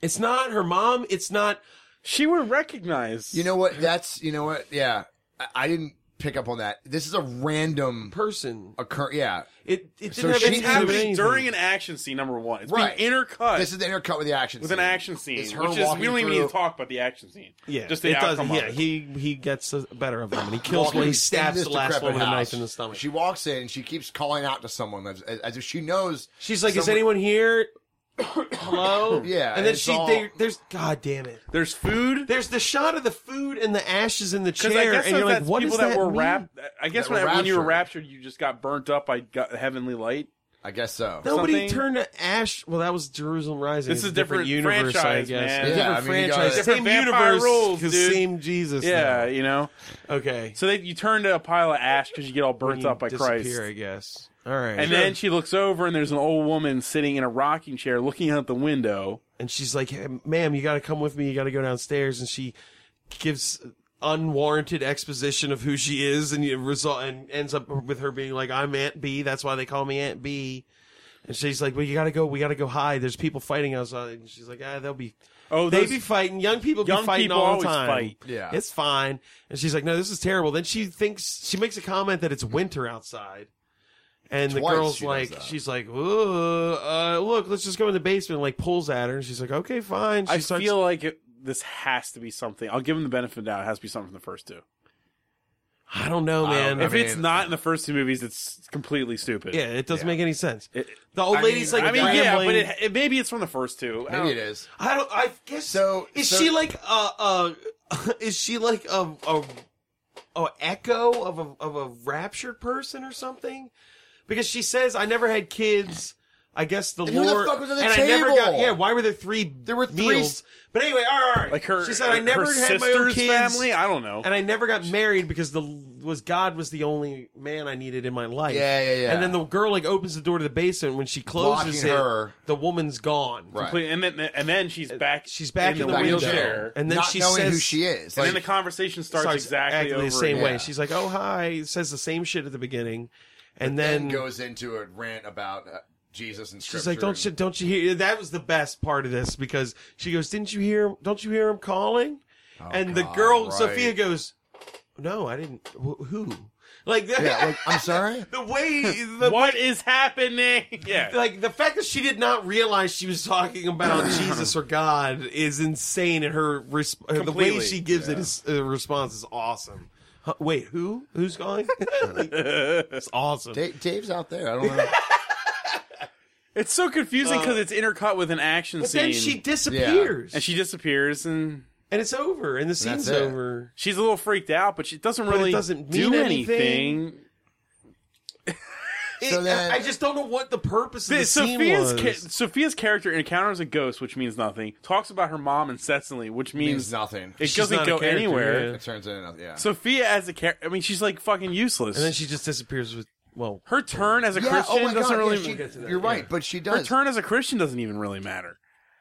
Speaker 7: it's not her mom. It's not.
Speaker 5: She would recognize.
Speaker 2: you know what? That's, you know what? Yeah. I, I didn't pick up on that. This is a random
Speaker 7: Person,
Speaker 2: occur. Yeah.
Speaker 7: it it didn't
Speaker 2: So
Speaker 7: have
Speaker 2: she
Speaker 7: anything
Speaker 5: it's
Speaker 7: to do with
Speaker 5: happening
Speaker 7: anything.
Speaker 5: during an action scene. Number one, it's
Speaker 2: Right.
Speaker 5: being intercut
Speaker 2: This is the intercut with the action
Speaker 5: with
Speaker 2: scene.
Speaker 5: an action scene,
Speaker 2: It's her
Speaker 5: which is
Speaker 2: walking
Speaker 5: we don't even need to
Speaker 2: through-
Speaker 5: talk about the action scene.
Speaker 7: Yeah,
Speaker 5: just the
Speaker 7: it does.
Speaker 5: outcome. of
Speaker 7: Yeah,
Speaker 5: it.
Speaker 7: he he gets the better of them and he kills.
Speaker 2: walking
Speaker 7: Well, he
Speaker 2: in
Speaker 7: stabs
Speaker 2: this
Speaker 7: the last
Speaker 2: decrepit
Speaker 7: one with a
Speaker 2: house.
Speaker 7: knife in the stomach.
Speaker 2: She walks in. She keeps calling out to someone as, as, as if she knows.
Speaker 7: She's like, "Is
Speaker 2: someone-
Speaker 7: anyone here? Hello?"
Speaker 2: Yeah,
Speaker 7: and then
Speaker 2: it's
Speaker 7: she
Speaker 2: all-
Speaker 7: they, there's God damn it.
Speaker 5: there's food.
Speaker 7: There's the shot of the food and the ashes in the
Speaker 5: Because I
Speaker 7: chair,
Speaker 5: guess
Speaker 7: and
Speaker 5: that's
Speaker 7: you're like, "What
Speaker 5: people
Speaker 7: does
Speaker 5: that,
Speaker 7: that
Speaker 5: were
Speaker 7: mean?"
Speaker 5: wrapped. I guess
Speaker 2: That
Speaker 5: when,
Speaker 2: were
Speaker 5: when you were
Speaker 2: raptured.
Speaker 5: raptured, you just got burnt up by God, heavenly light.
Speaker 2: I guess so.
Speaker 7: Nobody
Speaker 5: something?
Speaker 7: turned to ash. Well, that was Jerusalem Rising.
Speaker 5: This
Speaker 7: It's
Speaker 5: is
Speaker 7: a different,
Speaker 5: different
Speaker 7: universe,
Speaker 5: franchise,
Speaker 7: I guess.
Speaker 5: man.
Speaker 7: It's a
Speaker 2: Yeah,
Speaker 7: different
Speaker 2: I mean, you
Speaker 7: franchise,
Speaker 2: got-
Speaker 7: same
Speaker 5: Different vampire
Speaker 7: universe,
Speaker 5: rules,
Speaker 7: 'cause
Speaker 5: dude.
Speaker 7: same Jesus.
Speaker 5: Yeah, you know.
Speaker 7: now. Okay.
Speaker 5: So they, you turn to a pile of ash because you get all burnt
Speaker 7: You
Speaker 5: up by
Speaker 7: disappear,
Speaker 5: Christ.
Speaker 7: I guess. All right.
Speaker 5: And then she looks over and there's an old woman sitting in a rocking chair looking out the window.
Speaker 7: and she's like, hey, "Ma'am, you got to come with me. You got to go downstairs." And she gives unwarranted exposition of who she is, and you result and ends up with her being like, "I'm Aunt B. That's why they call me Aunt B." And she's like, "Well, you got to go. We got to go hide. There's people fighting us." And she's like, "Ah, they'll be."
Speaker 5: Oh,
Speaker 7: they
Speaker 5: those,
Speaker 7: be fighting. Young people be
Speaker 5: Young
Speaker 7: fighting
Speaker 5: people
Speaker 7: all
Speaker 5: always
Speaker 7: the time.
Speaker 5: fight.
Speaker 2: Yeah.
Speaker 7: it's fine. And she's like, "No, this is terrible." Then she thinks she makes a comment that it's winter outside, and the
Speaker 2: Twice
Speaker 7: girl's
Speaker 2: she does
Speaker 7: like,
Speaker 2: that.
Speaker 7: "She's like, Ooh, uh, look, let's just go in the basement." And, like pulls at her, and she's like, "Okay, fine." She
Speaker 5: I
Speaker 7: starts,
Speaker 5: feel like it, this has to be something. I'll give them the benefit of the doubt. It has to be something from the first two.
Speaker 7: I don't know, man.
Speaker 2: I
Speaker 5: if it's
Speaker 2: mean-
Speaker 5: not in the first two movies, it's completely stupid.
Speaker 7: yeah, it doesn't
Speaker 2: Yeah.
Speaker 7: make any sense.
Speaker 5: It-
Speaker 7: the old
Speaker 2: I
Speaker 7: lady's
Speaker 2: mean-
Speaker 7: like,
Speaker 5: I mean,
Speaker 7: rambling.
Speaker 5: yeah, but it, it, maybe it's from the first two. I
Speaker 2: Maybe
Speaker 5: don't-
Speaker 2: it is.
Speaker 7: I don't. I guess
Speaker 2: So-
Speaker 7: Is
Speaker 2: so-
Speaker 7: she like a? a is she like a a, a echo of a of a raptured person or something? Because she says, "I never had kids. I guess the
Speaker 2: And who the
Speaker 7: lore.
Speaker 2: fuck was at the
Speaker 7: and I never got.
Speaker 2: table?
Speaker 7: Yeah, why were there three?
Speaker 2: There were three-
Speaker 7: meals? But anyway, all right.
Speaker 5: Like her,
Speaker 7: she said, I
Speaker 5: her
Speaker 7: never had my own
Speaker 5: sister's
Speaker 7: kids,
Speaker 5: family. I don't know.
Speaker 7: and I never got married because the was God was the only man I needed in my life.
Speaker 2: Yeah, yeah, yeah.
Speaker 7: And then the girl like opens the door to the basement when she closes
Speaker 2: Blocking
Speaker 7: it,
Speaker 2: her.
Speaker 7: the woman's gone.
Speaker 2: Right.
Speaker 5: Complete- and then and then she's back.
Speaker 7: Uh, She's back in,
Speaker 5: in
Speaker 7: the,
Speaker 2: back in the
Speaker 7: wheelchair,
Speaker 2: chair.
Speaker 7: and then
Speaker 2: Not
Speaker 7: she
Speaker 2: knowing
Speaker 7: says
Speaker 2: who she is.
Speaker 5: and then
Speaker 2: Like,
Speaker 5: the conversation starts, exactly,
Speaker 7: acting
Speaker 5: over
Speaker 7: the same
Speaker 5: again.
Speaker 7: way.
Speaker 2: Yeah.
Speaker 7: She's like, "Oh hi," says the same shit at the beginning, and
Speaker 2: then
Speaker 7: then,
Speaker 2: goes into a rant about uh, Jesus and scripture.
Speaker 7: she's like, "Don't you
Speaker 2: and-
Speaker 7: don't you hear?" That was the best part of this because she goes, "Didn't you hear? him? Don't you hear him calling?" and the
Speaker 2: Oh, God,
Speaker 7: girl
Speaker 2: right.
Speaker 7: Sophia goes, "No, I didn't. Wh- who?" Like that.
Speaker 2: Yeah, like, I'm sorry.
Speaker 7: the way the
Speaker 5: What is happening? Yeah.
Speaker 7: like the fact that she did not realize she was talking about Jesus or God is insane, and her resp- uh, the way
Speaker 5: Completely,
Speaker 7: she gives it is uh, response is awesome. Huh, wait, who? Who's calling? Like, it's awesome.
Speaker 2: Dave, Dave's out there. I don't know.
Speaker 5: It's so confusing because it's intercut with an action
Speaker 7: Uh, But
Speaker 5: scene,
Speaker 7: then she disappears,
Speaker 5: and she disappears, and
Speaker 7: and it's over, and the scene's
Speaker 2: it.
Speaker 7: over.
Speaker 5: she's a little freaked out, but she doesn't
Speaker 7: But it
Speaker 5: really
Speaker 7: doesn't
Speaker 5: do
Speaker 7: mean
Speaker 5: anything.
Speaker 2: So
Speaker 7: It-
Speaker 2: then-
Speaker 7: I just don't know what the purpose of the
Speaker 5: The-
Speaker 7: scene
Speaker 5: Sophia's
Speaker 7: was.
Speaker 5: ca- Sophia's character encounters a ghost, which means nothing. Talks about her mom incessantly, which means,
Speaker 2: means nothing.
Speaker 5: it
Speaker 7: She's
Speaker 5: doesn't
Speaker 7: not a
Speaker 5: go
Speaker 7: character,
Speaker 5: anywhere.
Speaker 7: yeah.
Speaker 2: It turns into nothing. Yeah.
Speaker 5: Sophia as a character, I mean, she's like fucking useless.
Speaker 7: and then she just disappears with well,
Speaker 5: her turn as a
Speaker 2: yeah,
Speaker 5: Christian
Speaker 2: oh my
Speaker 5: doesn't
Speaker 2: God,
Speaker 5: really.
Speaker 2: yeah, she-
Speaker 7: get to that,
Speaker 2: you're
Speaker 7: yeah.
Speaker 2: right, but she
Speaker 5: her
Speaker 2: does.
Speaker 5: turn as a Christian doesn't even really matter.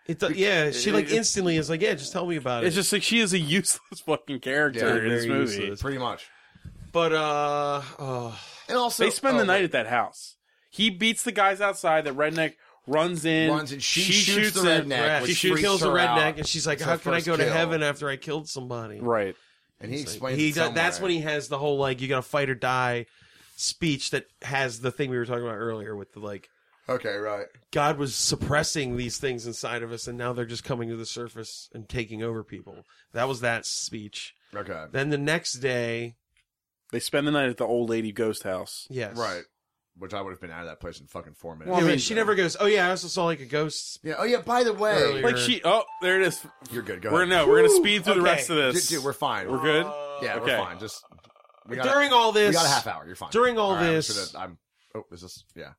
Speaker 7: it, do- yeah, she like
Speaker 5: It-
Speaker 7: instantly is like, yeah, just tell me about it.
Speaker 5: It's just like she is a useless fucking character
Speaker 2: Yeah,
Speaker 5: in this
Speaker 7: very
Speaker 5: movie.
Speaker 7: useless.
Speaker 2: Pretty much.
Speaker 7: but uh, oh,
Speaker 2: And also,
Speaker 5: They spend the
Speaker 2: oh,
Speaker 5: night at that house. He beats the guys outside. The redneck runs in.
Speaker 2: Runs in. She shoots the
Speaker 5: him.
Speaker 2: redneck,
Speaker 5: She
Speaker 2: which
Speaker 5: shoots
Speaker 2: freaks
Speaker 7: kills the
Speaker 2: her
Speaker 7: redneck,
Speaker 2: out.
Speaker 7: and she's like,
Speaker 2: It's
Speaker 7: "How
Speaker 2: her
Speaker 7: can I
Speaker 2: first
Speaker 7: go to
Speaker 2: kill.
Speaker 7: heaven after I killed somebody?"
Speaker 5: Right.
Speaker 2: And he
Speaker 7: It's like-
Speaker 2: explains.
Speaker 7: he
Speaker 2: it
Speaker 7: does, that's
Speaker 2: somewhere.
Speaker 7: when he has the whole like you got to fight or die speech that has the thing we were talking about earlier with the like
Speaker 2: Okay, right.
Speaker 7: God was suppressing these things inside of us and now they're just coming to the surface and taking over people. That was that speech.
Speaker 2: Okay.
Speaker 7: Then the next day,
Speaker 5: They spend the night at the old lady ghost house.
Speaker 7: yes,
Speaker 2: Right. Which I would have been out of that place in fucking four minutes.
Speaker 7: Yeah,
Speaker 5: Well, I
Speaker 7: but
Speaker 5: mean-
Speaker 7: she never goes. Oh yeah, I also saw like a ghost.
Speaker 2: yeah. Oh yeah. By the way,
Speaker 7: Earlier.
Speaker 5: Like she. Oh, there it is.
Speaker 2: you're good. Go
Speaker 5: We're
Speaker 2: ahead.
Speaker 5: gonna no, we're gonna speed through the
Speaker 7: Okay.
Speaker 5: rest of
Speaker 2: Dude,
Speaker 5: this.
Speaker 2: dude, we're fine.
Speaker 5: We're good.
Speaker 2: yeah,
Speaker 5: okay.
Speaker 2: we're fine. Just we got
Speaker 7: during all
Speaker 2: we
Speaker 7: this,
Speaker 2: got a half hour. You're fine.
Speaker 7: during all
Speaker 2: I'm
Speaker 7: this-
Speaker 2: just gonna- I'm. Oh, is this? Yeah.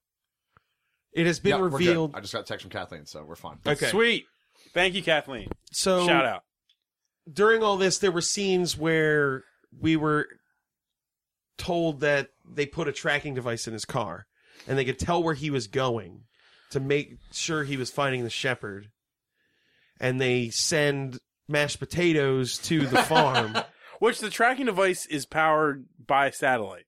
Speaker 7: it has been
Speaker 2: Yeah, we're good.
Speaker 7: revealed.
Speaker 2: I just got a text from Kathleen, so we're fine.
Speaker 7: Okay,
Speaker 5: Sweet. Thank you, Kathleen.
Speaker 7: so
Speaker 5: Shout out.
Speaker 7: during all this, there were scenes where we were told that they put a tracking device in his car, and they could tell where he was going to make sure he was finding the shepherd. And they send mashed potatoes to the farm.
Speaker 5: Which the tracking device is powered by satellite.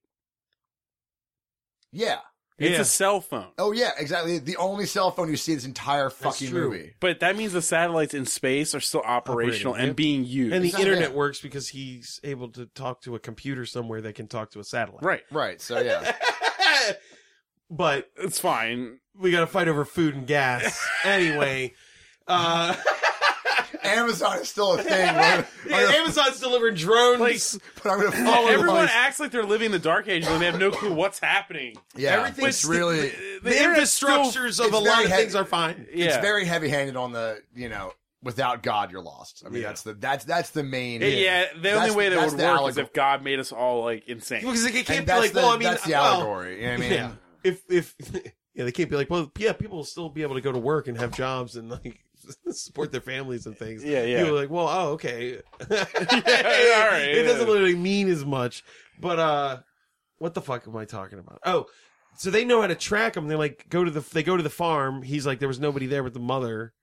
Speaker 2: Yeah.
Speaker 5: It's
Speaker 7: Yeah.
Speaker 5: a cell phone.
Speaker 2: Oh yeah. Exactly. The only cell phone you see this entire fucking
Speaker 7: true.
Speaker 2: movie.
Speaker 5: But that means the satellites in space are still operational
Speaker 7: Operating,
Speaker 5: and
Speaker 7: yep.
Speaker 5: being used.
Speaker 7: and the
Speaker 2: not
Speaker 7: internet
Speaker 2: bad.
Speaker 7: works because he's able to talk to a computer somewhere that can talk to a satellite.
Speaker 5: right.
Speaker 2: Right. So yeah.
Speaker 7: But
Speaker 5: It's fine.
Speaker 7: we got to fight over food and gas. anyway, uh,
Speaker 2: Amazon is still a thing. right?
Speaker 7: Amazon's delivering drones.
Speaker 5: Like,
Speaker 2: but I'm gonna follow
Speaker 5: Everyone
Speaker 2: everyone.
Speaker 5: acts like they're living in the dark ages and they have no clue what's happening.
Speaker 2: Yeah.
Speaker 7: everything's
Speaker 2: It's really.
Speaker 7: the,
Speaker 5: internet's
Speaker 7: infrastructures of
Speaker 2: it's
Speaker 7: a lot
Speaker 2: very
Speaker 7: of
Speaker 2: heavy.
Speaker 7: things are fine.
Speaker 5: Yeah.
Speaker 2: It's very heavy-handed on the. You know, without God, you're lost. I mean,
Speaker 7: Yeah.
Speaker 2: that's the that's that's the main.
Speaker 5: It- yeah, the
Speaker 2: That's-
Speaker 5: only way that
Speaker 2: that's
Speaker 5: would work
Speaker 2: the
Speaker 5: is
Speaker 2: allegor-
Speaker 5: if God made us all like insane.
Speaker 7: Because it can't
Speaker 2: And
Speaker 7: be
Speaker 2: that's
Speaker 7: like,
Speaker 2: the,
Speaker 7: well, I mean, uh,
Speaker 2: that's the
Speaker 7: well,
Speaker 2: allegory. You know what I mean,
Speaker 7: yeah. If if yeah, they can't be like, well, yeah, people will still be able to go to work and have jobs and like support their families and things.
Speaker 5: Yeah, yeah.
Speaker 7: People are like, well, oh, okay.
Speaker 5: right,
Speaker 7: It doesn't
Speaker 5: yeah.
Speaker 7: literally mean as much. But uh, what the fuck am I talking about? Oh. So they know how to track him. They like go to the they go to the farm. He's like there was nobody there but the mother,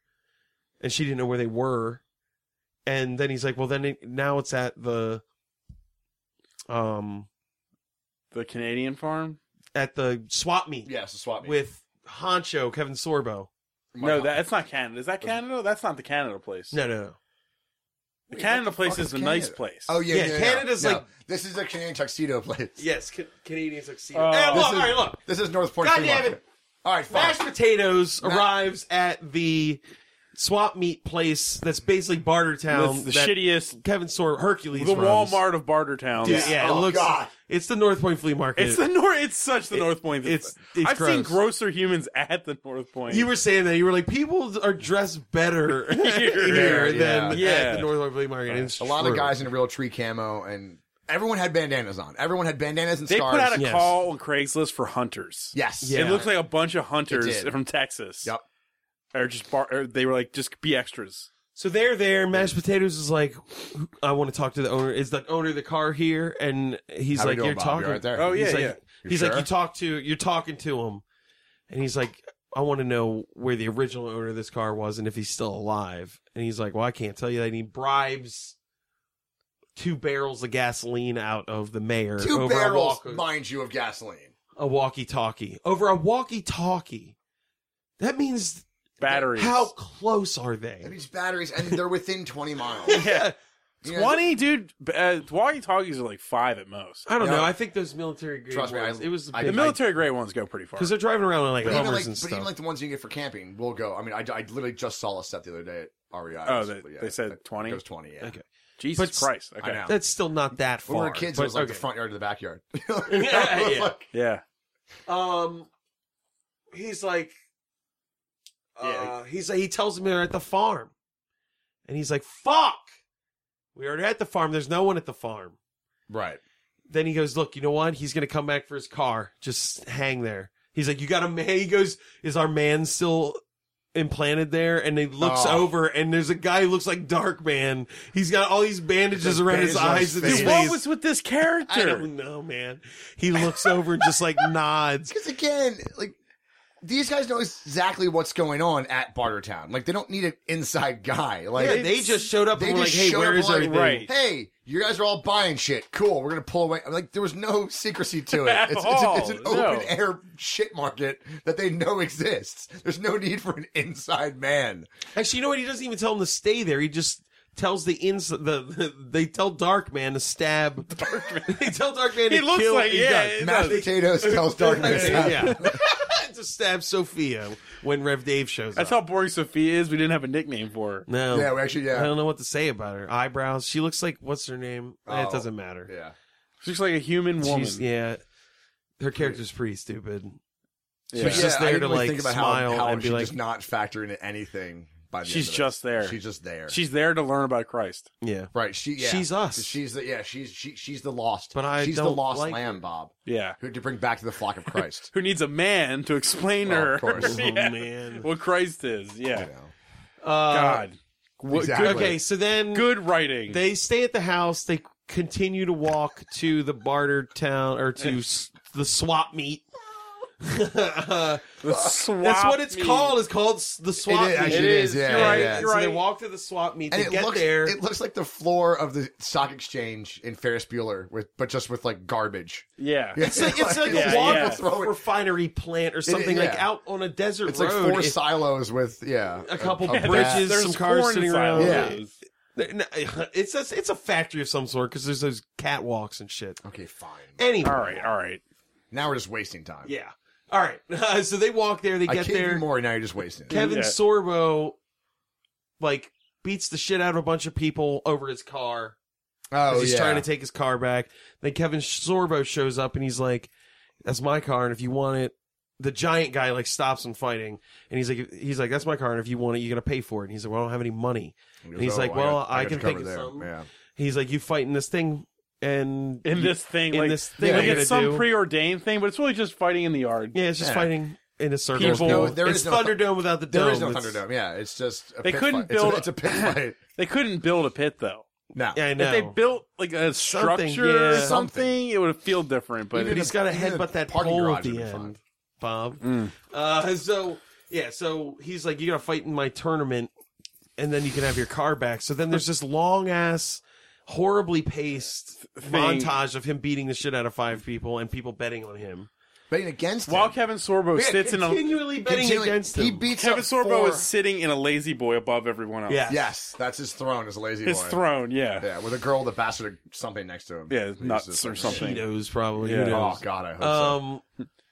Speaker 7: and she didn't know where they were. And then he's like, well, then it, now it's at the um
Speaker 5: The Canadian farm?
Speaker 7: at the swap meet
Speaker 2: yeah. So swap me.
Speaker 7: with Honcho Kevin Sorbo.
Speaker 5: no, that's not Canada. Is that Canada? That's not the Canada place.
Speaker 7: No, no, no.
Speaker 5: the Canada place
Speaker 2: fuck
Speaker 5: is
Speaker 2: is
Speaker 5: the nice
Speaker 2: Canada?
Speaker 5: place.
Speaker 2: Oh yeah,
Speaker 7: Yeah,
Speaker 2: yeah, yeah.
Speaker 7: Canada's
Speaker 2: No,
Speaker 7: like-
Speaker 2: this is a Canadian tuxedo place.
Speaker 7: Yes, ca- Canadian succeed.
Speaker 5: Uh,
Speaker 7: hey,
Speaker 2: This
Speaker 7: look,
Speaker 2: is-
Speaker 7: Oh, all right, look.
Speaker 2: This is North Point.
Speaker 7: God
Speaker 2: Flea
Speaker 7: damn
Speaker 2: Market.
Speaker 7: it.
Speaker 2: All right, fine.
Speaker 7: Mashed potatoes arrives at the swap meet place that's basically Bartertown.
Speaker 5: That's the
Speaker 7: um, that
Speaker 5: shittiest,
Speaker 7: Kevin Sorbo, Hercules.
Speaker 5: the
Speaker 7: runs.
Speaker 5: Walmart of Bartertown.
Speaker 7: Dude, yeah,
Speaker 2: Oh,
Speaker 7: it looks.
Speaker 2: God.
Speaker 7: It's the North Point Flea Market.
Speaker 5: It's the North. It's such the North Point.
Speaker 7: it's- it's
Speaker 5: I've seen
Speaker 7: gross.
Speaker 5: grosser humans at the North Point.
Speaker 7: you were saying that you were like people are dressed better here,
Speaker 5: Here,
Speaker 7: than
Speaker 2: yeah.
Speaker 7: at
Speaker 5: Yeah.
Speaker 7: the North Point Flea Market. It's
Speaker 2: a lot
Speaker 7: true.
Speaker 2: of guys in real tree camo and Everyone had bandanas on. Everyone had bandanas and
Speaker 5: They
Speaker 2: scarves.
Speaker 5: put out a
Speaker 7: Yes.
Speaker 5: call on Craigslist for hunters.
Speaker 2: yes.
Speaker 7: Yeah.
Speaker 5: It looks like a bunch of hunters
Speaker 2: It did.
Speaker 5: from Texas.
Speaker 2: Yep.
Speaker 5: Or just bar. Or they were like, just be extras.
Speaker 7: So they're there. Mashed potatoes is like, I want to talk to the owner. Is the owner of the car here? And he's
Speaker 2: How we
Speaker 7: like,
Speaker 2: doing,
Speaker 7: you're
Speaker 2: Bob? You
Speaker 7: talking.
Speaker 2: all right there?
Speaker 5: Oh yeah,
Speaker 7: he's like,
Speaker 5: yeah.
Speaker 2: You
Speaker 7: he's like,
Speaker 2: sure?
Speaker 7: you talk to, you're talking to him, and he's like, I want to know where the original owner of this car was and if he's still alive. And he's like, well, I can't tell you that. And he bribes two barrels of gasoline out of the mayor
Speaker 2: Two
Speaker 7: over
Speaker 2: barrels,
Speaker 7: a, walk-
Speaker 2: mind you, of gasoline.
Speaker 7: a walkie-talkie. Over a walkie-talkie. That means
Speaker 5: Batteries.
Speaker 7: how close are
Speaker 2: And
Speaker 7: they?
Speaker 2: these batteries, and they're within 20 miles.
Speaker 7: Yeah.
Speaker 2: You know,
Speaker 5: Twenty, dude. b- Uh, Walkie talkies are like five at most.
Speaker 7: I don't
Speaker 2: Yeah.
Speaker 7: know. I think those military grade
Speaker 2: Trust me,
Speaker 7: ones.
Speaker 2: I-
Speaker 7: it was the
Speaker 2: I-
Speaker 5: The
Speaker 7: big-
Speaker 5: military grade ones go pretty far.
Speaker 7: because they're driving around in like
Speaker 2: But
Speaker 7: Hummers
Speaker 2: even like,
Speaker 7: and
Speaker 2: but
Speaker 7: stuff.
Speaker 2: even like the ones you can get for camping will go. I mean, I, I literally just saw a set the other day at E REI.
Speaker 5: Oh, they-
Speaker 2: But
Speaker 5: they said
Speaker 2: it
Speaker 5: 20?
Speaker 2: goes 20, yeah.
Speaker 7: Okay.
Speaker 5: Jesus
Speaker 7: But-
Speaker 5: Christ. Okay.
Speaker 2: know.
Speaker 7: That's still not that far.
Speaker 2: When we were kids,
Speaker 7: but-
Speaker 2: it was like
Speaker 7: okay.
Speaker 2: the front yard to the backyard.
Speaker 7: Yeah, yeah.
Speaker 2: Like,
Speaker 5: Yeah.
Speaker 7: Um, he's like, uh,
Speaker 5: Yeah.
Speaker 7: he's like, he tells him they're at the farm, and he's like, "Fuck, we are at the farm. There's no one at the farm."
Speaker 2: right.
Speaker 7: Then he goes, "Look, you know what? He's gonna come back for his car. Just hang there." He's like, "You got a man?" He goes, "Is our man still?" implanted there and he looks
Speaker 2: Oh.
Speaker 7: over and there's a guy who looks like dark man he's got all these bandages
Speaker 2: There's
Speaker 7: around
Speaker 2: bandages
Speaker 7: his
Speaker 2: on his
Speaker 7: eyes and his
Speaker 2: face.
Speaker 5: Dude,
Speaker 7: face
Speaker 5: what was with this character?
Speaker 7: i don't know man he looks over and just like nods
Speaker 2: Because again, like these guys know exactly what's going on at Bartertown. Like they don't need an inside guy. Like
Speaker 7: Yeah, they just showed up
Speaker 2: they
Speaker 7: and were like,
Speaker 2: just
Speaker 7: "Hey,
Speaker 2: showed
Speaker 7: where
Speaker 2: up
Speaker 7: is
Speaker 2: like,
Speaker 7: everything?"
Speaker 5: Right.
Speaker 2: hey, you guys are all buying shit. Cool, we're gonna pull away. Like there was no secrecy to it.
Speaker 5: At
Speaker 2: It's,
Speaker 5: all,
Speaker 2: it's, an- it's
Speaker 7: Oh,
Speaker 2: an
Speaker 5: no.
Speaker 2: open air shit market that they know exists. There's no need for an inside man.
Speaker 7: Actually, you know what? He doesn't even tell him to stay there. He just tells the ins the, the they tell Dark Man to stab. they tell Dark Man
Speaker 5: He
Speaker 7: to
Speaker 5: looks
Speaker 7: kill.
Speaker 5: like-
Speaker 7: he
Speaker 5: yeah,
Speaker 7: does.
Speaker 5: it
Speaker 2: Mashed
Speaker 5: does.
Speaker 2: potatoes tells darkness.
Speaker 7: yeah. to stab Sophia when Rev Dave shows
Speaker 5: That's
Speaker 7: up.
Speaker 5: how boring Sophia is. We didn't have a nickname for her.
Speaker 7: no.
Speaker 2: Yeah, we actually
Speaker 7: I
Speaker 2: yeah.
Speaker 7: don't know what to say about her eyebrows. She looks like what's her name? Eh, It
Speaker 2: Oh.
Speaker 7: doesn't matter.
Speaker 2: Yeah.
Speaker 5: She looks like a human woman.
Speaker 7: She's yeah. Her character's pretty stupid.
Speaker 5: Yeah.
Speaker 7: She's just
Speaker 2: I
Speaker 7: there
Speaker 2: didn't
Speaker 7: to
Speaker 2: really
Speaker 7: like
Speaker 2: think about
Speaker 7: smile
Speaker 2: how, how
Speaker 7: and be
Speaker 2: she
Speaker 7: like,
Speaker 2: just not factor into anything. By the end
Speaker 5: She's
Speaker 2: of it.
Speaker 5: just there.
Speaker 2: She's just there.
Speaker 5: She's there to learn about Christ.
Speaker 7: yeah.
Speaker 2: Right. She. Yeah.
Speaker 7: She's us.
Speaker 2: She's the. Yeah. She's she. She's the lost.
Speaker 7: But I
Speaker 2: She's the
Speaker 7: don't
Speaker 2: lost
Speaker 7: like
Speaker 2: lamb, Bob,
Speaker 5: Yeah.
Speaker 2: who to bring back to the flock of Christ.
Speaker 5: Who needs a man to explain
Speaker 2: Well,
Speaker 5: to her
Speaker 2: of course.
Speaker 7: Oh
Speaker 5: Yeah.
Speaker 7: man.
Speaker 5: what Christ is? Yeah.
Speaker 2: you know.
Speaker 7: Uh,
Speaker 5: God. What,
Speaker 2: Exactly.
Speaker 5: good,
Speaker 7: Okay, so then
Speaker 5: good writing.
Speaker 7: They stay at the house. They continue to walk to the barter town or to s- the swap meet. Uh,
Speaker 5: The swap
Speaker 7: that's what it's
Speaker 5: meet.
Speaker 7: called. It's called s- the swap
Speaker 2: It is,
Speaker 7: meet.
Speaker 2: actually, it is, yeah,
Speaker 5: You're
Speaker 2: yeah,
Speaker 5: right.
Speaker 2: yeah.
Speaker 5: You're
Speaker 7: So
Speaker 5: right.
Speaker 7: they walk to the swap meet.
Speaker 2: And
Speaker 7: they
Speaker 2: it
Speaker 7: get
Speaker 2: looks.
Speaker 7: there.
Speaker 2: It looks like the floor of the stock exchange in Ferris Bueller, with but just with like garbage.
Speaker 5: yeah.
Speaker 7: it's like, it's like
Speaker 5: Yeah,
Speaker 7: a waffle
Speaker 5: yeah.
Speaker 2: Throw it-
Speaker 7: refinery plant or something like
Speaker 2: yeah.
Speaker 7: out on a desert
Speaker 2: It's like
Speaker 7: road.
Speaker 2: four
Speaker 7: It-
Speaker 2: silos with yeah,
Speaker 7: a couple
Speaker 2: of
Speaker 7: bridges,
Speaker 5: There's
Speaker 7: some cars
Speaker 5: corn
Speaker 7: sitting around.
Speaker 5: silos.
Speaker 2: Yeah.
Speaker 7: it's a, it's a factory of some sort because there's those catwalks and shit.
Speaker 2: that. Okay, fine.
Speaker 7: Anyway,
Speaker 5: All right. All right.
Speaker 2: Now we're just wasting time.
Speaker 7: Yeah. All right. so they walk there. They
Speaker 2: I
Speaker 7: get
Speaker 2: gave
Speaker 7: there.
Speaker 2: you more. Now you're just wasting. it.
Speaker 7: Kevin
Speaker 5: Yeah.
Speaker 7: Sorbo, like, beats the shit out of a bunch of people over his car.
Speaker 2: Oh
Speaker 7: 'cause he's
Speaker 2: yeah.
Speaker 7: trying to take his car back. Then Kevin Sorbo shows up and he's like, "That's my car, and if you want it." The giant guy like stops him fighting, and he's like, "He's like, that's my car, and if you want it, you're gonna pay for it." And he's like, "Well, I don't have any money."
Speaker 2: He
Speaker 7: and he's
Speaker 2: goes,
Speaker 7: like,
Speaker 2: "Oh,
Speaker 7: "Well,
Speaker 2: got-
Speaker 7: I
Speaker 2: got
Speaker 7: can
Speaker 2: you covered
Speaker 7: think of
Speaker 2: there."
Speaker 7: some."
Speaker 2: Yeah.
Speaker 7: He's like, "You fighting this thing, and
Speaker 5: In
Speaker 7: you-
Speaker 5: this thing,
Speaker 7: in
Speaker 5: like,
Speaker 7: this thing,
Speaker 5: like
Speaker 7: we're
Speaker 5: it's
Speaker 7: gonna
Speaker 5: some
Speaker 7: do-
Speaker 5: preordained thing, but it's really just fighting in the yard.
Speaker 7: yeah, it's just
Speaker 2: Yeah.
Speaker 7: fighting in a circle."
Speaker 5: There's no-
Speaker 2: there
Speaker 7: it's
Speaker 2: is no-
Speaker 7: Thunderdome without the dome.
Speaker 2: There is no
Speaker 7: It's-
Speaker 2: Thunderdome. Yeah, it's just a
Speaker 5: They
Speaker 2: pit
Speaker 5: couldn't
Speaker 2: fight. It's a-
Speaker 5: build-
Speaker 2: It's a, pit fight.
Speaker 5: They couldn't build a pit though.
Speaker 2: No,
Speaker 7: Yeah, I know.
Speaker 5: If they built like a
Speaker 7: Something,
Speaker 5: structure or
Speaker 7: yeah.
Speaker 5: something, it would feel different. But
Speaker 7: but
Speaker 2: Even
Speaker 7: he's got to
Speaker 2: even in
Speaker 7: headbutt
Speaker 2: a
Speaker 7: that
Speaker 2: parking
Speaker 7: pole at
Speaker 2: garage
Speaker 7: the
Speaker 2: would be
Speaker 7: end,
Speaker 2: fine.
Speaker 7: Bob.
Speaker 2: Mm.
Speaker 7: Uh, so yeah, so he's like, "You gotta fight in my tournament, and then you can have your car back." So then there's this long ass, horribly paced montage of him beating the shit out of five people and people betting on him,
Speaker 2: betting against
Speaker 5: while
Speaker 2: him.
Speaker 5: Kevin Sorbo
Speaker 2: Yeah,
Speaker 5: sits in a
Speaker 7: continually betting
Speaker 2: Continually-
Speaker 7: against
Speaker 2: He
Speaker 7: him.
Speaker 2: beats
Speaker 5: Kevin
Speaker 2: up
Speaker 5: Sorbo
Speaker 2: four-
Speaker 5: is sitting in a lazy boy above everyone else.
Speaker 7: Yeah.
Speaker 2: Yes, that's his throne. His lazy
Speaker 5: his
Speaker 2: boy.
Speaker 5: throne. Yeah,
Speaker 2: Yeah, with a girl with a bastard or something next to him.
Speaker 5: Yeah,
Speaker 2: He's
Speaker 5: nuts
Speaker 2: just
Speaker 5: or
Speaker 2: like,
Speaker 5: something.
Speaker 7: Cheetos, probably.
Speaker 5: Yeah.
Speaker 7: Who
Speaker 2: Oh
Speaker 7: knows?
Speaker 2: god, I hope so.
Speaker 7: um,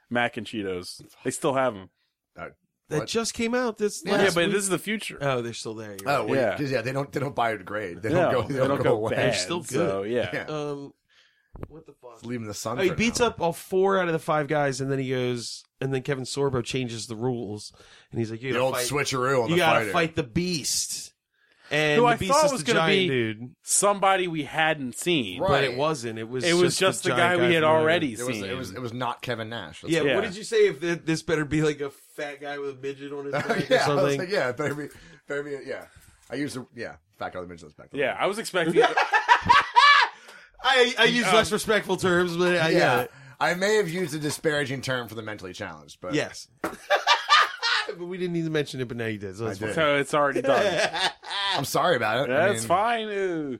Speaker 5: mac and Cheetos. They still have them.
Speaker 7: that
Speaker 2: What?
Speaker 7: just came out. This
Speaker 2: Yeah,
Speaker 5: Yeah,
Speaker 7: last
Speaker 5: but
Speaker 7: week.
Speaker 5: this is the future.
Speaker 7: oh, they're still there. you're
Speaker 2: Oh
Speaker 7: right.
Speaker 2: wait,
Speaker 5: yeah.
Speaker 2: yeah. they don't they don't biodegrade. They
Speaker 5: no,
Speaker 2: don't go. They don't, go, away.
Speaker 5: bad.
Speaker 7: They're still good.
Speaker 5: So, yeah.
Speaker 2: Yeah.
Speaker 7: um, what the fuck?
Speaker 2: Just Leave him in the sun.
Speaker 7: Oh, he
Speaker 2: for
Speaker 7: beats
Speaker 2: now.
Speaker 7: up all four out of the five guys, and then he goes, and then Kevin Sorbo changes the rules, and he's like, "You
Speaker 2: the
Speaker 7: gotta
Speaker 2: old
Speaker 7: fight,
Speaker 2: switcheroo on
Speaker 7: you
Speaker 2: the
Speaker 7: gotta
Speaker 2: fighting.
Speaker 7: fight the beast." and
Speaker 5: Who
Speaker 7: the
Speaker 5: I
Speaker 7: beast
Speaker 5: thought
Speaker 7: is
Speaker 5: was
Speaker 7: the
Speaker 5: gonna
Speaker 7: giant
Speaker 5: be-
Speaker 7: dude,
Speaker 5: Somebody we hadn't seen.
Speaker 2: Right.
Speaker 7: but it wasn't. It was
Speaker 5: It was just the
Speaker 7: giant
Speaker 5: guy we had
Speaker 7: from earlier.
Speaker 5: already
Speaker 2: It was,
Speaker 5: seen.
Speaker 2: it was it was not Kevin Nash. That's
Speaker 7: Yeah,
Speaker 2: right.
Speaker 5: Yeah.
Speaker 7: What did you say? If th- this better be like a fat guy with a midget on his back
Speaker 2: yeah.
Speaker 7: or
Speaker 2: I was
Speaker 7: something?
Speaker 2: like, yeah, better be, better be, yeah. I used the yeah. Back out of the mentions back.
Speaker 5: yeah, I was expecting.
Speaker 7: I, I
Speaker 5: Um,
Speaker 7: use less respectful terms, but I, yeah.
Speaker 2: yeah. I may have used a disparaging term for the mentally challenged, but
Speaker 7: Yes. but we didn't even mention it, but now you did. So
Speaker 2: I
Speaker 7: that's fine.
Speaker 2: did.
Speaker 5: so it's already done.
Speaker 2: I'm sorry about it. I
Speaker 5: That's
Speaker 2: mean,
Speaker 5: fine. Ooh.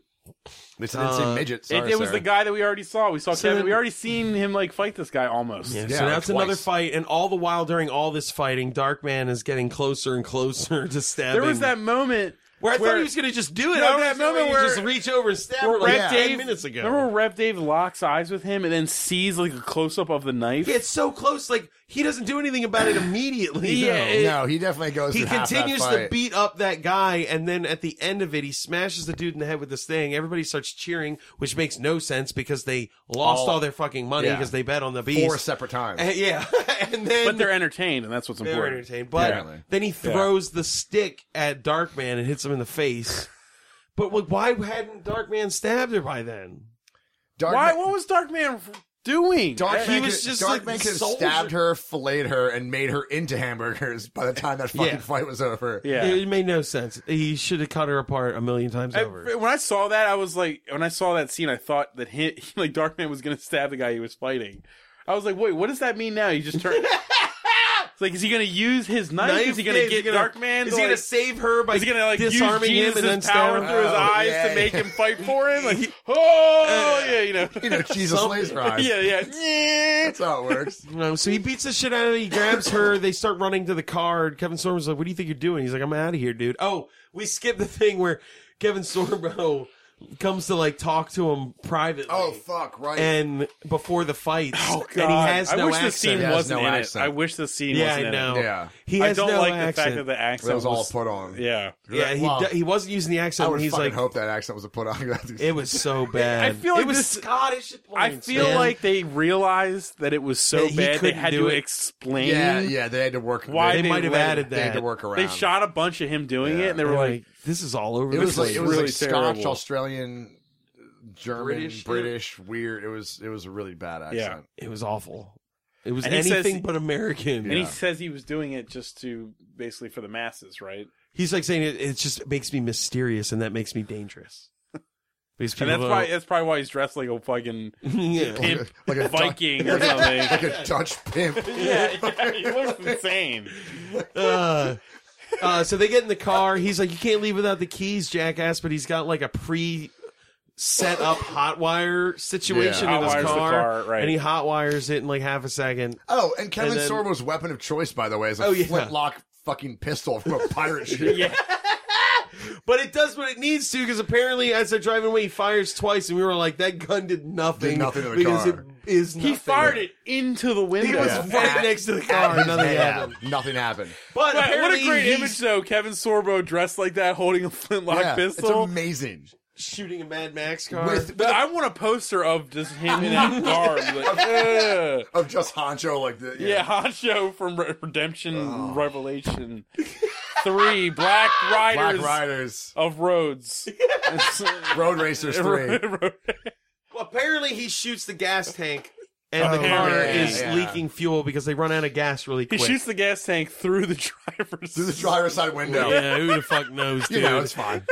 Speaker 2: They said- didn't say
Speaker 7: Uh,
Speaker 2: midget.
Speaker 5: It,
Speaker 2: Sorry,
Speaker 5: it was the
Speaker 2: Sarah.
Speaker 5: guy that we already saw. We saw
Speaker 7: So
Speaker 5: Kevin.
Speaker 7: then-
Speaker 5: We already seen him like fight this guy almost.
Speaker 7: Yeah,
Speaker 2: Yeah,
Speaker 7: so now it's
Speaker 2: twice.
Speaker 7: another fight, and all the while during all this fighting, Darkman is getting closer and closer to stabbing.
Speaker 5: There was that moment
Speaker 7: where I
Speaker 5: where-
Speaker 7: thought he was going to just do it.
Speaker 5: No,
Speaker 7: I
Speaker 5: that
Speaker 7: was gonna
Speaker 5: moment
Speaker 7: he
Speaker 5: where-
Speaker 7: just reach over and stab her
Speaker 5: where
Speaker 7: like
Speaker 5: Rev
Speaker 7: ten
Speaker 5: Dave
Speaker 7: minutes ago.
Speaker 5: Remember when Rev Dave locks eyes with him and then sees like a close up of the knife?
Speaker 7: It's so close, like he doesn't do anything about it immediately.
Speaker 5: Yeah,
Speaker 7: though.
Speaker 5: it-
Speaker 2: No, he definitely goes.
Speaker 7: he
Speaker 2: through half that
Speaker 7: continues to
Speaker 2: fight.
Speaker 7: beat up that guy, and then at the end of it, he smashes the dude in the head with this thing. Everybody starts cheering, which makes no sense because they lost all,
Speaker 2: All-
Speaker 7: their fucking money
Speaker 2: yeah.
Speaker 7: because they bet on the beast.
Speaker 2: four separate times.
Speaker 7: And- yeah, and then
Speaker 5: But they're entertained, and that's what's
Speaker 7: They were
Speaker 5: important.
Speaker 7: entertained. But
Speaker 2: Apparently.
Speaker 7: then he throws the stick at Darkman and hits him in the face. But like, why hadn't Darkman stabbed her by then?
Speaker 2: Dark
Speaker 5: Why?
Speaker 2: Ma-
Speaker 5: What was Darkman doing?
Speaker 2: Dark
Speaker 7: He
Speaker 2: Man
Speaker 7: was
Speaker 2: could-
Speaker 7: just
Speaker 2: Dark
Speaker 7: like
Speaker 2: Man could have
Speaker 7: soldier-
Speaker 2: stabbed her, filleted her, and made her into hamburgers by the time that fucking
Speaker 7: Yeah.
Speaker 2: fight was over.
Speaker 5: yeah.
Speaker 7: It, made no sense. He should have cut her apart a million times
Speaker 5: I-
Speaker 7: over.
Speaker 5: when I saw that, I was like, when I saw that scene, I thought that he, like Darkman was gonna stab the guy he was fighting. I was like, wait, what does that mean now? He just turned. it's like, is he gonna use his knife? is he gonna
Speaker 7: is he
Speaker 5: get Darkman? to,
Speaker 7: Is he gonna
Speaker 5: like-
Speaker 7: save her by
Speaker 5: Is he gonna like
Speaker 7: disarming
Speaker 5: use
Speaker 7: him and then
Speaker 5: Jesus' power
Speaker 7: stabbing
Speaker 5: through his
Speaker 2: Oh,
Speaker 5: eyes
Speaker 2: yeah,
Speaker 5: to make
Speaker 2: yeah.
Speaker 5: him fight for him? Like, oh
Speaker 7: Uh,
Speaker 5: yeah, you know,
Speaker 2: You know, Jesus laser eyes.
Speaker 5: yeah, yeah.
Speaker 2: That's how it works.
Speaker 7: No, so he beats the shit out of her. He grabs her. They start running to the car. and Kevin Storm's like, "What do you think you're doing?" He's like, "I'm out of here, dude." Oh, we skipped the thing where Kevin Sorbo comes to like talk to him privately.
Speaker 2: oh fuck! Right.
Speaker 7: and before the fights,
Speaker 5: Oh god!
Speaker 7: and he has no
Speaker 5: I wish
Speaker 7: accent.
Speaker 5: the scene
Speaker 2: He has
Speaker 5: wasn't
Speaker 2: no
Speaker 5: in
Speaker 2: accent.
Speaker 5: it. I wish the scene
Speaker 7: yeah,
Speaker 5: wasn't
Speaker 7: I
Speaker 5: in it.
Speaker 7: know.
Speaker 2: Yeah.
Speaker 7: He
Speaker 5: I
Speaker 7: has
Speaker 5: don't
Speaker 7: no
Speaker 5: like
Speaker 7: accent.
Speaker 5: the fact that the accent
Speaker 2: it was all put on.
Speaker 5: Yeah.
Speaker 7: yeah, he,
Speaker 2: Wow.
Speaker 7: d- he wasn't using the
Speaker 2: I
Speaker 7: accent.
Speaker 2: would
Speaker 7: and he's
Speaker 2: fucking
Speaker 7: like,
Speaker 2: hope that accent was a put on.
Speaker 7: it was so bad.
Speaker 5: I feel like
Speaker 7: it was
Speaker 5: this-
Speaker 7: Scottish. At
Speaker 5: I
Speaker 7: points,
Speaker 5: feel
Speaker 7: man.
Speaker 5: like they realized that it was so
Speaker 7: That he
Speaker 5: bad they
Speaker 7: couldn't
Speaker 5: had
Speaker 7: do
Speaker 5: to
Speaker 7: it.
Speaker 5: explain.
Speaker 2: yeah, yeah. They had to work.
Speaker 5: Why
Speaker 7: they,
Speaker 5: they
Speaker 7: might have
Speaker 5: let-
Speaker 7: added
Speaker 2: They had
Speaker 7: that.
Speaker 2: to work around.
Speaker 5: They shot a bunch of him doing
Speaker 2: Yeah.
Speaker 5: it, and they
Speaker 7: They
Speaker 5: were like,
Speaker 7: "This is all over."
Speaker 2: It
Speaker 7: the
Speaker 2: was like
Speaker 7: place.
Speaker 2: it was
Speaker 5: really
Speaker 2: like Scotch,
Speaker 5: terrible.
Speaker 2: Australian, German,
Speaker 7: British,
Speaker 2: British,
Speaker 7: yeah.
Speaker 2: weird. It was it was a really bad accent.
Speaker 7: it was awful. It was
Speaker 5: And he says-
Speaker 7: anything but American.
Speaker 5: and he says he was doing it just to basically for the masses, right?
Speaker 7: He's like saying it, it just makes me mysterious, and that makes me dangerous. Because
Speaker 5: And
Speaker 7: people
Speaker 5: that's
Speaker 7: don't-
Speaker 5: why that's probably why he's dressed like a fucking
Speaker 7: yeah.
Speaker 5: pimp
Speaker 2: Like a
Speaker 5: Viking or something.
Speaker 2: like a Dutch pimp.
Speaker 5: yeah, yeah, he looks insane.
Speaker 7: uh, uh, so they get in the car. He's like, "You can't leave without the keys, jackass." But he's got like a pre set up hot wire situation
Speaker 2: Yeah.
Speaker 7: in his
Speaker 5: Hotwires
Speaker 7: car,
Speaker 5: the car, right.
Speaker 7: and he hot wires it in like half a second.
Speaker 2: Oh, and Kevin
Speaker 7: And then-
Speaker 2: Sorbo's weapon of choice, by the way, is a
Speaker 7: Oh, yeah.
Speaker 2: flintlock fucking pistol from a pirate ship.
Speaker 5: Yeah,
Speaker 7: But it does what it needs to because apparently, as they're driving away, he fires twice, and we were like, "That gun did nothing,
Speaker 2: Did nothing to the
Speaker 7: because
Speaker 2: car.
Speaker 7: it is
Speaker 5: he fired it into the window.
Speaker 7: He was
Speaker 2: Yeah.
Speaker 7: right next to the car. and Nothing
Speaker 2: Yeah,
Speaker 7: happened.
Speaker 2: nothing happened.
Speaker 7: But
Speaker 5: Wow, what
Speaker 7: apparently
Speaker 5: a great
Speaker 7: he's
Speaker 5: image, though. Kevin Sorbo dressed like that, holding a flintlock
Speaker 2: yeah, it's
Speaker 5: pistol.
Speaker 2: amazing.
Speaker 7: shooting a Mad Max car.
Speaker 2: With-
Speaker 5: But I want a poster of just him in that garb. Like, ugh.
Speaker 2: Of just Honcho, like the
Speaker 5: yeah, Hancho from Re- Redemption
Speaker 7: Oh.
Speaker 5: Revelation 3, Black
Speaker 2: Black
Speaker 5: Riders
Speaker 2: Riders,
Speaker 5: of Roads.
Speaker 2: Road Racers Three.
Speaker 7: Apparently, he shoots the gas tank, and the
Speaker 2: Oh,
Speaker 7: car
Speaker 2: yeah,
Speaker 7: is
Speaker 2: yeah.
Speaker 7: leaking fuel because they run out of gas really
Speaker 5: he
Speaker 7: quick.
Speaker 5: shoots the gas tank through the driver's
Speaker 2: through the driver's side window.
Speaker 7: yeah, who the fuck knows,
Speaker 2: You
Speaker 7: dude?
Speaker 2: know, it's fine.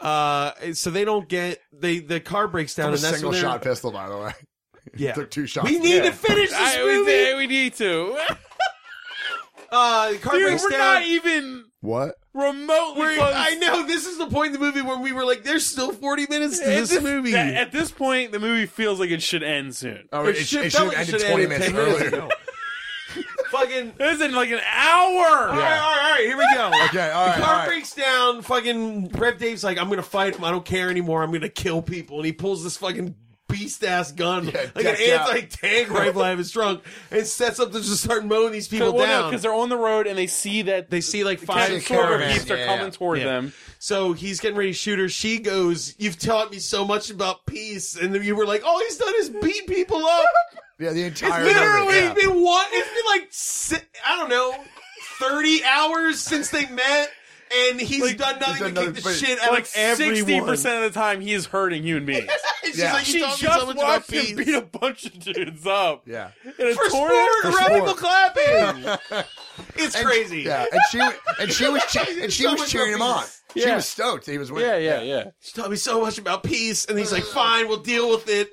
Speaker 7: uh, so they don't get they the car breaks down,
Speaker 2: From a
Speaker 7: and that's
Speaker 2: single
Speaker 7: when they're-
Speaker 2: shot pistol, by the way.
Speaker 7: Yeah,
Speaker 2: Took two shots.
Speaker 7: we need
Speaker 5: Yeah.
Speaker 7: to finish this
Speaker 5: I, we,
Speaker 7: movie.
Speaker 5: we need to.
Speaker 7: Uh, the car
Speaker 5: Dude,
Speaker 7: breaks
Speaker 5: we're
Speaker 7: down.
Speaker 5: not even
Speaker 2: what?
Speaker 5: remotely
Speaker 7: We're-
Speaker 5: close.
Speaker 7: I know this is the point in the movie when we were like, "There's still 40 minutes to
Speaker 5: At
Speaker 7: this, movie."
Speaker 5: At, at this point, the movie feels like it should end soon.
Speaker 2: Oh,
Speaker 7: It
Speaker 2: it, it,
Speaker 7: should-
Speaker 2: should
Speaker 7: felt
Speaker 2: have
Speaker 7: like
Speaker 2: ended
Speaker 7: it should
Speaker 2: 20
Speaker 7: end
Speaker 2: minutes
Speaker 7: 10 minutes
Speaker 2: earlier.
Speaker 7: ago. Fucking
Speaker 5: This is like an hour.
Speaker 7: All right, all right, all right, here we go.
Speaker 2: Okay, all right,
Speaker 7: The car
Speaker 2: all right.
Speaker 7: breaks down. Fucking Rev Dave's like, I'm gonna fight him. I don't care anymore. I'm gonna kill people. And he pulls this fucking beast ass gun, like an
Speaker 2: decked out.
Speaker 7: anti tank rifle out of his trunk, and sets up to just start mowing these people
Speaker 5: well, no,
Speaker 7: down.
Speaker 5: because they're on the road and they see that
Speaker 7: they see like
Speaker 5: Captain
Speaker 7: five
Speaker 2: Sorbo
Speaker 5: Sorbo
Speaker 2: caravan.
Speaker 5: keeps
Speaker 7: cars.
Speaker 5: are
Speaker 2: Yeah,
Speaker 5: coming
Speaker 2: yeah.
Speaker 5: toward
Speaker 7: Yeah.
Speaker 5: them.
Speaker 7: So he's getting ready to shoot her. She goes, "You've taught me so much about peace," and then you were like, "All he's done is beat people up."
Speaker 2: Yeah, the
Speaker 7: It's
Speaker 2: entire
Speaker 7: literally
Speaker 2: movie. Yeah.
Speaker 7: been one. It's been like si- I don't know, thirty hours since they met, and he's
Speaker 5: Like,
Speaker 7: done
Speaker 2: he's done
Speaker 7: nothing to kick
Speaker 2: nothing,
Speaker 7: the
Speaker 2: but-
Speaker 7: shit out
Speaker 5: like
Speaker 7: of everyone.
Speaker 5: sixty percent of the time, he is hurting human beings.
Speaker 7: And she's
Speaker 2: Yeah.
Speaker 7: like,
Speaker 5: she
Speaker 7: you told
Speaker 5: just
Speaker 7: me so much about
Speaker 5: watched
Speaker 7: peace.
Speaker 5: him beat a bunch of dudes up.
Speaker 2: Yeah.
Speaker 5: in a
Speaker 7: for
Speaker 5: tornado.
Speaker 7: sport,
Speaker 2: For
Speaker 7: right?
Speaker 2: sport.
Speaker 7: People clapping. it's crazy.
Speaker 2: Yeah, and she and she was che- and she
Speaker 7: So
Speaker 2: was
Speaker 7: much
Speaker 2: cheering him on.
Speaker 7: release.
Speaker 2: She
Speaker 5: Yeah.
Speaker 2: was stoked. that He was winning.
Speaker 5: Yeah, yeah, yeah.
Speaker 7: She told me so much about peace, and he's like, fine, we'll deal with it.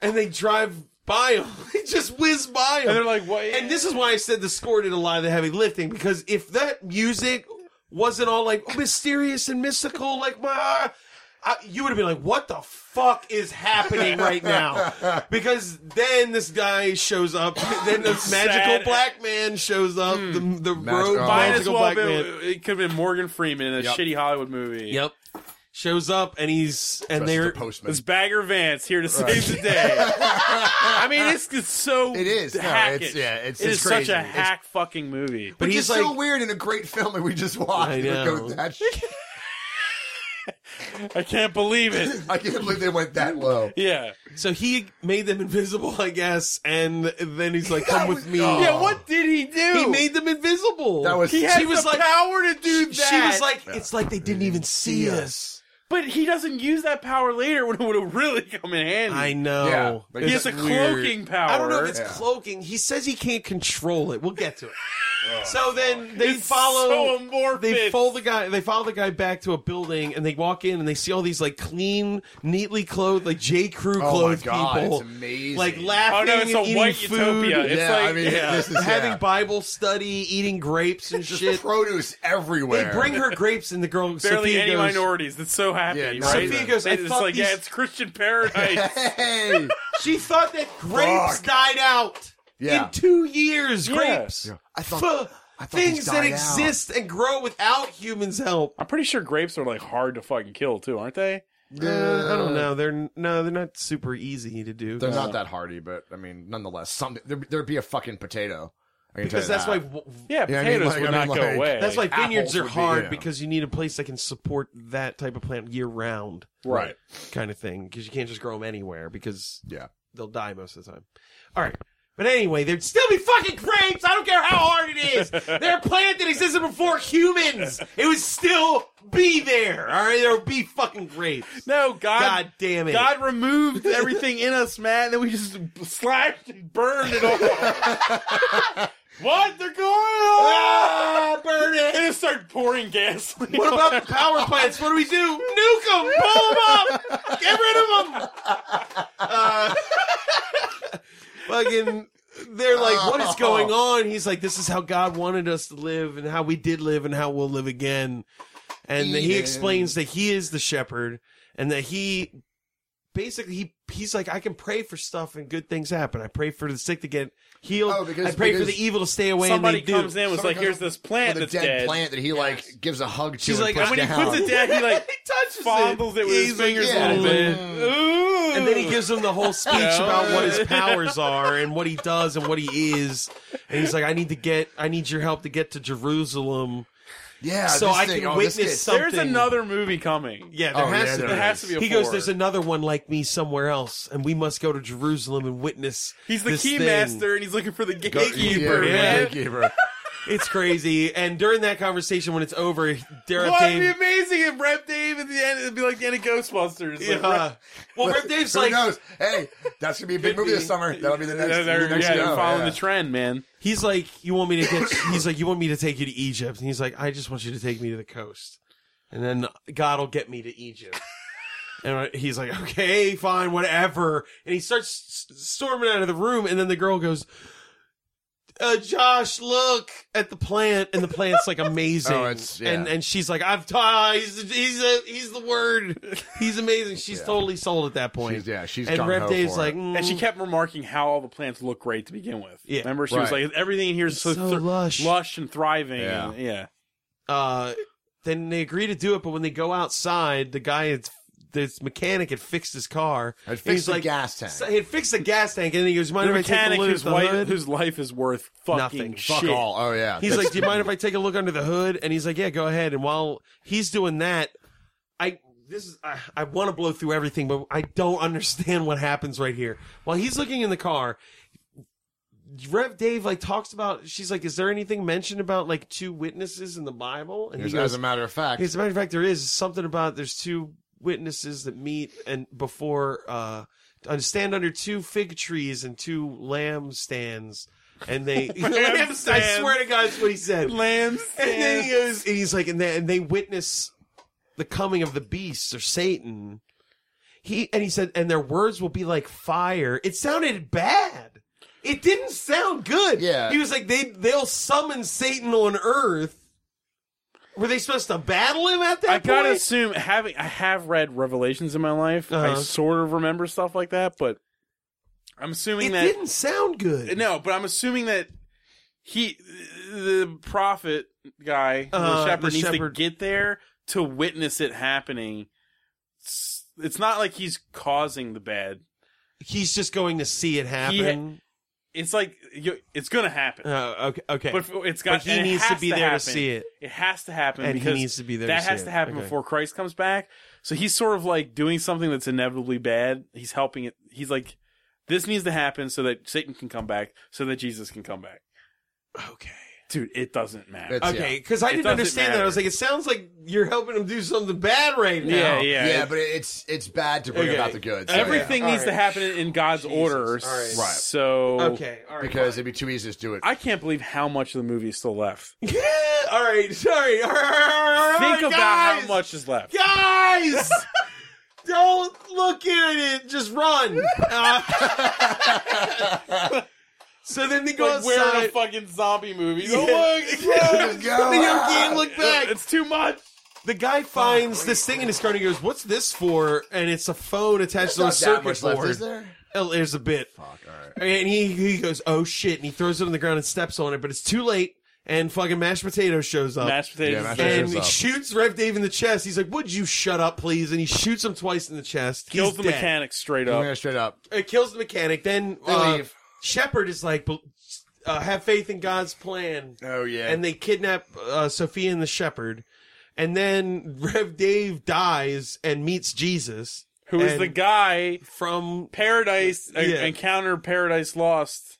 Speaker 7: And they drive by him. They just whiz by him.
Speaker 5: And they're like, what?
Speaker 7: And this is why I said the score did a lot of the heavy lifting because if that music wasn't all like mysterious and mystical, like my, I, you would have been like, "What the fuck is happening right now?" Because then this guy shows up, then this magical
Speaker 5: Sad.
Speaker 7: black man shows up, the, the
Speaker 2: Magic-
Speaker 7: rogue
Speaker 2: oh.
Speaker 5: might as
Speaker 7: magical
Speaker 5: well
Speaker 7: black
Speaker 5: have been,
Speaker 7: man.
Speaker 5: it could have been Morgan Freeman in a
Speaker 2: Yep.
Speaker 5: shitty Hollywood movie.
Speaker 7: Yep, shows up and he's and
Speaker 2: That's the
Speaker 7: they're
Speaker 2: postman.
Speaker 5: It's Bagger Vance here to save the day. I mean, it's, it's so
Speaker 2: It is. No, it's-
Speaker 5: hackish.
Speaker 2: yeah, it's-
Speaker 5: It
Speaker 2: it's
Speaker 5: is
Speaker 2: crazy.
Speaker 5: such a
Speaker 2: It's-
Speaker 5: hack fucking movie.
Speaker 7: but
Speaker 2: Which
Speaker 7: he's
Speaker 2: is
Speaker 7: like,
Speaker 2: so weird in a great film that we just watched.
Speaker 7: I
Speaker 2: It
Speaker 7: know.
Speaker 2: goes that sh-
Speaker 5: I can't believe it.
Speaker 2: I can't believe they went that low.
Speaker 5: Yeah,
Speaker 7: so he made them invisible, I guess, and then he's like, "Come with me."
Speaker 5: yeah. What did he do?
Speaker 7: He made them invisible.
Speaker 2: That was
Speaker 5: He has
Speaker 7: She was
Speaker 5: the
Speaker 7: like-
Speaker 5: power to do that.
Speaker 7: She was like, it's like they didn't even see
Speaker 2: Yeah.
Speaker 7: us.
Speaker 5: but he doesn't use that power later when it would have really come in handy.
Speaker 7: I know.
Speaker 2: Yeah, but
Speaker 5: he
Speaker 7: It's
Speaker 5: has a
Speaker 7: weird.
Speaker 5: cloaking power.
Speaker 7: I don't know if it's
Speaker 2: Yeah.
Speaker 7: cloaking. He says he can't control it. We'll get to it. so then they
Speaker 5: Oh, It's
Speaker 7: follow.
Speaker 5: so amorphous.
Speaker 7: they follow the guy. They follow the guy back to a building, and they walk in, and they see all these like clean, neatly clothed, like J. Crew
Speaker 2: Oh my
Speaker 7: clothed
Speaker 2: God,
Speaker 7: people,
Speaker 2: it's amazing.
Speaker 7: like
Speaker 5: Oh
Speaker 7: laughing.
Speaker 5: no, it's
Speaker 7: and
Speaker 5: a
Speaker 7: eating
Speaker 5: white
Speaker 7: food,
Speaker 5: utopia. It's
Speaker 2: yeah,
Speaker 5: like
Speaker 2: I mean, this is
Speaker 7: having
Speaker 2: yeah.
Speaker 7: Bible study, eating grapes and
Speaker 2: Just
Speaker 7: shit.
Speaker 2: produce
Speaker 7: They
Speaker 2: everywhere.
Speaker 7: bring her grapes, and the girl
Speaker 5: barely
Speaker 7: Sophia
Speaker 5: any
Speaker 7: goes,
Speaker 5: minorities. That's so happy,
Speaker 2: Yeah, no,
Speaker 5: right?
Speaker 7: Sophia goes, I
Speaker 5: it's
Speaker 7: thought
Speaker 5: like, yeah,
Speaker 7: these-
Speaker 5: it's Christian paradise.
Speaker 2: Hey,
Speaker 7: She thought that grapes
Speaker 2: Fuck.
Speaker 7: died out
Speaker 2: Yeah.
Speaker 7: in two years.
Speaker 5: Yeah.
Speaker 7: Grapes.
Speaker 2: Yeah. I thought-
Speaker 7: Fuh.
Speaker 2: I thought
Speaker 7: things
Speaker 2: these
Speaker 7: that
Speaker 2: died out.
Speaker 7: exist and grow without humans' help.
Speaker 5: I'm pretty sure grapes are like hard to fucking kill too, aren't they?
Speaker 7: Uh, I don't know. They're no, they're not super easy to do.
Speaker 2: they're not that hardy, but I mean, nonetheless, some there, there'd be a fucking potato. I can tell
Speaker 7: because
Speaker 2: you
Speaker 7: that's
Speaker 2: that.
Speaker 7: why.
Speaker 5: Yeah,
Speaker 2: Yeah, I mean,
Speaker 5: potatoes
Speaker 2: like-
Speaker 5: would
Speaker 2: I mean,
Speaker 5: not go
Speaker 2: like-
Speaker 5: away.
Speaker 7: That's why
Speaker 2: Apples
Speaker 7: vineyards are
Speaker 2: would be,
Speaker 7: hard
Speaker 2: yeah.
Speaker 7: because you need a place that can support that type of plant year round,
Speaker 2: Right.
Speaker 7: Kind of thing. Because you can't just grow them anywhere because
Speaker 2: Yeah.
Speaker 7: they'll die most of the time. All right. But anyway, there'd still be fucking grapes. I don't care how hard it is. They're a plant that existed before humans. It would still be there. All right, there would be fucking grapes.
Speaker 5: no, God,
Speaker 7: God damn it.
Speaker 5: God removed everything in us, man. And then we just slashed and burned it all. what? They're going on?
Speaker 7: Ah, burn it.
Speaker 5: And it started pouring gasoline.
Speaker 7: What about the power plants? What do we do? Nuke them! Blow them up! Get rid of them! Uh, fucking, they're like, what is going on? He's like, this is how God wanted us to live and how we did live and how we'll live again. And he
Speaker 2: Eden.
Speaker 7: explains that he is the shepherd and that he basically he he's like I can pray for stuff and good things happen. I pray for the sick to get healed.
Speaker 2: Oh, because-
Speaker 7: I pray for
Speaker 2: because
Speaker 7: the evil to stay away
Speaker 5: Somebody
Speaker 7: and they
Speaker 5: comes
Speaker 7: do.
Speaker 5: in and was
Speaker 2: Somebody
Speaker 5: like, "Here's
Speaker 2: comes
Speaker 5: this plant
Speaker 2: With a
Speaker 5: that's
Speaker 2: dead,
Speaker 5: dead."
Speaker 2: plant that he like gives a hug to.
Speaker 7: She's
Speaker 2: and
Speaker 7: like,
Speaker 2: puts
Speaker 5: And when he
Speaker 2: down.
Speaker 5: puts it down, he like
Speaker 7: touches
Speaker 5: fondles it with his fingers
Speaker 2: yeah.
Speaker 5: a Mm-hmm. little bit. Ooh.
Speaker 7: And then he gives him the whole speech about what his powers are and what he does and what he is. And he's like, I need to get, I need your help to get to Jerusalem.
Speaker 2: yeah,
Speaker 7: so
Speaker 2: this
Speaker 7: I
Speaker 2: thing,
Speaker 7: can
Speaker 2: oh,
Speaker 7: witness
Speaker 2: this kid-
Speaker 7: some-
Speaker 5: There's
Speaker 7: something.
Speaker 5: another movie coming.
Speaker 7: Yeah, there
Speaker 2: Oh,
Speaker 7: has
Speaker 2: yeah,
Speaker 7: to
Speaker 2: there
Speaker 7: be.
Speaker 5: There has to be a
Speaker 7: He
Speaker 5: four.
Speaker 7: goes, There's another one like me somewhere else, and we must go to Jerusalem and witness.
Speaker 5: He's the
Speaker 7: this
Speaker 5: key
Speaker 7: thing."
Speaker 5: master and he's looking for the gatekeeper,
Speaker 2: yeah,
Speaker 5: man.
Speaker 2: gatekeeper.
Speaker 7: It's crazy. And during that conversation, when it's over, Derek
Speaker 5: Well, it'd be
Speaker 7: Dave.
Speaker 5: amazing if Rep Dave at the end, it'd be like the end of Ghostbusters. Like,
Speaker 7: Yeah.
Speaker 5: Rep-
Speaker 7: Well, Rip Dave's
Speaker 2: Who
Speaker 7: like,
Speaker 2: knows? Hey, that's gonna be a big movie this summer. That'll be the next.
Speaker 5: they're,
Speaker 2: the next
Speaker 5: yeah,
Speaker 2: go,
Speaker 5: they're following
Speaker 2: yeah.
Speaker 5: the trend, man.
Speaker 7: he's like, you want me to get? He's like, you want me to take you to Egypt? And he's like, I just want you to take me to the coast, and then God will get me to Egypt. And I- he's like, okay, fine, whatever. And he starts s- storming out of the room, and then the girl goes, uh, "Josh, look at the plant," and the plant's like amazing.
Speaker 2: Oh, it's- yeah.
Speaker 7: And and she's like, "I've ah, he's he's a, he's the word. He's amazing." She's totally sold at that point.
Speaker 2: She's- yeah, she's
Speaker 7: and
Speaker 2: gung-ho
Speaker 7: Rev Dave's
Speaker 2: for
Speaker 7: like,
Speaker 2: it.
Speaker 5: And she
Speaker 7: "Mm,
Speaker 5: kept remarking how all the plants look great to begin with.
Speaker 7: Yeah.
Speaker 5: Remember, she was
Speaker 2: Right.
Speaker 5: like, everything in here is so,
Speaker 7: so
Speaker 5: thr-
Speaker 7: lush."
Speaker 5: lush and thriving.
Speaker 2: Yeah.
Speaker 5: and- yeah.
Speaker 7: uh, then they agree to do it. But when they go outside, the guy, had, this mechanic, had fixed his car.
Speaker 2: Had
Speaker 7: And
Speaker 2: fixed
Speaker 7: he's
Speaker 2: the gas tank.
Speaker 7: So he had fixed the gas tank, and he goes, "Mind
Speaker 5: The
Speaker 7: if I take
Speaker 5: mechanic
Speaker 7: a look at
Speaker 5: whose,
Speaker 7: the
Speaker 5: wife-
Speaker 7: hood?"
Speaker 5: whose life is worth fucking
Speaker 7: Nothing.
Speaker 5: shit.
Speaker 2: fuck all. Oh yeah,
Speaker 7: He's
Speaker 2: That's-
Speaker 7: like, "Do you mind if I take a look under the hood?" And he's like, "Yeah, go ahead." And while he's doing that, I this is I, I want to blow through everything, but I don't understand what happens right here. While he's looking in the car, Rev Dave like talks about. She's like, "Is there anything mentioned about like two witnesses in the Bible?" And
Speaker 2: As, as a matter of fact,
Speaker 7: As a matter of fact, there is something about there's two witnesses that meet and before uh un- stand under two fig trees and two lamb stands. And they, I swear to God, that's what he said.
Speaker 5: Lamb
Speaker 7: And then he goes, and he's like, and they, and they witness the coming of the beast or Satan. He and he said, and their words will be like fire. It sounded bad. It didn't sound good.
Speaker 2: Yeah.
Speaker 7: he was like, they they'll summon Satan on Earth. Were they supposed to battle him at that
Speaker 5: I gotta
Speaker 7: point?
Speaker 5: assume having I have read Revelations in my life. I
Speaker 7: Uh-huh.
Speaker 5: sort of remember stuff like that, but I'm assuming
Speaker 7: It
Speaker 5: that
Speaker 7: didn't sound good.
Speaker 5: no, but I'm assuming that he, the prophet guy,
Speaker 7: Uh,
Speaker 5: the shepherd,
Speaker 7: the
Speaker 5: needs
Speaker 7: shepherd.
Speaker 5: to get there to witness it happening. It's, it's not like he's causing the bad.
Speaker 7: He's just going to see it happen.
Speaker 5: It's like you, it's gonna happen,
Speaker 7: oh, okay, okay.
Speaker 5: but it's got.
Speaker 7: But he
Speaker 5: and it
Speaker 7: needs to
Speaker 5: has
Speaker 7: be there to
Speaker 5: happen.
Speaker 7: see it.
Speaker 5: It has to happen,
Speaker 7: And he
Speaker 5: because
Speaker 7: needs to be there
Speaker 5: That
Speaker 7: to see
Speaker 5: has
Speaker 7: it.
Speaker 5: to happen
Speaker 7: Okay.
Speaker 5: before Christ comes back. So he's sort of like doing something that's inevitably bad. He's helping it. He's like, this needs to happen so that Satan can come back, so that Jesus can come back.
Speaker 7: okay.
Speaker 5: Dude, it doesn't matter. Uh,
Speaker 2: It's-
Speaker 7: Okay, because I
Speaker 5: It
Speaker 7: didn't
Speaker 5: doesn't
Speaker 7: understand that. I
Speaker 5: matter.
Speaker 7: was like, it sounds like you're helping him do something bad right now.
Speaker 5: Yeah, yeah.
Speaker 2: yeah,
Speaker 5: It-
Speaker 2: but it's it's bad to bring
Speaker 7: Okay.
Speaker 2: about the good. so,
Speaker 5: Everything
Speaker 7: yeah.
Speaker 5: needs
Speaker 7: All
Speaker 5: to
Speaker 7: right.
Speaker 5: happen in God's
Speaker 7: Jesus.
Speaker 5: order.
Speaker 7: All right.
Speaker 2: Right.
Speaker 5: So
Speaker 7: Okay,
Speaker 2: yeah,
Speaker 7: all right.
Speaker 2: because it'd be too easy to just do it.
Speaker 5: I can't believe how much of the movie is still left.
Speaker 7: Yeah, all right, sorry. All right,
Speaker 5: Think about
Speaker 7: guys,
Speaker 5: how much is left.
Speaker 7: Guys, don't look at it. Just run. Uh, so then they go
Speaker 5: Like we're in a
Speaker 7: outside. Oh
Speaker 5: fucking zombie movie.
Speaker 7: Yeah.
Speaker 5: Don't look,
Speaker 2: Let's go.
Speaker 7: Video game, look back.
Speaker 5: It's too much.
Speaker 7: The guy finds this thing in his car and he goes, "What's this for?" And it's a phone attached
Speaker 2: There's
Speaker 7: to a
Speaker 2: not that
Speaker 7: circuit
Speaker 2: much
Speaker 7: board.
Speaker 2: left, is there?
Speaker 7: Oh, There's a bit.
Speaker 2: Fuck. All right.
Speaker 7: And he, he goes, oh shit. And he throws it on the ground and steps on it, but it's too late. And fucking mashed potato shows up.
Speaker 5: Mashed potatoes.
Speaker 2: Yeah, mashed
Speaker 5: is-
Speaker 2: potatoes.
Speaker 7: and
Speaker 2: shows
Speaker 7: he
Speaker 2: up.
Speaker 7: shoots Rev Dave in the chest. He's like, would you shut up, please? And he shoots him twice in the chest. He's
Speaker 5: Kills the
Speaker 7: dead.
Speaker 5: mechanic straight
Speaker 2: I'm
Speaker 5: up.
Speaker 2: gonna straight up.
Speaker 7: It kills the mechanic. Then
Speaker 2: They
Speaker 7: uh,
Speaker 2: leave.
Speaker 7: Shepard is like, "Bel- uh, have faith in God's plan.
Speaker 2: Oh yeah.
Speaker 7: And they kidnap uh, Sophia and the Shepherd. And then Rev Dave dies and meets Jesus.
Speaker 5: Who is
Speaker 7: and
Speaker 5: the guy
Speaker 7: from
Speaker 5: Paradise uh,
Speaker 7: Yeah.
Speaker 5: Encounter Paradise Lost?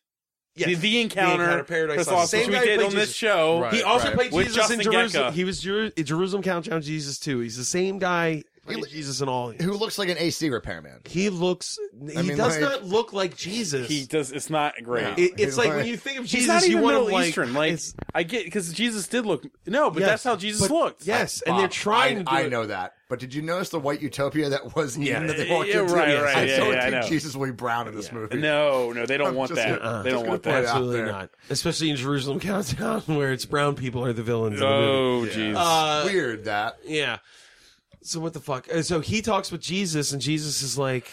Speaker 7: yes,
Speaker 5: The, the encounter,
Speaker 7: Paradise
Speaker 5: that's
Speaker 7: Lost.
Speaker 5: lost,
Speaker 7: Same
Speaker 5: which
Speaker 7: guy
Speaker 5: we
Speaker 7: who
Speaker 5: did
Speaker 7: played
Speaker 5: on this
Speaker 7: Jesus.
Speaker 5: show.
Speaker 2: Right.
Speaker 7: He also played
Speaker 5: With
Speaker 7: Jesus in
Speaker 5: Justin
Speaker 7: Jerusalem.
Speaker 5: Gekka.
Speaker 7: He was Jeru- in Jerusalem Countdown Jesus too. He's the same guy. played Jesus and all.
Speaker 2: Who looks like an AC repairman?
Speaker 7: He looks. He
Speaker 2: mean, like-
Speaker 7: does not look like Jesus.
Speaker 5: He does. It's not great.
Speaker 2: No.
Speaker 7: It- it's
Speaker 2: He's
Speaker 7: like
Speaker 2: like-
Speaker 7: when you think of
Speaker 5: He's
Speaker 7: Jesus,
Speaker 5: not
Speaker 7: you
Speaker 5: even
Speaker 7: want
Speaker 5: Middle
Speaker 7: him like
Speaker 5: Eastern. Like
Speaker 7: it's-
Speaker 5: I get because Jesus did look no, but
Speaker 7: yes,
Speaker 5: that's how Jesus
Speaker 7: but-
Speaker 5: looked.
Speaker 7: Yes, and they're
Speaker 2: Bob,
Speaker 7: trying to. Do
Speaker 2: I, I
Speaker 7: it.
Speaker 2: know that, but did you notice the white utopia that was Eden
Speaker 7: Yeah.
Speaker 2: that they walked
Speaker 5: Yeah,
Speaker 2: into?
Speaker 5: right,
Speaker 2: I
Speaker 5: right, yeah,
Speaker 2: don't
Speaker 5: yeah, I
Speaker 2: think
Speaker 5: know.
Speaker 2: Jesus will be brown in this movie.
Speaker 5: No, no, they don't
Speaker 2: I'm
Speaker 5: want
Speaker 2: just
Speaker 5: that.
Speaker 2: gonna-
Speaker 7: uh,
Speaker 5: they
Speaker 2: just
Speaker 5: don't
Speaker 2: gonna
Speaker 5: want
Speaker 2: point it
Speaker 5: that.
Speaker 2: out.
Speaker 7: Absolutely
Speaker 2: there.
Speaker 7: not. Especially in Jerusalem Countdown, where it's brown people are the villains. in the movie.
Speaker 5: Oh, jeez.
Speaker 7: Uh,
Speaker 2: Weird that.
Speaker 7: Yeah. So what the fuck? Uh, So he talks with Jesus, and Jesus is like,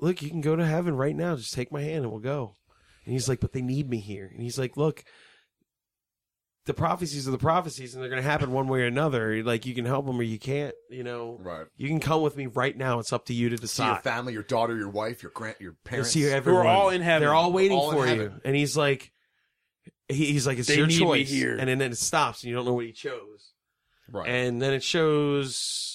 Speaker 7: "Look, you can go to heaven right now. Just take my hand, and we'll go." And he's like, "But they need me here." And he's like, "Look, the prophecies are the prophecies, and they're going to happen one way or another. Like you can help them, or you can't. You know,
Speaker 2: Right.
Speaker 7: you can come with me right now. It's up to you to
Speaker 2: See your
Speaker 7: decide."
Speaker 2: family, your daughter, your wife, your grand, your
Speaker 7: You'll
Speaker 2: parents.
Speaker 7: see
Speaker 5: We're
Speaker 7: everyone.
Speaker 5: all in heaven.
Speaker 7: They're all waiting
Speaker 2: All in
Speaker 7: for you.
Speaker 2: heaven.
Speaker 7: And he's like, he- he's like, it's
Speaker 5: They
Speaker 7: your
Speaker 5: need me
Speaker 7: choice.
Speaker 5: here.
Speaker 7: And then it stops, and you don't know what he chose.
Speaker 2: right.
Speaker 7: and then it shows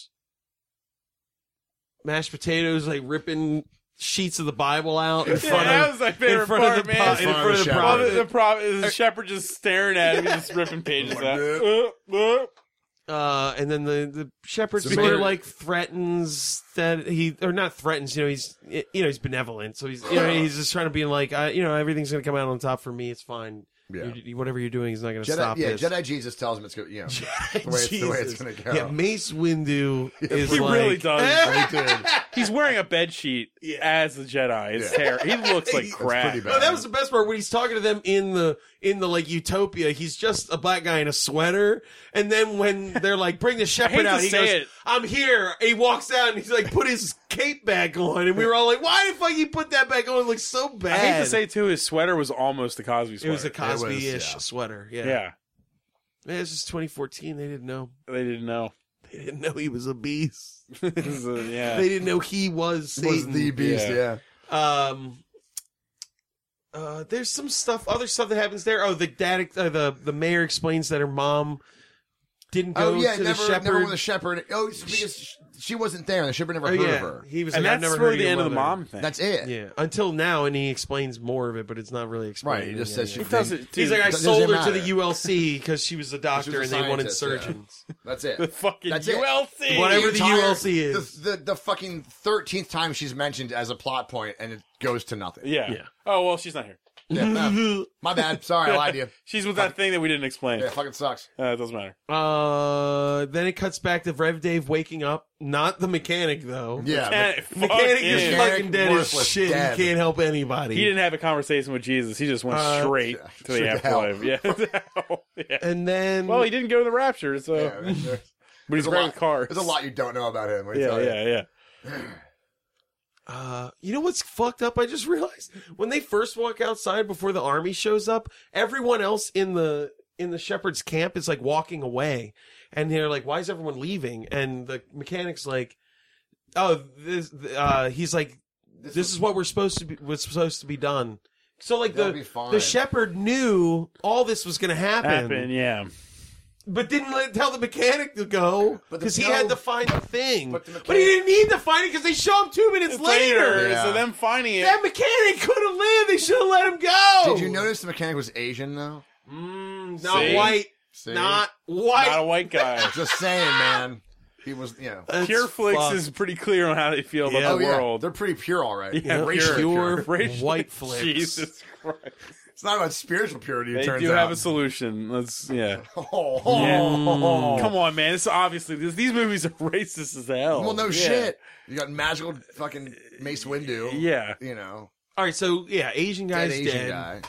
Speaker 7: mashed potatoes like ripping sheets of the Bible out in front
Speaker 5: that
Speaker 7: of
Speaker 5: was my favorite
Speaker 7: in front
Speaker 5: part,
Speaker 7: of the
Speaker 5: man.
Speaker 7: po-
Speaker 5: In
Speaker 7: in
Speaker 2: front of
Speaker 7: front of the
Speaker 2: the
Speaker 5: Well, the,
Speaker 7: prophet.
Speaker 5: the problem is the shepherd just staring at him, just ripping pages
Speaker 2: Like
Speaker 5: out.
Speaker 2: that.
Speaker 5: Uh, uh.
Speaker 7: Uh, and then the the shepherd
Speaker 2: So
Speaker 7: sort of
Speaker 2: maybe-
Speaker 7: like threatens that he or not threatens, you know, he's you know he's benevolent, so he's you know he's just trying to be like, I, you know, everything's gonna come out on top for me. It's fine.
Speaker 2: Yeah.
Speaker 7: You- you- whatever you're doing is not gonna
Speaker 2: Jedi,
Speaker 7: stop
Speaker 2: yeah,
Speaker 7: this.
Speaker 2: Jedi Jesus tells him it's going. You know, the way it's, the way it's
Speaker 7: Jesus.
Speaker 2: going to go.
Speaker 7: Yeah, Mace Windu is
Speaker 5: He
Speaker 7: like,
Speaker 5: really does.
Speaker 2: He did.
Speaker 5: He's wearing a bed sheet as a Jedi. It's
Speaker 2: Yeah.
Speaker 5: terrible. He looks like
Speaker 7: That's
Speaker 5: crap.
Speaker 2: pretty bad.
Speaker 7: No, that was the best part when he's talking to them in the in the like utopia. He's just a black guy in a sweater, and then when they're like, "Bring the shepherd
Speaker 5: to
Speaker 7: out," he
Speaker 5: say
Speaker 7: goes,
Speaker 5: it.
Speaker 7: "I'm here." He walks out and he's like, "Put his cape back on," and we were all like, "Why the fuck he put that back on? It looks so
Speaker 5: I
Speaker 7: bad."
Speaker 5: hate to say too, his sweater was almost a Cosby
Speaker 7: it
Speaker 5: sweater.
Speaker 7: was a Cosby-ish
Speaker 2: yeah.
Speaker 7: sweater. Yeah,
Speaker 5: yeah.
Speaker 7: Man, this is 2014. They didn't know.
Speaker 5: They didn't know.
Speaker 7: They didn't know he was a beast.
Speaker 5: This is a- yeah.
Speaker 7: They didn't know he was
Speaker 2: It was
Speaker 7: Satan.
Speaker 2: the beast.
Speaker 5: Yeah.
Speaker 2: Yeah.
Speaker 7: Um, uh, there's some stuff, other stuff that happens there. Oh, the dad, uh, the the mayor explains that her mom
Speaker 1: didn't go
Speaker 2: Oh yeah, never,
Speaker 1: to the shepherd.
Speaker 2: never with the shepherd. Oh, it's because sh- she wasn't there, and the shepherd never heard of her.
Speaker 7: Oh, he was.
Speaker 5: And
Speaker 7: like, I've
Speaker 5: that's
Speaker 7: never
Speaker 5: really
Speaker 7: heard
Speaker 5: the
Speaker 7: your
Speaker 5: end of the
Speaker 7: mother.
Speaker 5: mom thing.
Speaker 2: That's it.
Speaker 7: Yeah, until now, and he explains more of it, but it's not really explained.
Speaker 2: Right. He just
Speaker 7: Yeah,
Speaker 2: says
Speaker 7: yeah.
Speaker 2: she.
Speaker 5: It doesn't.
Speaker 7: He's like, I
Speaker 2: It doesn't
Speaker 7: sold her
Speaker 2: matter.
Speaker 7: to the ULC because she was a doctor
Speaker 2: was a
Speaker 7: and they wanted
Speaker 2: scientist, yeah.
Speaker 7: surgeons.
Speaker 2: That's it.
Speaker 5: fucking
Speaker 2: That's it.
Speaker 5: ULC.
Speaker 7: Whatever the
Speaker 2: entire-
Speaker 7: ULC is.
Speaker 2: The, the the fucking thirteenth time she's mentioned as a plot point, and it goes to nothing.
Speaker 5: Yeah.
Speaker 7: Yeah.
Speaker 5: Oh well, she's not here.
Speaker 2: Yeah, no. my bad. Sorry, I lied to you.
Speaker 5: She's with that thing that we didn't explain.
Speaker 2: Yeah, it fucking sucks.
Speaker 5: Uh, it doesn't matter.
Speaker 7: Uh, then it cuts back to Rev Dave waking up. Not the mechanic though.
Speaker 2: Yeah.
Speaker 5: And
Speaker 2: but-
Speaker 5: fuck
Speaker 7: Mechanic is
Speaker 5: him.
Speaker 2: Mechanic,
Speaker 7: fucking dead as
Speaker 2: worthless,
Speaker 7: shit.
Speaker 2: dead.
Speaker 7: He can't help anybody.
Speaker 5: He didn't have a conversation with Jesus. He just went
Speaker 7: Uh,
Speaker 5: straight to the
Speaker 2: to
Speaker 5: afterlife. Yeah. yeah.
Speaker 7: And then
Speaker 5: Well, he didn't go to the rapture, so
Speaker 2: yeah, there's, there's
Speaker 5: but he's
Speaker 2: a
Speaker 5: great
Speaker 2: lot,
Speaker 5: with cars.
Speaker 2: There's a lot you don't know about him. let me
Speaker 5: Yeah,
Speaker 2: tell you.
Speaker 5: yeah, yeah.
Speaker 7: Uh, you know what's fucked up? I just realized when they first walk outside before the army shows up, everyone else in the in the shepherd's camp is like walking away, and they're like, "Why is everyone leaving?" And the mechanic's like, "Oh, this." Uh, he's like, "This is what we're supposed to be. Was supposed to be done." So like
Speaker 2: They'll
Speaker 7: the
Speaker 2: be fine.
Speaker 7: the shepherd knew all this was going to happen,
Speaker 5: Happen, yeah.
Speaker 7: but didn't let, tell the mechanic to go
Speaker 2: But the-
Speaker 7: because he
Speaker 2: no.
Speaker 7: had to find the thing.
Speaker 2: But
Speaker 7: But,
Speaker 2: the
Speaker 7: he
Speaker 2: mechanic-
Speaker 7: didn't need to find it because they show him two minutes later.
Speaker 2: Yeah.
Speaker 5: So them finding it.
Speaker 7: That mechanic could have lived. They should have let him go.
Speaker 2: Did you notice the mechanic was Asian though?
Speaker 7: Mm, not
Speaker 5: See?
Speaker 7: white.
Speaker 2: See?
Speaker 7: Not white.
Speaker 5: Not a white guy.
Speaker 2: Just saying, man. He was, you know.
Speaker 7: That's
Speaker 5: Pure Flicks
Speaker 7: fucked.
Speaker 5: is pretty clear on how they feel about
Speaker 7: Yeah.
Speaker 5: the
Speaker 2: oh yeah,
Speaker 5: world.
Speaker 2: they're pretty pure, all right.
Speaker 5: Yeah,
Speaker 2: racially
Speaker 7: pure.
Speaker 2: pure.
Speaker 5: Racial-
Speaker 7: white flicks.
Speaker 5: Jesus Christ.
Speaker 2: It's not about spiritual purity. It
Speaker 5: They
Speaker 2: turns
Speaker 5: do
Speaker 2: out.
Speaker 5: have a solution. Let's yeah. Mm.
Speaker 2: oh,
Speaker 5: Come on, man. This obviously this, these movies are racist as hell.
Speaker 2: Well, no
Speaker 5: Yeah.
Speaker 2: shit. You got magical fucking Mace Windu.
Speaker 5: Yeah.
Speaker 2: You know,
Speaker 7: All right, so yeah, Asian
Speaker 2: that
Speaker 7: guy's
Speaker 2: Asian
Speaker 7: dead,
Speaker 2: guy.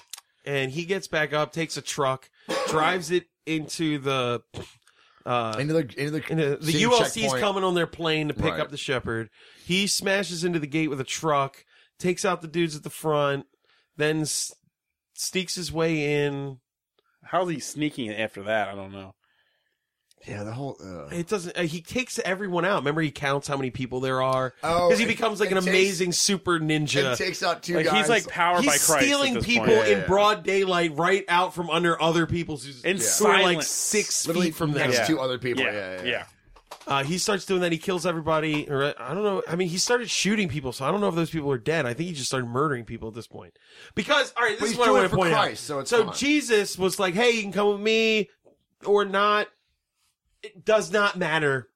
Speaker 7: and he gets back up, takes a truck, drives it into the. Uh,
Speaker 2: Into the, into the,
Speaker 7: into the
Speaker 2: scene
Speaker 7: ULC's
Speaker 2: checkpoint.
Speaker 7: coming on their plane to pick
Speaker 2: Right.
Speaker 7: up the shepherd. He smashes into the gate with a truck, takes out the dudes at the front, then s- sneaks his way in.
Speaker 5: How's he sneaking it after that? I don't know.
Speaker 2: Yeah, the whole. Uh,
Speaker 7: It doesn't. Uh, he takes everyone out. Remember, he counts how many people there are
Speaker 2: Oh,
Speaker 7: because he
Speaker 2: it-
Speaker 7: becomes like
Speaker 2: it
Speaker 7: an
Speaker 2: takes-
Speaker 7: amazing super
Speaker 2: it
Speaker 7: ninja.
Speaker 2: takes out two
Speaker 5: Like
Speaker 2: guys.
Speaker 5: he's like powered by
Speaker 7: He's
Speaker 5: Christ. at
Speaker 7: stealing
Speaker 5: this
Speaker 7: people
Speaker 5: Point.
Speaker 2: Yeah,
Speaker 7: in
Speaker 2: yeah.
Speaker 7: broad daylight, right out from under other people's who's-
Speaker 5: In
Speaker 7: who are like
Speaker 5: silence.
Speaker 7: six
Speaker 2: literally
Speaker 7: feet from them.
Speaker 2: next
Speaker 5: Yeah.
Speaker 2: to other people. Yeah, yeah.
Speaker 5: yeah.
Speaker 2: yeah.
Speaker 7: Uh, he starts doing that. He kills everybody. Or uh, I don't know. I mean, he started shooting people, so I don't know if those people are dead. I think he just started murdering people at this point. Because all right,
Speaker 2: But
Speaker 7: this is
Speaker 2: he's
Speaker 7: what I
Speaker 2: doing
Speaker 7: want
Speaker 2: it
Speaker 7: to
Speaker 2: for
Speaker 7: point out.
Speaker 2: Christ, so it's fine.
Speaker 7: Jesus was like, "Hey, you can come with me or not. It does not matter."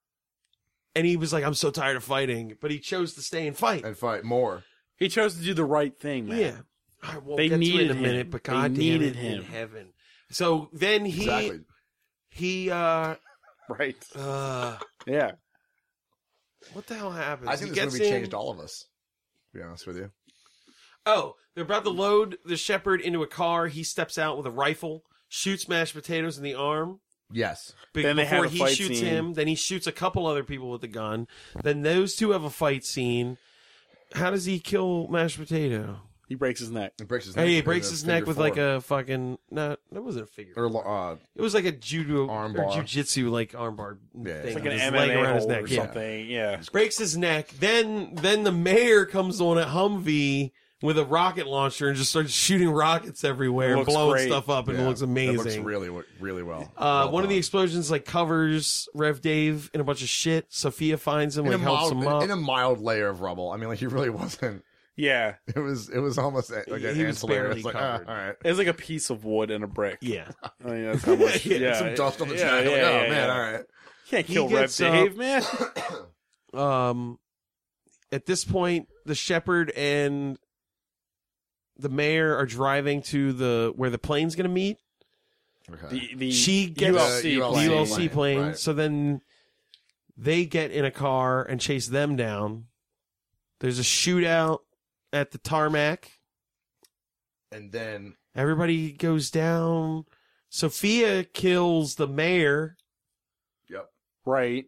Speaker 7: And he was like, "I'm so tired of fighting," but he chose to stay and fight.
Speaker 2: And fight more.
Speaker 5: He chose to do the right thing, man.
Speaker 7: Yeah, I won't
Speaker 5: They
Speaker 7: get to it
Speaker 5: needed
Speaker 7: in a
Speaker 5: him.
Speaker 7: minute, but
Speaker 5: They
Speaker 7: God
Speaker 5: needed
Speaker 7: damn it, in
Speaker 5: him.
Speaker 7: heaven. So then he
Speaker 2: Exactly.
Speaker 7: he uh
Speaker 5: Right.
Speaker 7: uh
Speaker 5: Yeah.
Speaker 7: what the hell happens?
Speaker 2: I
Speaker 7: He
Speaker 2: think this
Speaker 7: gets
Speaker 2: movie
Speaker 7: in-
Speaker 2: changed all of us. To be honest with you.
Speaker 7: Oh, they're about to load the shepherd into a car. He steps out with a rifle, shoots mashed potatoes in the arm.
Speaker 2: Yes.
Speaker 7: Be-
Speaker 5: Then they
Speaker 7: before
Speaker 5: have a
Speaker 7: he
Speaker 5: fight
Speaker 7: shoots
Speaker 5: scene.
Speaker 7: him, then he shoots a couple other people with the gun. Then those two have a fight scene. How does he kill mashed potato?
Speaker 5: He breaks his neck.
Speaker 2: It breaks his
Speaker 7: Oh,
Speaker 2: neck.
Speaker 7: yeah, he
Speaker 2: with
Speaker 7: breaks
Speaker 2: a
Speaker 7: his neck
Speaker 2: figure
Speaker 7: with
Speaker 2: four.
Speaker 7: like a fucking. No, that wasn't a figure.
Speaker 2: Or, uh,
Speaker 7: It was like a judo
Speaker 2: Arm
Speaker 7: or
Speaker 2: bar.
Speaker 7: jujitsu like armbar
Speaker 2: Yeah.
Speaker 7: thing.
Speaker 2: It's
Speaker 5: Like an
Speaker 7: with his leg
Speaker 5: MMA
Speaker 7: around his
Speaker 5: hold
Speaker 7: neck.
Speaker 5: or
Speaker 7: Yeah.
Speaker 5: something. Yeah.
Speaker 7: breaks his neck. Then then the mayor comes on at Humvee with a rocket launcher and just starts shooting rockets everywhere, and
Speaker 5: Looks
Speaker 7: blowing
Speaker 5: great.
Speaker 7: stuff up, and
Speaker 2: yeah,
Speaker 7: it looks amazing.
Speaker 2: It looks really, w- really well.
Speaker 7: uh,
Speaker 2: Well
Speaker 7: one of the
Speaker 2: done.
Speaker 7: explosions like covers Rev Dave in a bunch of shit. Sophia finds him,
Speaker 2: in a
Speaker 7: like helps
Speaker 2: mild,
Speaker 7: him
Speaker 2: in-
Speaker 7: up.
Speaker 2: in a mild layer of rubble. I mean, like he really wasn't.
Speaker 5: Yeah.
Speaker 2: It was, it was almost like an
Speaker 7: He was
Speaker 2: ancillary.
Speaker 7: barely
Speaker 2: It's like, ah,
Speaker 7: covered.
Speaker 2: all right.
Speaker 5: It's like a piece of wood and a brick.
Speaker 7: yeah,
Speaker 5: I mean, that's how much.
Speaker 7: Yeah,
Speaker 5: yeah,
Speaker 2: Some dust on the
Speaker 5: yeah,
Speaker 2: track.
Speaker 5: Yeah,
Speaker 2: like,
Speaker 5: yeah,
Speaker 2: oh
Speaker 5: yeah.
Speaker 2: man, all right.
Speaker 5: You can't kill
Speaker 7: He
Speaker 5: Rev
Speaker 7: gets up.
Speaker 5: Dave, man.
Speaker 7: um at this point the shepherd and the mayor are driving to the where the plane's going to meet
Speaker 5: The, the
Speaker 7: She gets-
Speaker 5: ULC,
Speaker 2: Uh,
Speaker 5: plane.
Speaker 7: the
Speaker 2: ULC.
Speaker 7: ulc plane
Speaker 2: right.
Speaker 7: so then they get in a car and chase them down there's a shootout at the tarmac
Speaker 2: And then
Speaker 7: everybody goes down sophia kills the mayor
Speaker 5: Right.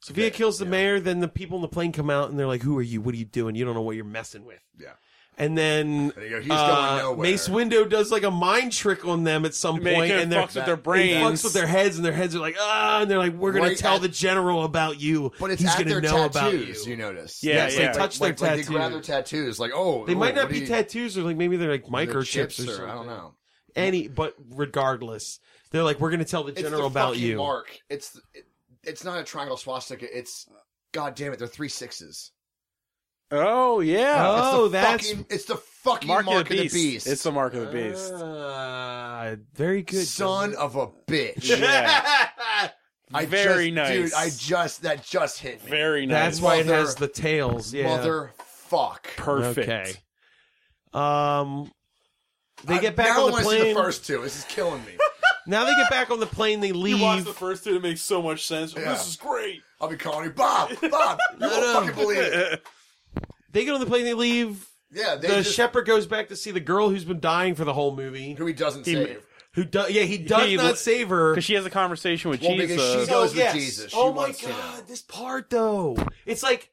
Speaker 7: sophia
Speaker 2: Yeah,
Speaker 7: kills the
Speaker 2: yeah.
Speaker 7: mayor then the people in the plane come out and they're like who are you what are you doing you don't know what you're messing with
Speaker 2: Yeah.
Speaker 7: and then
Speaker 2: and they go, he's
Speaker 7: Uh,
Speaker 2: going nowhere.
Speaker 7: Mace Window does like a mind trick on them at some
Speaker 5: Make
Speaker 7: point,
Speaker 5: it
Speaker 7: and they're
Speaker 5: fucks with their brains.
Speaker 7: It fucks with their heads, and their heads are like ah, and they're like, "We're gonna
Speaker 2: Right
Speaker 7: tell
Speaker 2: at-
Speaker 7: the general about you,
Speaker 2: but it's
Speaker 7: he's
Speaker 2: at
Speaker 7: gonna
Speaker 2: their
Speaker 7: know
Speaker 2: tattoos.
Speaker 7: about
Speaker 2: you.
Speaker 7: you."
Speaker 2: notice,
Speaker 5: Yeah,
Speaker 7: yes,
Speaker 5: yeah.
Speaker 7: they touch
Speaker 2: like,
Speaker 7: their
Speaker 2: like,
Speaker 7: tattoos.
Speaker 2: They grab their tattoos. Like, oh,
Speaker 7: They might
Speaker 2: oh,
Speaker 7: not
Speaker 2: what
Speaker 7: be
Speaker 2: do you-
Speaker 7: tattoos, or like maybe they're like
Speaker 2: they're
Speaker 7: microchips
Speaker 2: chips
Speaker 7: or something.
Speaker 2: I don't know.
Speaker 7: any, but regardless, they're like, we're gonna tell the
Speaker 2: It's
Speaker 7: general
Speaker 2: the
Speaker 7: about
Speaker 2: fucking
Speaker 7: you.
Speaker 2: Mark. It's it, it's not a triangle swastika. It's god damn it. They're three sixes.
Speaker 5: Oh yeah,
Speaker 2: It's
Speaker 7: Oh,
Speaker 2: the
Speaker 7: that's
Speaker 2: fucking, it's the fucking
Speaker 5: mark,
Speaker 2: mark,
Speaker 5: of the beast. It's the mark of the beast.
Speaker 7: Ah, very good,
Speaker 2: son of a bitch.
Speaker 5: yeah,
Speaker 2: I
Speaker 5: Very
Speaker 2: just,
Speaker 5: nice.
Speaker 2: dude. I just that just hit me.
Speaker 5: very nice.
Speaker 7: That's why it
Speaker 2: Mother-
Speaker 7: has the tails. Yeah.
Speaker 2: Mother fuck.
Speaker 5: perfect.
Speaker 7: Okay. Um, they
Speaker 2: I-
Speaker 7: get back
Speaker 2: now I
Speaker 7: on the
Speaker 2: wanna See
Speaker 7: plane.
Speaker 2: the first two. This is killing me.
Speaker 7: Now they get back on the plane. They
Speaker 8: You watch
Speaker 7: leave.
Speaker 8: the first two, it makes so much sense.
Speaker 2: Yeah.
Speaker 8: This is great.
Speaker 2: I'll be calling you Bob. Bob. You won't
Speaker 7: No, no.
Speaker 2: fucking believe it.
Speaker 7: They get on the plane. They leave.
Speaker 2: Yeah. They
Speaker 7: the
Speaker 2: just,
Speaker 7: shepherd goes back to see the girl who's been dying for the whole movie.
Speaker 2: who he doesn't
Speaker 5: He-
Speaker 2: save.
Speaker 7: Who does? Yeah, he does
Speaker 5: He-
Speaker 7: not save her.
Speaker 5: Because she has a conversation with
Speaker 2: Well, because
Speaker 5: Jesus.
Speaker 2: she goes with Jesus. She
Speaker 7: oh my
Speaker 2: wants to know.
Speaker 7: god, this part though. It's like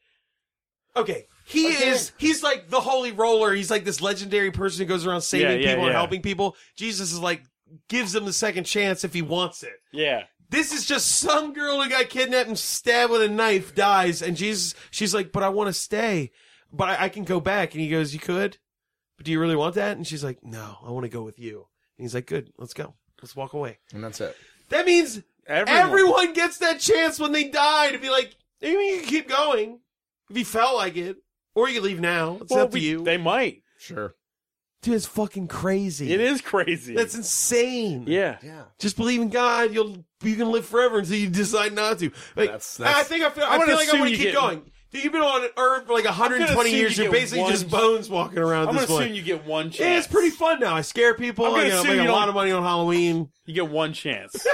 Speaker 7: okay, he
Speaker 2: Again.
Speaker 7: is he's like the holy roller. He's like this legendary person who goes around saving
Speaker 5: Yeah, yeah,
Speaker 7: people and
Speaker 5: yeah.
Speaker 7: helping people. Jesus is like gives him the second chance if he wants it.
Speaker 5: yeah,
Speaker 7: This is just some girl who got kidnapped and stabbed with a knife dies, and Jesus, she's like, "But I want to stay, but I, I can go back." And he goes, "You could, but do you really want that?" And she's like, "No, I want to go with you." And he's like, "Good, let's go, let's walk away."
Speaker 2: And that's it.
Speaker 7: That means
Speaker 5: everyone.
Speaker 7: Everyone gets that chance when they die to be like, I mean, you can keep going if you felt like it, or you can leave now. It's
Speaker 5: Well,
Speaker 7: up to
Speaker 5: we-
Speaker 7: you.
Speaker 5: They might.
Speaker 2: Sure.
Speaker 7: Dude, it's fucking crazy.
Speaker 5: It is crazy.
Speaker 7: That's insane.
Speaker 5: yeah.
Speaker 2: Yeah.
Speaker 7: Just believe in God. You'll you can live forever until you decide not to. Like,
Speaker 2: That's- that's-
Speaker 7: I think I feel.
Speaker 5: I'm
Speaker 7: I
Speaker 5: gonna
Speaker 7: feel like I
Speaker 5: assume
Speaker 7: want to
Speaker 5: you
Speaker 7: keep
Speaker 5: get-
Speaker 7: going. Dude, you've been on Earth for like 120
Speaker 5: assume
Speaker 7: years.
Speaker 5: you
Speaker 7: You're
Speaker 5: get
Speaker 7: basically
Speaker 5: one-
Speaker 7: just bones walking around
Speaker 5: I'm
Speaker 7: this
Speaker 5: gonna
Speaker 7: way.
Speaker 5: assume you get one chance.
Speaker 7: yeah, it's pretty fun now. I scare people.
Speaker 5: I'm
Speaker 7: I
Speaker 5: gonna
Speaker 7: gotta
Speaker 5: assume
Speaker 7: make
Speaker 5: you
Speaker 7: a lot
Speaker 5: don't-
Speaker 7: of money on Halloween.
Speaker 5: You get one chance.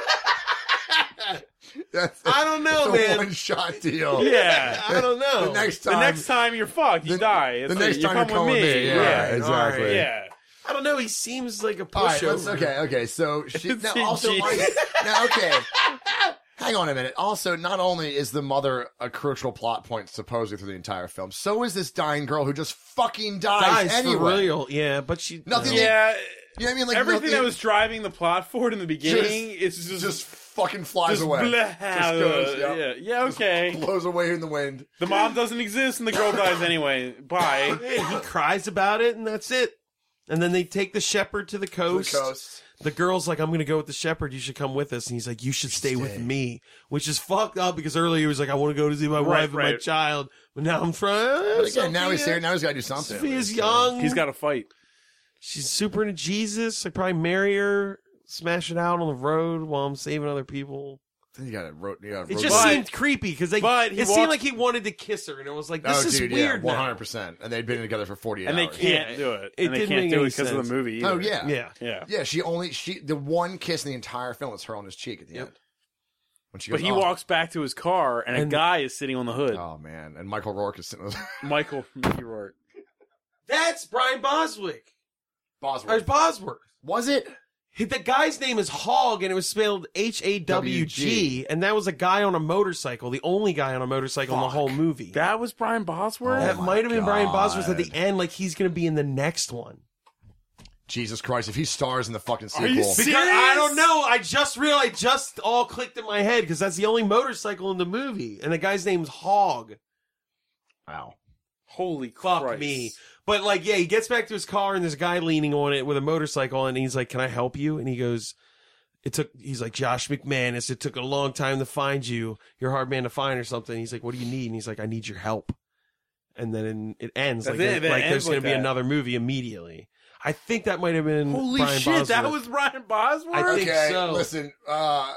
Speaker 2: That's,
Speaker 7: I don't know,
Speaker 2: it's a
Speaker 7: Oh, man.
Speaker 2: one shot deal.
Speaker 5: yeah.
Speaker 7: I don't know.
Speaker 2: The next
Speaker 5: The
Speaker 2: time.
Speaker 5: next time you're fucked, you
Speaker 2: the-
Speaker 5: die. It's
Speaker 2: the
Speaker 5: like,
Speaker 2: next
Speaker 5: you
Speaker 2: time
Speaker 5: come
Speaker 2: you're calling
Speaker 5: with me.
Speaker 2: me. Yeah,
Speaker 5: Yeah.
Speaker 2: exactly.
Speaker 5: Yeah.
Speaker 7: I don't know. He seems like a pushover.
Speaker 2: All right, let's, okay, okay. So she now
Speaker 5: See,
Speaker 2: also
Speaker 5: Jesus.
Speaker 2: like, now, okay. Hang on a minute. Also, not only is the mother a crucial plot point supposedly through the entire film, so is this dying girl who just fucking dies,
Speaker 7: Guys, for
Speaker 2: anyway.
Speaker 7: real. Yeah, but she
Speaker 2: Nothing.
Speaker 7: No.
Speaker 5: Yeah,
Speaker 2: You know what I mean? Like
Speaker 5: everything
Speaker 2: nothing-
Speaker 5: that was driving the plot forward in the beginning is just
Speaker 2: just fucking flies
Speaker 5: just
Speaker 2: away,
Speaker 5: blah,
Speaker 2: Just goes,
Speaker 5: yeah.
Speaker 2: yep.
Speaker 5: yeah, okay.
Speaker 2: blows away in the wind.
Speaker 5: The mom doesn't exist and the girl dies anyway. Bye.
Speaker 7: Yeah, he cries about it, and that's it. And then they take the shepherd to the
Speaker 2: to the
Speaker 7: coast.
Speaker 2: coast.
Speaker 7: The girl's like, "I'm going to go with the shepherd. You should come with us." And he's like, "You should stay, with me," which is fucked up because earlier he was like, "I want to go to see my wife and my
Speaker 5: right.
Speaker 7: child," but now I'm trying.
Speaker 2: But again, now he's here. Now he's got to do something. at
Speaker 7: Sophia's
Speaker 2: least.
Speaker 7: young.
Speaker 5: He's got to fight.
Speaker 7: She's super into Jesus. I probably marry her, smash it out on the road while I'm saving other people.
Speaker 2: Then you got to road. You got
Speaker 7: It just seemed creepy because they.
Speaker 5: but he
Speaker 7: it seemed
Speaker 5: walks-
Speaker 7: like he wanted to kiss her, and it was like, "This is weird."
Speaker 2: Oh, One
Speaker 7: now.
Speaker 2: hundred percent. And they'd been together for forty
Speaker 5: And they
Speaker 2: hours.
Speaker 5: can't
Speaker 7: Yeah,
Speaker 5: do it.
Speaker 7: it
Speaker 5: and they
Speaker 7: didn't
Speaker 5: can't
Speaker 7: make
Speaker 5: do it
Speaker 7: any
Speaker 5: because of
Speaker 7: sense.
Speaker 5: the movie. Either.
Speaker 2: Oh yeah.
Speaker 7: Yeah.
Speaker 5: Yeah.
Speaker 2: Yeah, she only she the one kiss in the entire film is her on his cheek at the
Speaker 7: Yep.
Speaker 2: end. When she goes,
Speaker 5: But he
Speaker 2: oh,
Speaker 5: walks back to his car and,
Speaker 7: And-
Speaker 5: a guy is sitting on the hood.
Speaker 2: Oh man, and Michael Rourke is sitting there.
Speaker 5: Michael from Mickey Rourke.
Speaker 7: That's Brian Boswick. Or it's
Speaker 2: Bosworth.
Speaker 7: Bosworth.
Speaker 2: Was it?
Speaker 7: He- The guy's name is Hogg, and it was spelled H A W G,
Speaker 2: WG.
Speaker 7: and that was a guy on a motorcycle, the only guy on a motorcycle in the
Speaker 2: Fuck.
Speaker 7: whole movie. That,
Speaker 5: That was Brian Bosworth?
Speaker 2: Oh, my
Speaker 7: might have been Brian Bosworth at the
Speaker 2: God.
Speaker 7: end, like he's going to be in the next one.
Speaker 2: Jesus Christ! If he stars in the fucking sequel,
Speaker 5: Are you
Speaker 7: Because I don't know. I just realized, just all clicked in my head because that's the only motorcycle in the movie, and the guy's name's Hogg.
Speaker 2: wow.
Speaker 5: Holy
Speaker 7: fuck
Speaker 5: Christ.
Speaker 7: me. But like, yeah, he gets back to his car and there's a guy leaning on it with a motorcycle and he's like, can I help you? And he goes, it took, he's like, Josh McManus, it took a long time to find you. You're a hard man to find or something. He's like, what do you need? And he's like, I need your help. And then it ends.
Speaker 5: That's
Speaker 7: like,
Speaker 5: it. That
Speaker 7: like
Speaker 5: ends
Speaker 7: there's going
Speaker 5: like
Speaker 7: to be
Speaker 5: that.
Speaker 7: another movie immediately. I think that might have been
Speaker 5: Holy
Speaker 7: Brian
Speaker 5: shit, that
Speaker 7: Bosworth.
Speaker 5: was Brian Bosworth?
Speaker 7: I think
Speaker 2: Okay,
Speaker 7: so.
Speaker 2: listen. Uh,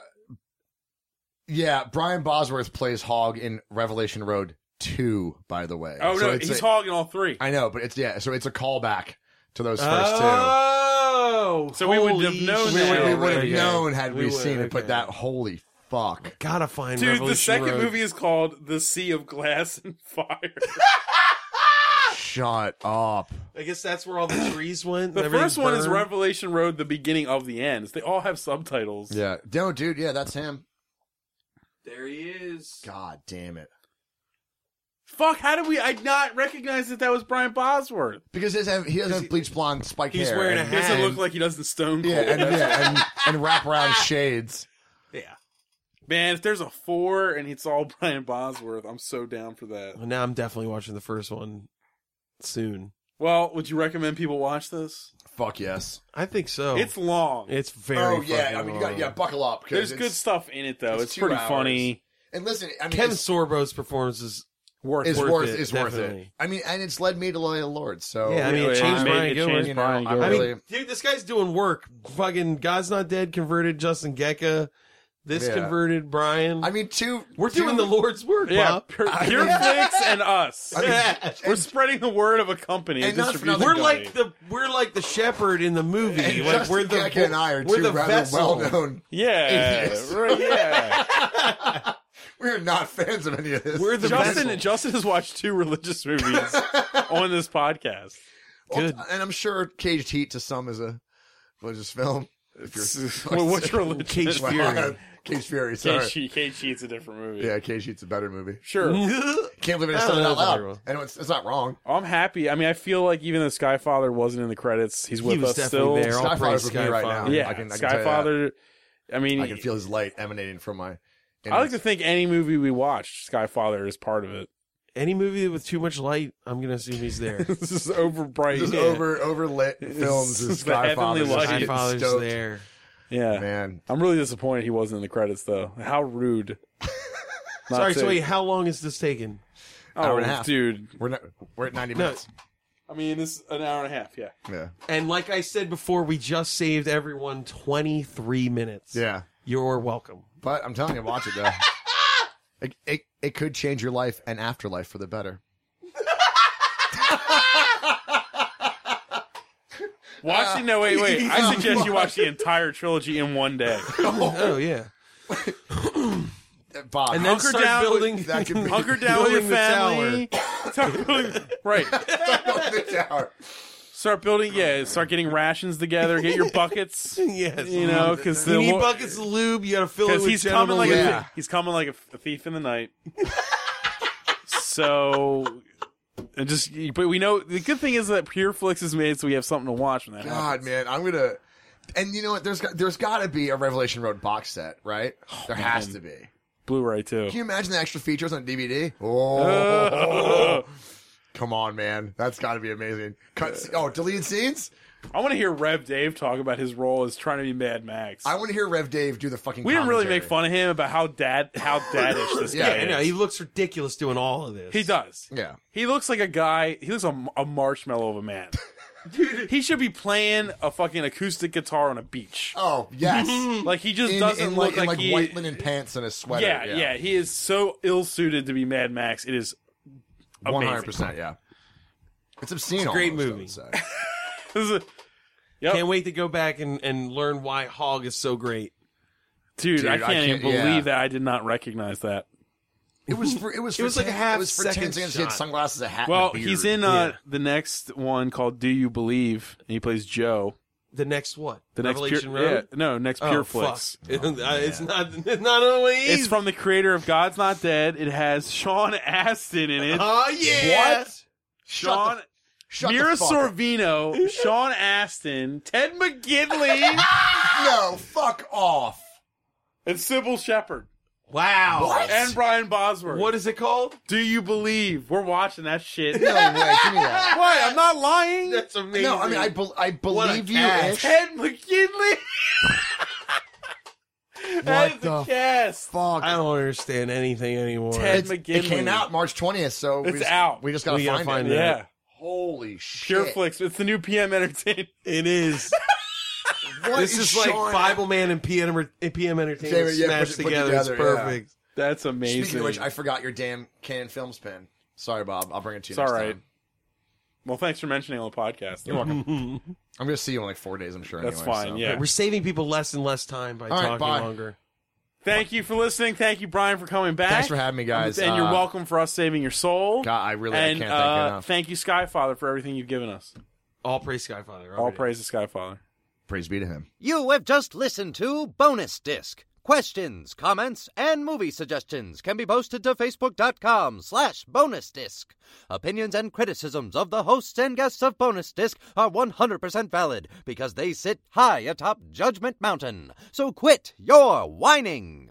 Speaker 2: yeah, Brian Bosworth plays Hog in Revelation Road Two. By the way,
Speaker 5: oh,
Speaker 2: So
Speaker 5: no,
Speaker 2: it's
Speaker 5: he's
Speaker 2: a-
Speaker 5: hogging all three.
Speaker 2: I know, but it's yeah. So it's a callback to those first two.
Speaker 7: Oh,
Speaker 5: So we would have
Speaker 7: holy
Speaker 5: known
Speaker 2: we
Speaker 7: shit.
Speaker 2: would,
Speaker 5: that.
Speaker 2: we would have
Speaker 7: Okay.
Speaker 2: known had we,
Speaker 7: We would,
Speaker 2: seen it, but
Speaker 7: okay.
Speaker 2: that holy fuck.
Speaker 7: Gotta find
Speaker 5: Dude, the
Speaker 7: Revolution
Speaker 5: second
Speaker 7: Road.
Speaker 5: movie is called The Sea of Glass and Fire.
Speaker 2: Shut up.
Speaker 7: I guess that's where all the trees went.
Speaker 5: The
Speaker 7: and
Speaker 5: first one is
Speaker 7: everything burned.
Speaker 5: Revelation Road, the beginning of the ends. They all have subtitles.
Speaker 2: Yeah. No, dude, yeah, that's him.
Speaker 7: There he is.
Speaker 2: God damn it.
Speaker 5: Fuck, how did we I not recognize that that was Brian Bosworth?
Speaker 2: Because he doesn't have, he doesn't have bleach blonde spike
Speaker 7: he's
Speaker 2: hair.
Speaker 7: wearing a
Speaker 2: and,
Speaker 5: He doesn't
Speaker 7: And-
Speaker 5: look like he does in Stone Cold.
Speaker 2: Yeah, and, yeah, and, and wraparound shades.
Speaker 7: Yeah.
Speaker 5: Man, if there's a four and it's all Brian Bosworth, I'm so down for that.
Speaker 7: Well, now I'm definitely watching the first one soon.
Speaker 5: Well, would you recommend people watch this?
Speaker 2: Fuck yes.
Speaker 7: I think so.
Speaker 5: It's long.
Speaker 7: it's very.
Speaker 2: Oh yeah, I
Speaker 7: fucking
Speaker 2: mean you got
Speaker 7: long.
Speaker 2: yeah, buckle up. 'cause
Speaker 5: There's
Speaker 2: it's-
Speaker 5: good stuff in it though.
Speaker 2: it's
Speaker 5: It's,
Speaker 2: two
Speaker 5: pretty
Speaker 2: hours.
Speaker 5: funny.
Speaker 2: And listen, I mean,
Speaker 7: Ken
Speaker 2: it's,
Speaker 7: Sorbo's performance is
Speaker 5: Worth
Speaker 2: it's
Speaker 5: it.
Speaker 2: worth
Speaker 7: it,
Speaker 2: it's worth it.
Speaker 7: definitely.
Speaker 2: I mean, and it's led me to Lord of Lords. So
Speaker 7: Yeah, I mean, it changed
Speaker 5: made-
Speaker 7: Brian
Speaker 5: it
Speaker 7: Gilbert.
Speaker 5: changed
Speaker 2: you know,
Speaker 5: Brian
Speaker 2: I'm
Speaker 5: Gilbert.
Speaker 7: I
Speaker 2: really-
Speaker 7: mean, dude, this guy's doing work. Fucking God's Not Dead converted Justin Gecka. This
Speaker 2: Yeah.
Speaker 7: converted Brian.
Speaker 2: I mean, two.
Speaker 7: We're
Speaker 2: two-
Speaker 7: doing the Lord's work,
Speaker 5: yeah,
Speaker 7: Bob.
Speaker 5: pure, pure Flix and us.
Speaker 2: I mean,
Speaker 5: We're spreading the word of a company.
Speaker 2: And
Speaker 5: a
Speaker 2: not for
Speaker 5: distribution
Speaker 2: nothing,
Speaker 7: We're
Speaker 5: company.
Speaker 7: like the we're like the shepherd in the movie.
Speaker 2: and
Speaker 7: like
Speaker 2: Justin
Speaker 7: we're the
Speaker 2: Gacka and I are
Speaker 7: we're
Speaker 2: two
Speaker 7: the
Speaker 2: rather
Speaker 7: vessel.
Speaker 2: well-known.
Speaker 5: yeah,
Speaker 2: Yes.
Speaker 5: right, yeah.
Speaker 2: We are not fans of any of this.
Speaker 7: We're the
Speaker 5: Justin
Speaker 7: vessel.
Speaker 5: Justin has watched two religious movies on this podcast.
Speaker 7: Good.
Speaker 2: and I'm sure Caged Heat to some is a religious film. If you're
Speaker 5: Well, what's religion?
Speaker 7: Cage
Speaker 2: Wow.
Speaker 7: Fury.
Speaker 2: Cage Fury, sorry.
Speaker 5: Cage Heat- Cage Heat's a different movie.
Speaker 2: Yeah, Mm. Cage Heat's a better movie.
Speaker 5: Sure.
Speaker 2: Can't believe I just
Speaker 7: Oh,
Speaker 2: said it out
Speaker 7: that's not
Speaker 2: loud.
Speaker 7: wrong.
Speaker 2: And it's, it's not wrong.
Speaker 5: I'm happy. I mean, I feel like even though Skyfather wasn't in the credits, he's with
Speaker 7: he was
Speaker 5: us
Speaker 7: definitely
Speaker 5: still.
Speaker 7: there. I'll
Speaker 2: Skyfather's
Speaker 7: praise
Speaker 2: with me right
Speaker 7: Skyfather.
Speaker 2: now.
Speaker 5: Yeah,
Speaker 2: I can- I can tell you that.
Speaker 5: Skyfather. I mean,
Speaker 2: I can feel his light emanating from my.
Speaker 5: I like to think any movie we watched, Skyfather is part of it.
Speaker 7: Any movie with too much light, I'm gonna assume he's there.
Speaker 5: this is over bright.
Speaker 2: Just over overlit films is
Speaker 5: It's the heavenly
Speaker 2: Skyfather's
Speaker 5: light.
Speaker 2: just getting
Speaker 7: Godfather's
Speaker 2: stoked.
Speaker 7: there.
Speaker 5: Yeah.
Speaker 2: Man,
Speaker 5: I'm really disappointed he wasn't in the credits though. How rude. Not
Speaker 7: Sorry,
Speaker 5: to-
Speaker 7: so wait, how long is this taking?
Speaker 5: oh,
Speaker 2: hour and a half.
Speaker 5: dude.
Speaker 2: we're not, we're at ninety
Speaker 7: No.
Speaker 2: minutes.
Speaker 5: I mean, this an hour and a half. Yeah.
Speaker 2: Yeah,
Speaker 7: And like I said before, we just saved everyone 23 minutes.
Speaker 2: yeah.
Speaker 7: You're welcome.
Speaker 2: But I'm telling you, watch it though. it, it it could change your life and afterlife for the better.
Speaker 5: Watch. it no, wait, wait. I suggest you watch the entire trilogy in one day.
Speaker 7: Oh, yeah.
Speaker 2: Uh, Bob,
Speaker 7: And then
Speaker 5: Hunker
Speaker 7: start
Speaker 5: down with-
Speaker 7: building.
Speaker 2: that could be
Speaker 5: Hunker down with your family.
Speaker 7: Building the
Speaker 5: Start building, right.
Speaker 2: the tower.
Speaker 5: Start building. Yeah. Start getting rations together. Get your buckets.
Speaker 7: yes.
Speaker 5: You know, because
Speaker 7: you need buckets of lube. You gotta fill it
Speaker 5: because
Speaker 7: with
Speaker 5: he's coming like
Speaker 7: gentleman
Speaker 5: a, he's coming like a, a thief in the night. so, and just but we know the good thing is that PureFlix is made, so we have something to watch when that
Speaker 2: God, man, I'm gonna. And you know what? There's got, there's got to be a Revelation Road box set, right?
Speaker 7: Oh,
Speaker 2: there has
Speaker 5: man.
Speaker 2: to be.
Speaker 5: Blu-ray too.
Speaker 2: Can you imagine the extra features on DVD? Oh,
Speaker 7: Uh,
Speaker 2: come on, man, that's got to be amazing. Cut. oh, deleted scenes.
Speaker 5: I want to hear Rev Dave talk about his role as trying to be Mad Max.
Speaker 2: I want to hear Rev Dave do the fucking.
Speaker 5: we didn't really
Speaker 2: commentary.
Speaker 5: make fun of him about how dad how daddish this
Speaker 2: Yeah,
Speaker 5: guy
Speaker 7: Yeah, I
Speaker 5: is.
Speaker 7: know. He looks ridiculous doing all of this.
Speaker 5: he does.
Speaker 2: Yeah,
Speaker 5: He looks like a guy. He looks a, a marshmallow of a man. he should be playing a fucking acoustic guitar on a beach.
Speaker 2: Oh yes,
Speaker 5: Like he just
Speaker 2: in,
Speaker 5: doesn't
Speaker 2: in,
Speaker 5: look
Speaker 2: like, in, like
Speaker 5: he,
Speaker 2: white linen pants and a sweater.
Speaker 5: Yeah, yeah, He is so ill suited to be Mad Max. It is.
Speaker 2: one
Speaker 5: amazing.
Speaker 2: hundred percent. Yeah, it's obscene.
Speaker 7: a great
Speaker 2: almost, I
Speaker 7: movie.
Speaker 2: would say.
Speaker 5: This is a-
Speaker 7: Can't wait to go back and, and learn why Hog is so great.
Speaker 5: dude, I
Speaker 2: Dude, I
Speaker 5: can't, even
Speaker 2: can't-
Speaker 5: believe
Speaker 2: yeah.
Speaker 5: that I did not recognize that.
Speaker 2: It was for it was for
Speaker 7: was like a
Speaker 2: ten-
Speaker 7: half
Speaker 2: it was for
Speaker 7: second
Speaker 2: ten seconds. He had
Speaker 7: shot.
Speaker 2: sunglasses, a hat. and a
Speaker 5: Well, he's
Speaker 2: beard.
Speaker 5: in uh, the next one called "Do You Believe," and he plays Joe.
Speaker 7: The next what?
Speaker 5: The next
Speaker 7: Revelation
Speaker 5: pure,
Speaker 7: Road?
Speaker 5: yeah, no, next
Speaker 7: Oh,
Speaker 5: Pure
Speaker 7: fuck.
Speaker 5: Flix.
Speaker 7: it's not it's not only
Speaker 5: It's from the creator of God's Not Dead. It has Sean Astin in it.
Speaker 7: Oh yeah.
Speaker 5: What? Sean
Speaker 2: Shut the
Speaker 5: Mira
Speaker 2: fuck up.
Speaker 5: Sorvino, Sean Astin, Ted McGinley,
Speaker 2: No, fuck off.
Speaker 5: and Sybil Shepherd,
Speaker 7: Wow.
Speaker 5: and Brian Bosworth.
Speaker 7: What is it called?
Speaker 5: do you believe? We're watching that shit.
Speaker 2: No way. Give me that.
Speaker 5: Why? I'm not lying.
Speaker 7: That's amazing.
Speaker 2: No, I mean I bel I believe you.
Speaker 7: cast.
Speaker 2: Ish.
Speaker 5: Ted McKinley.
Speaker 2: What
Speaker 5: that is
Speaker 2: the
Speaker 5: the cast.
Speaker 2: Fuck.
Speaker 7: I don't understand anything anymore.
Speaker 5: Ted
Speaker 2: It's- it came
Speaker 5: McGinley.
Speaker 2: out March twentieth, so we
Speaker 5: It's
Speaker 2: just,
Speaker 5: out.
Speaker 2: We just gotta
Speaker 7: We gotta
Speaker 2: find,
Speaker 7: find
Speaker 2: it.
Speaker 7: it.
Speaker 5: yeah,
Speaker 2: Holy shit!
Speaker 5: Pure Flix. It's the new PM Entertainment.
Speaker 7: It is.
Speaker 2: What
Speaker 7: this is like
Speaker 2: Sean-
Speaker 7: Bible Man and PM, Enter- and PM Entertainment
Speaker 2: Entertainment, yeah,
Speaker 7: smashed
Speaker 2: put it- put it
Speaker 7: together. It's
Speaker 2: together, yeah.
Speaker 7: perfect.
Speaker 5: That's amazing.
Speaker 2: Speaking of which, I forgot your damn Canon Films pen. Sorry, Bob. I'll bring it to you.
Speaker 5: it's
Speaker 2: next
Speaker 5: all right.
Speaker 2: time.
Speaker 5: Well, thanks for mentioning on the podcast.
Speaker 2: You're welcome. I'm gonna see you in like four days. I'm sure.
Speaker 5: That's
Speaker 2: anyway,
Speaker 5: fine.
Speaker 2: so.
Speaker 5: Yeah.
Speaker 7: We're saving people less and less time by
Speaker 2: All right,
Speaker 7: talking
Speaker 2: bye.
Speaker 7: longer.
Speaker 5: Thank you for listening. Thank you, Brian, for coming back.
Speaker 2: Thanks for having me, guys.
Speaker 5: And you're
Speaker 2: Uh,
Speaker 5: welcome for us saving your soul.
Speaker 2: God, I really I
Speaker 5: and
Speaker 2: can't thank you
Speaker 5: uh,
Speaker 2: enough.
Speaker 5: thank you, Skyfather, for everything you've given us.
Speaker 7: All praise Skyfather.
Speaker 5: All
Speaker 7: already.
Speaker 5: praise to Skyfather.
Speaker 2: Praise be to him.
Speaker 1: You have just listened to Bonus Disc. Questions, comments, and movie suggestions can be posted to facebook.com slash bonus disc. Opinions and criticisms of the hosts and guests of Bonus Disc are 100% valid because they sit high atop Judgment Mountain. So quit your whining!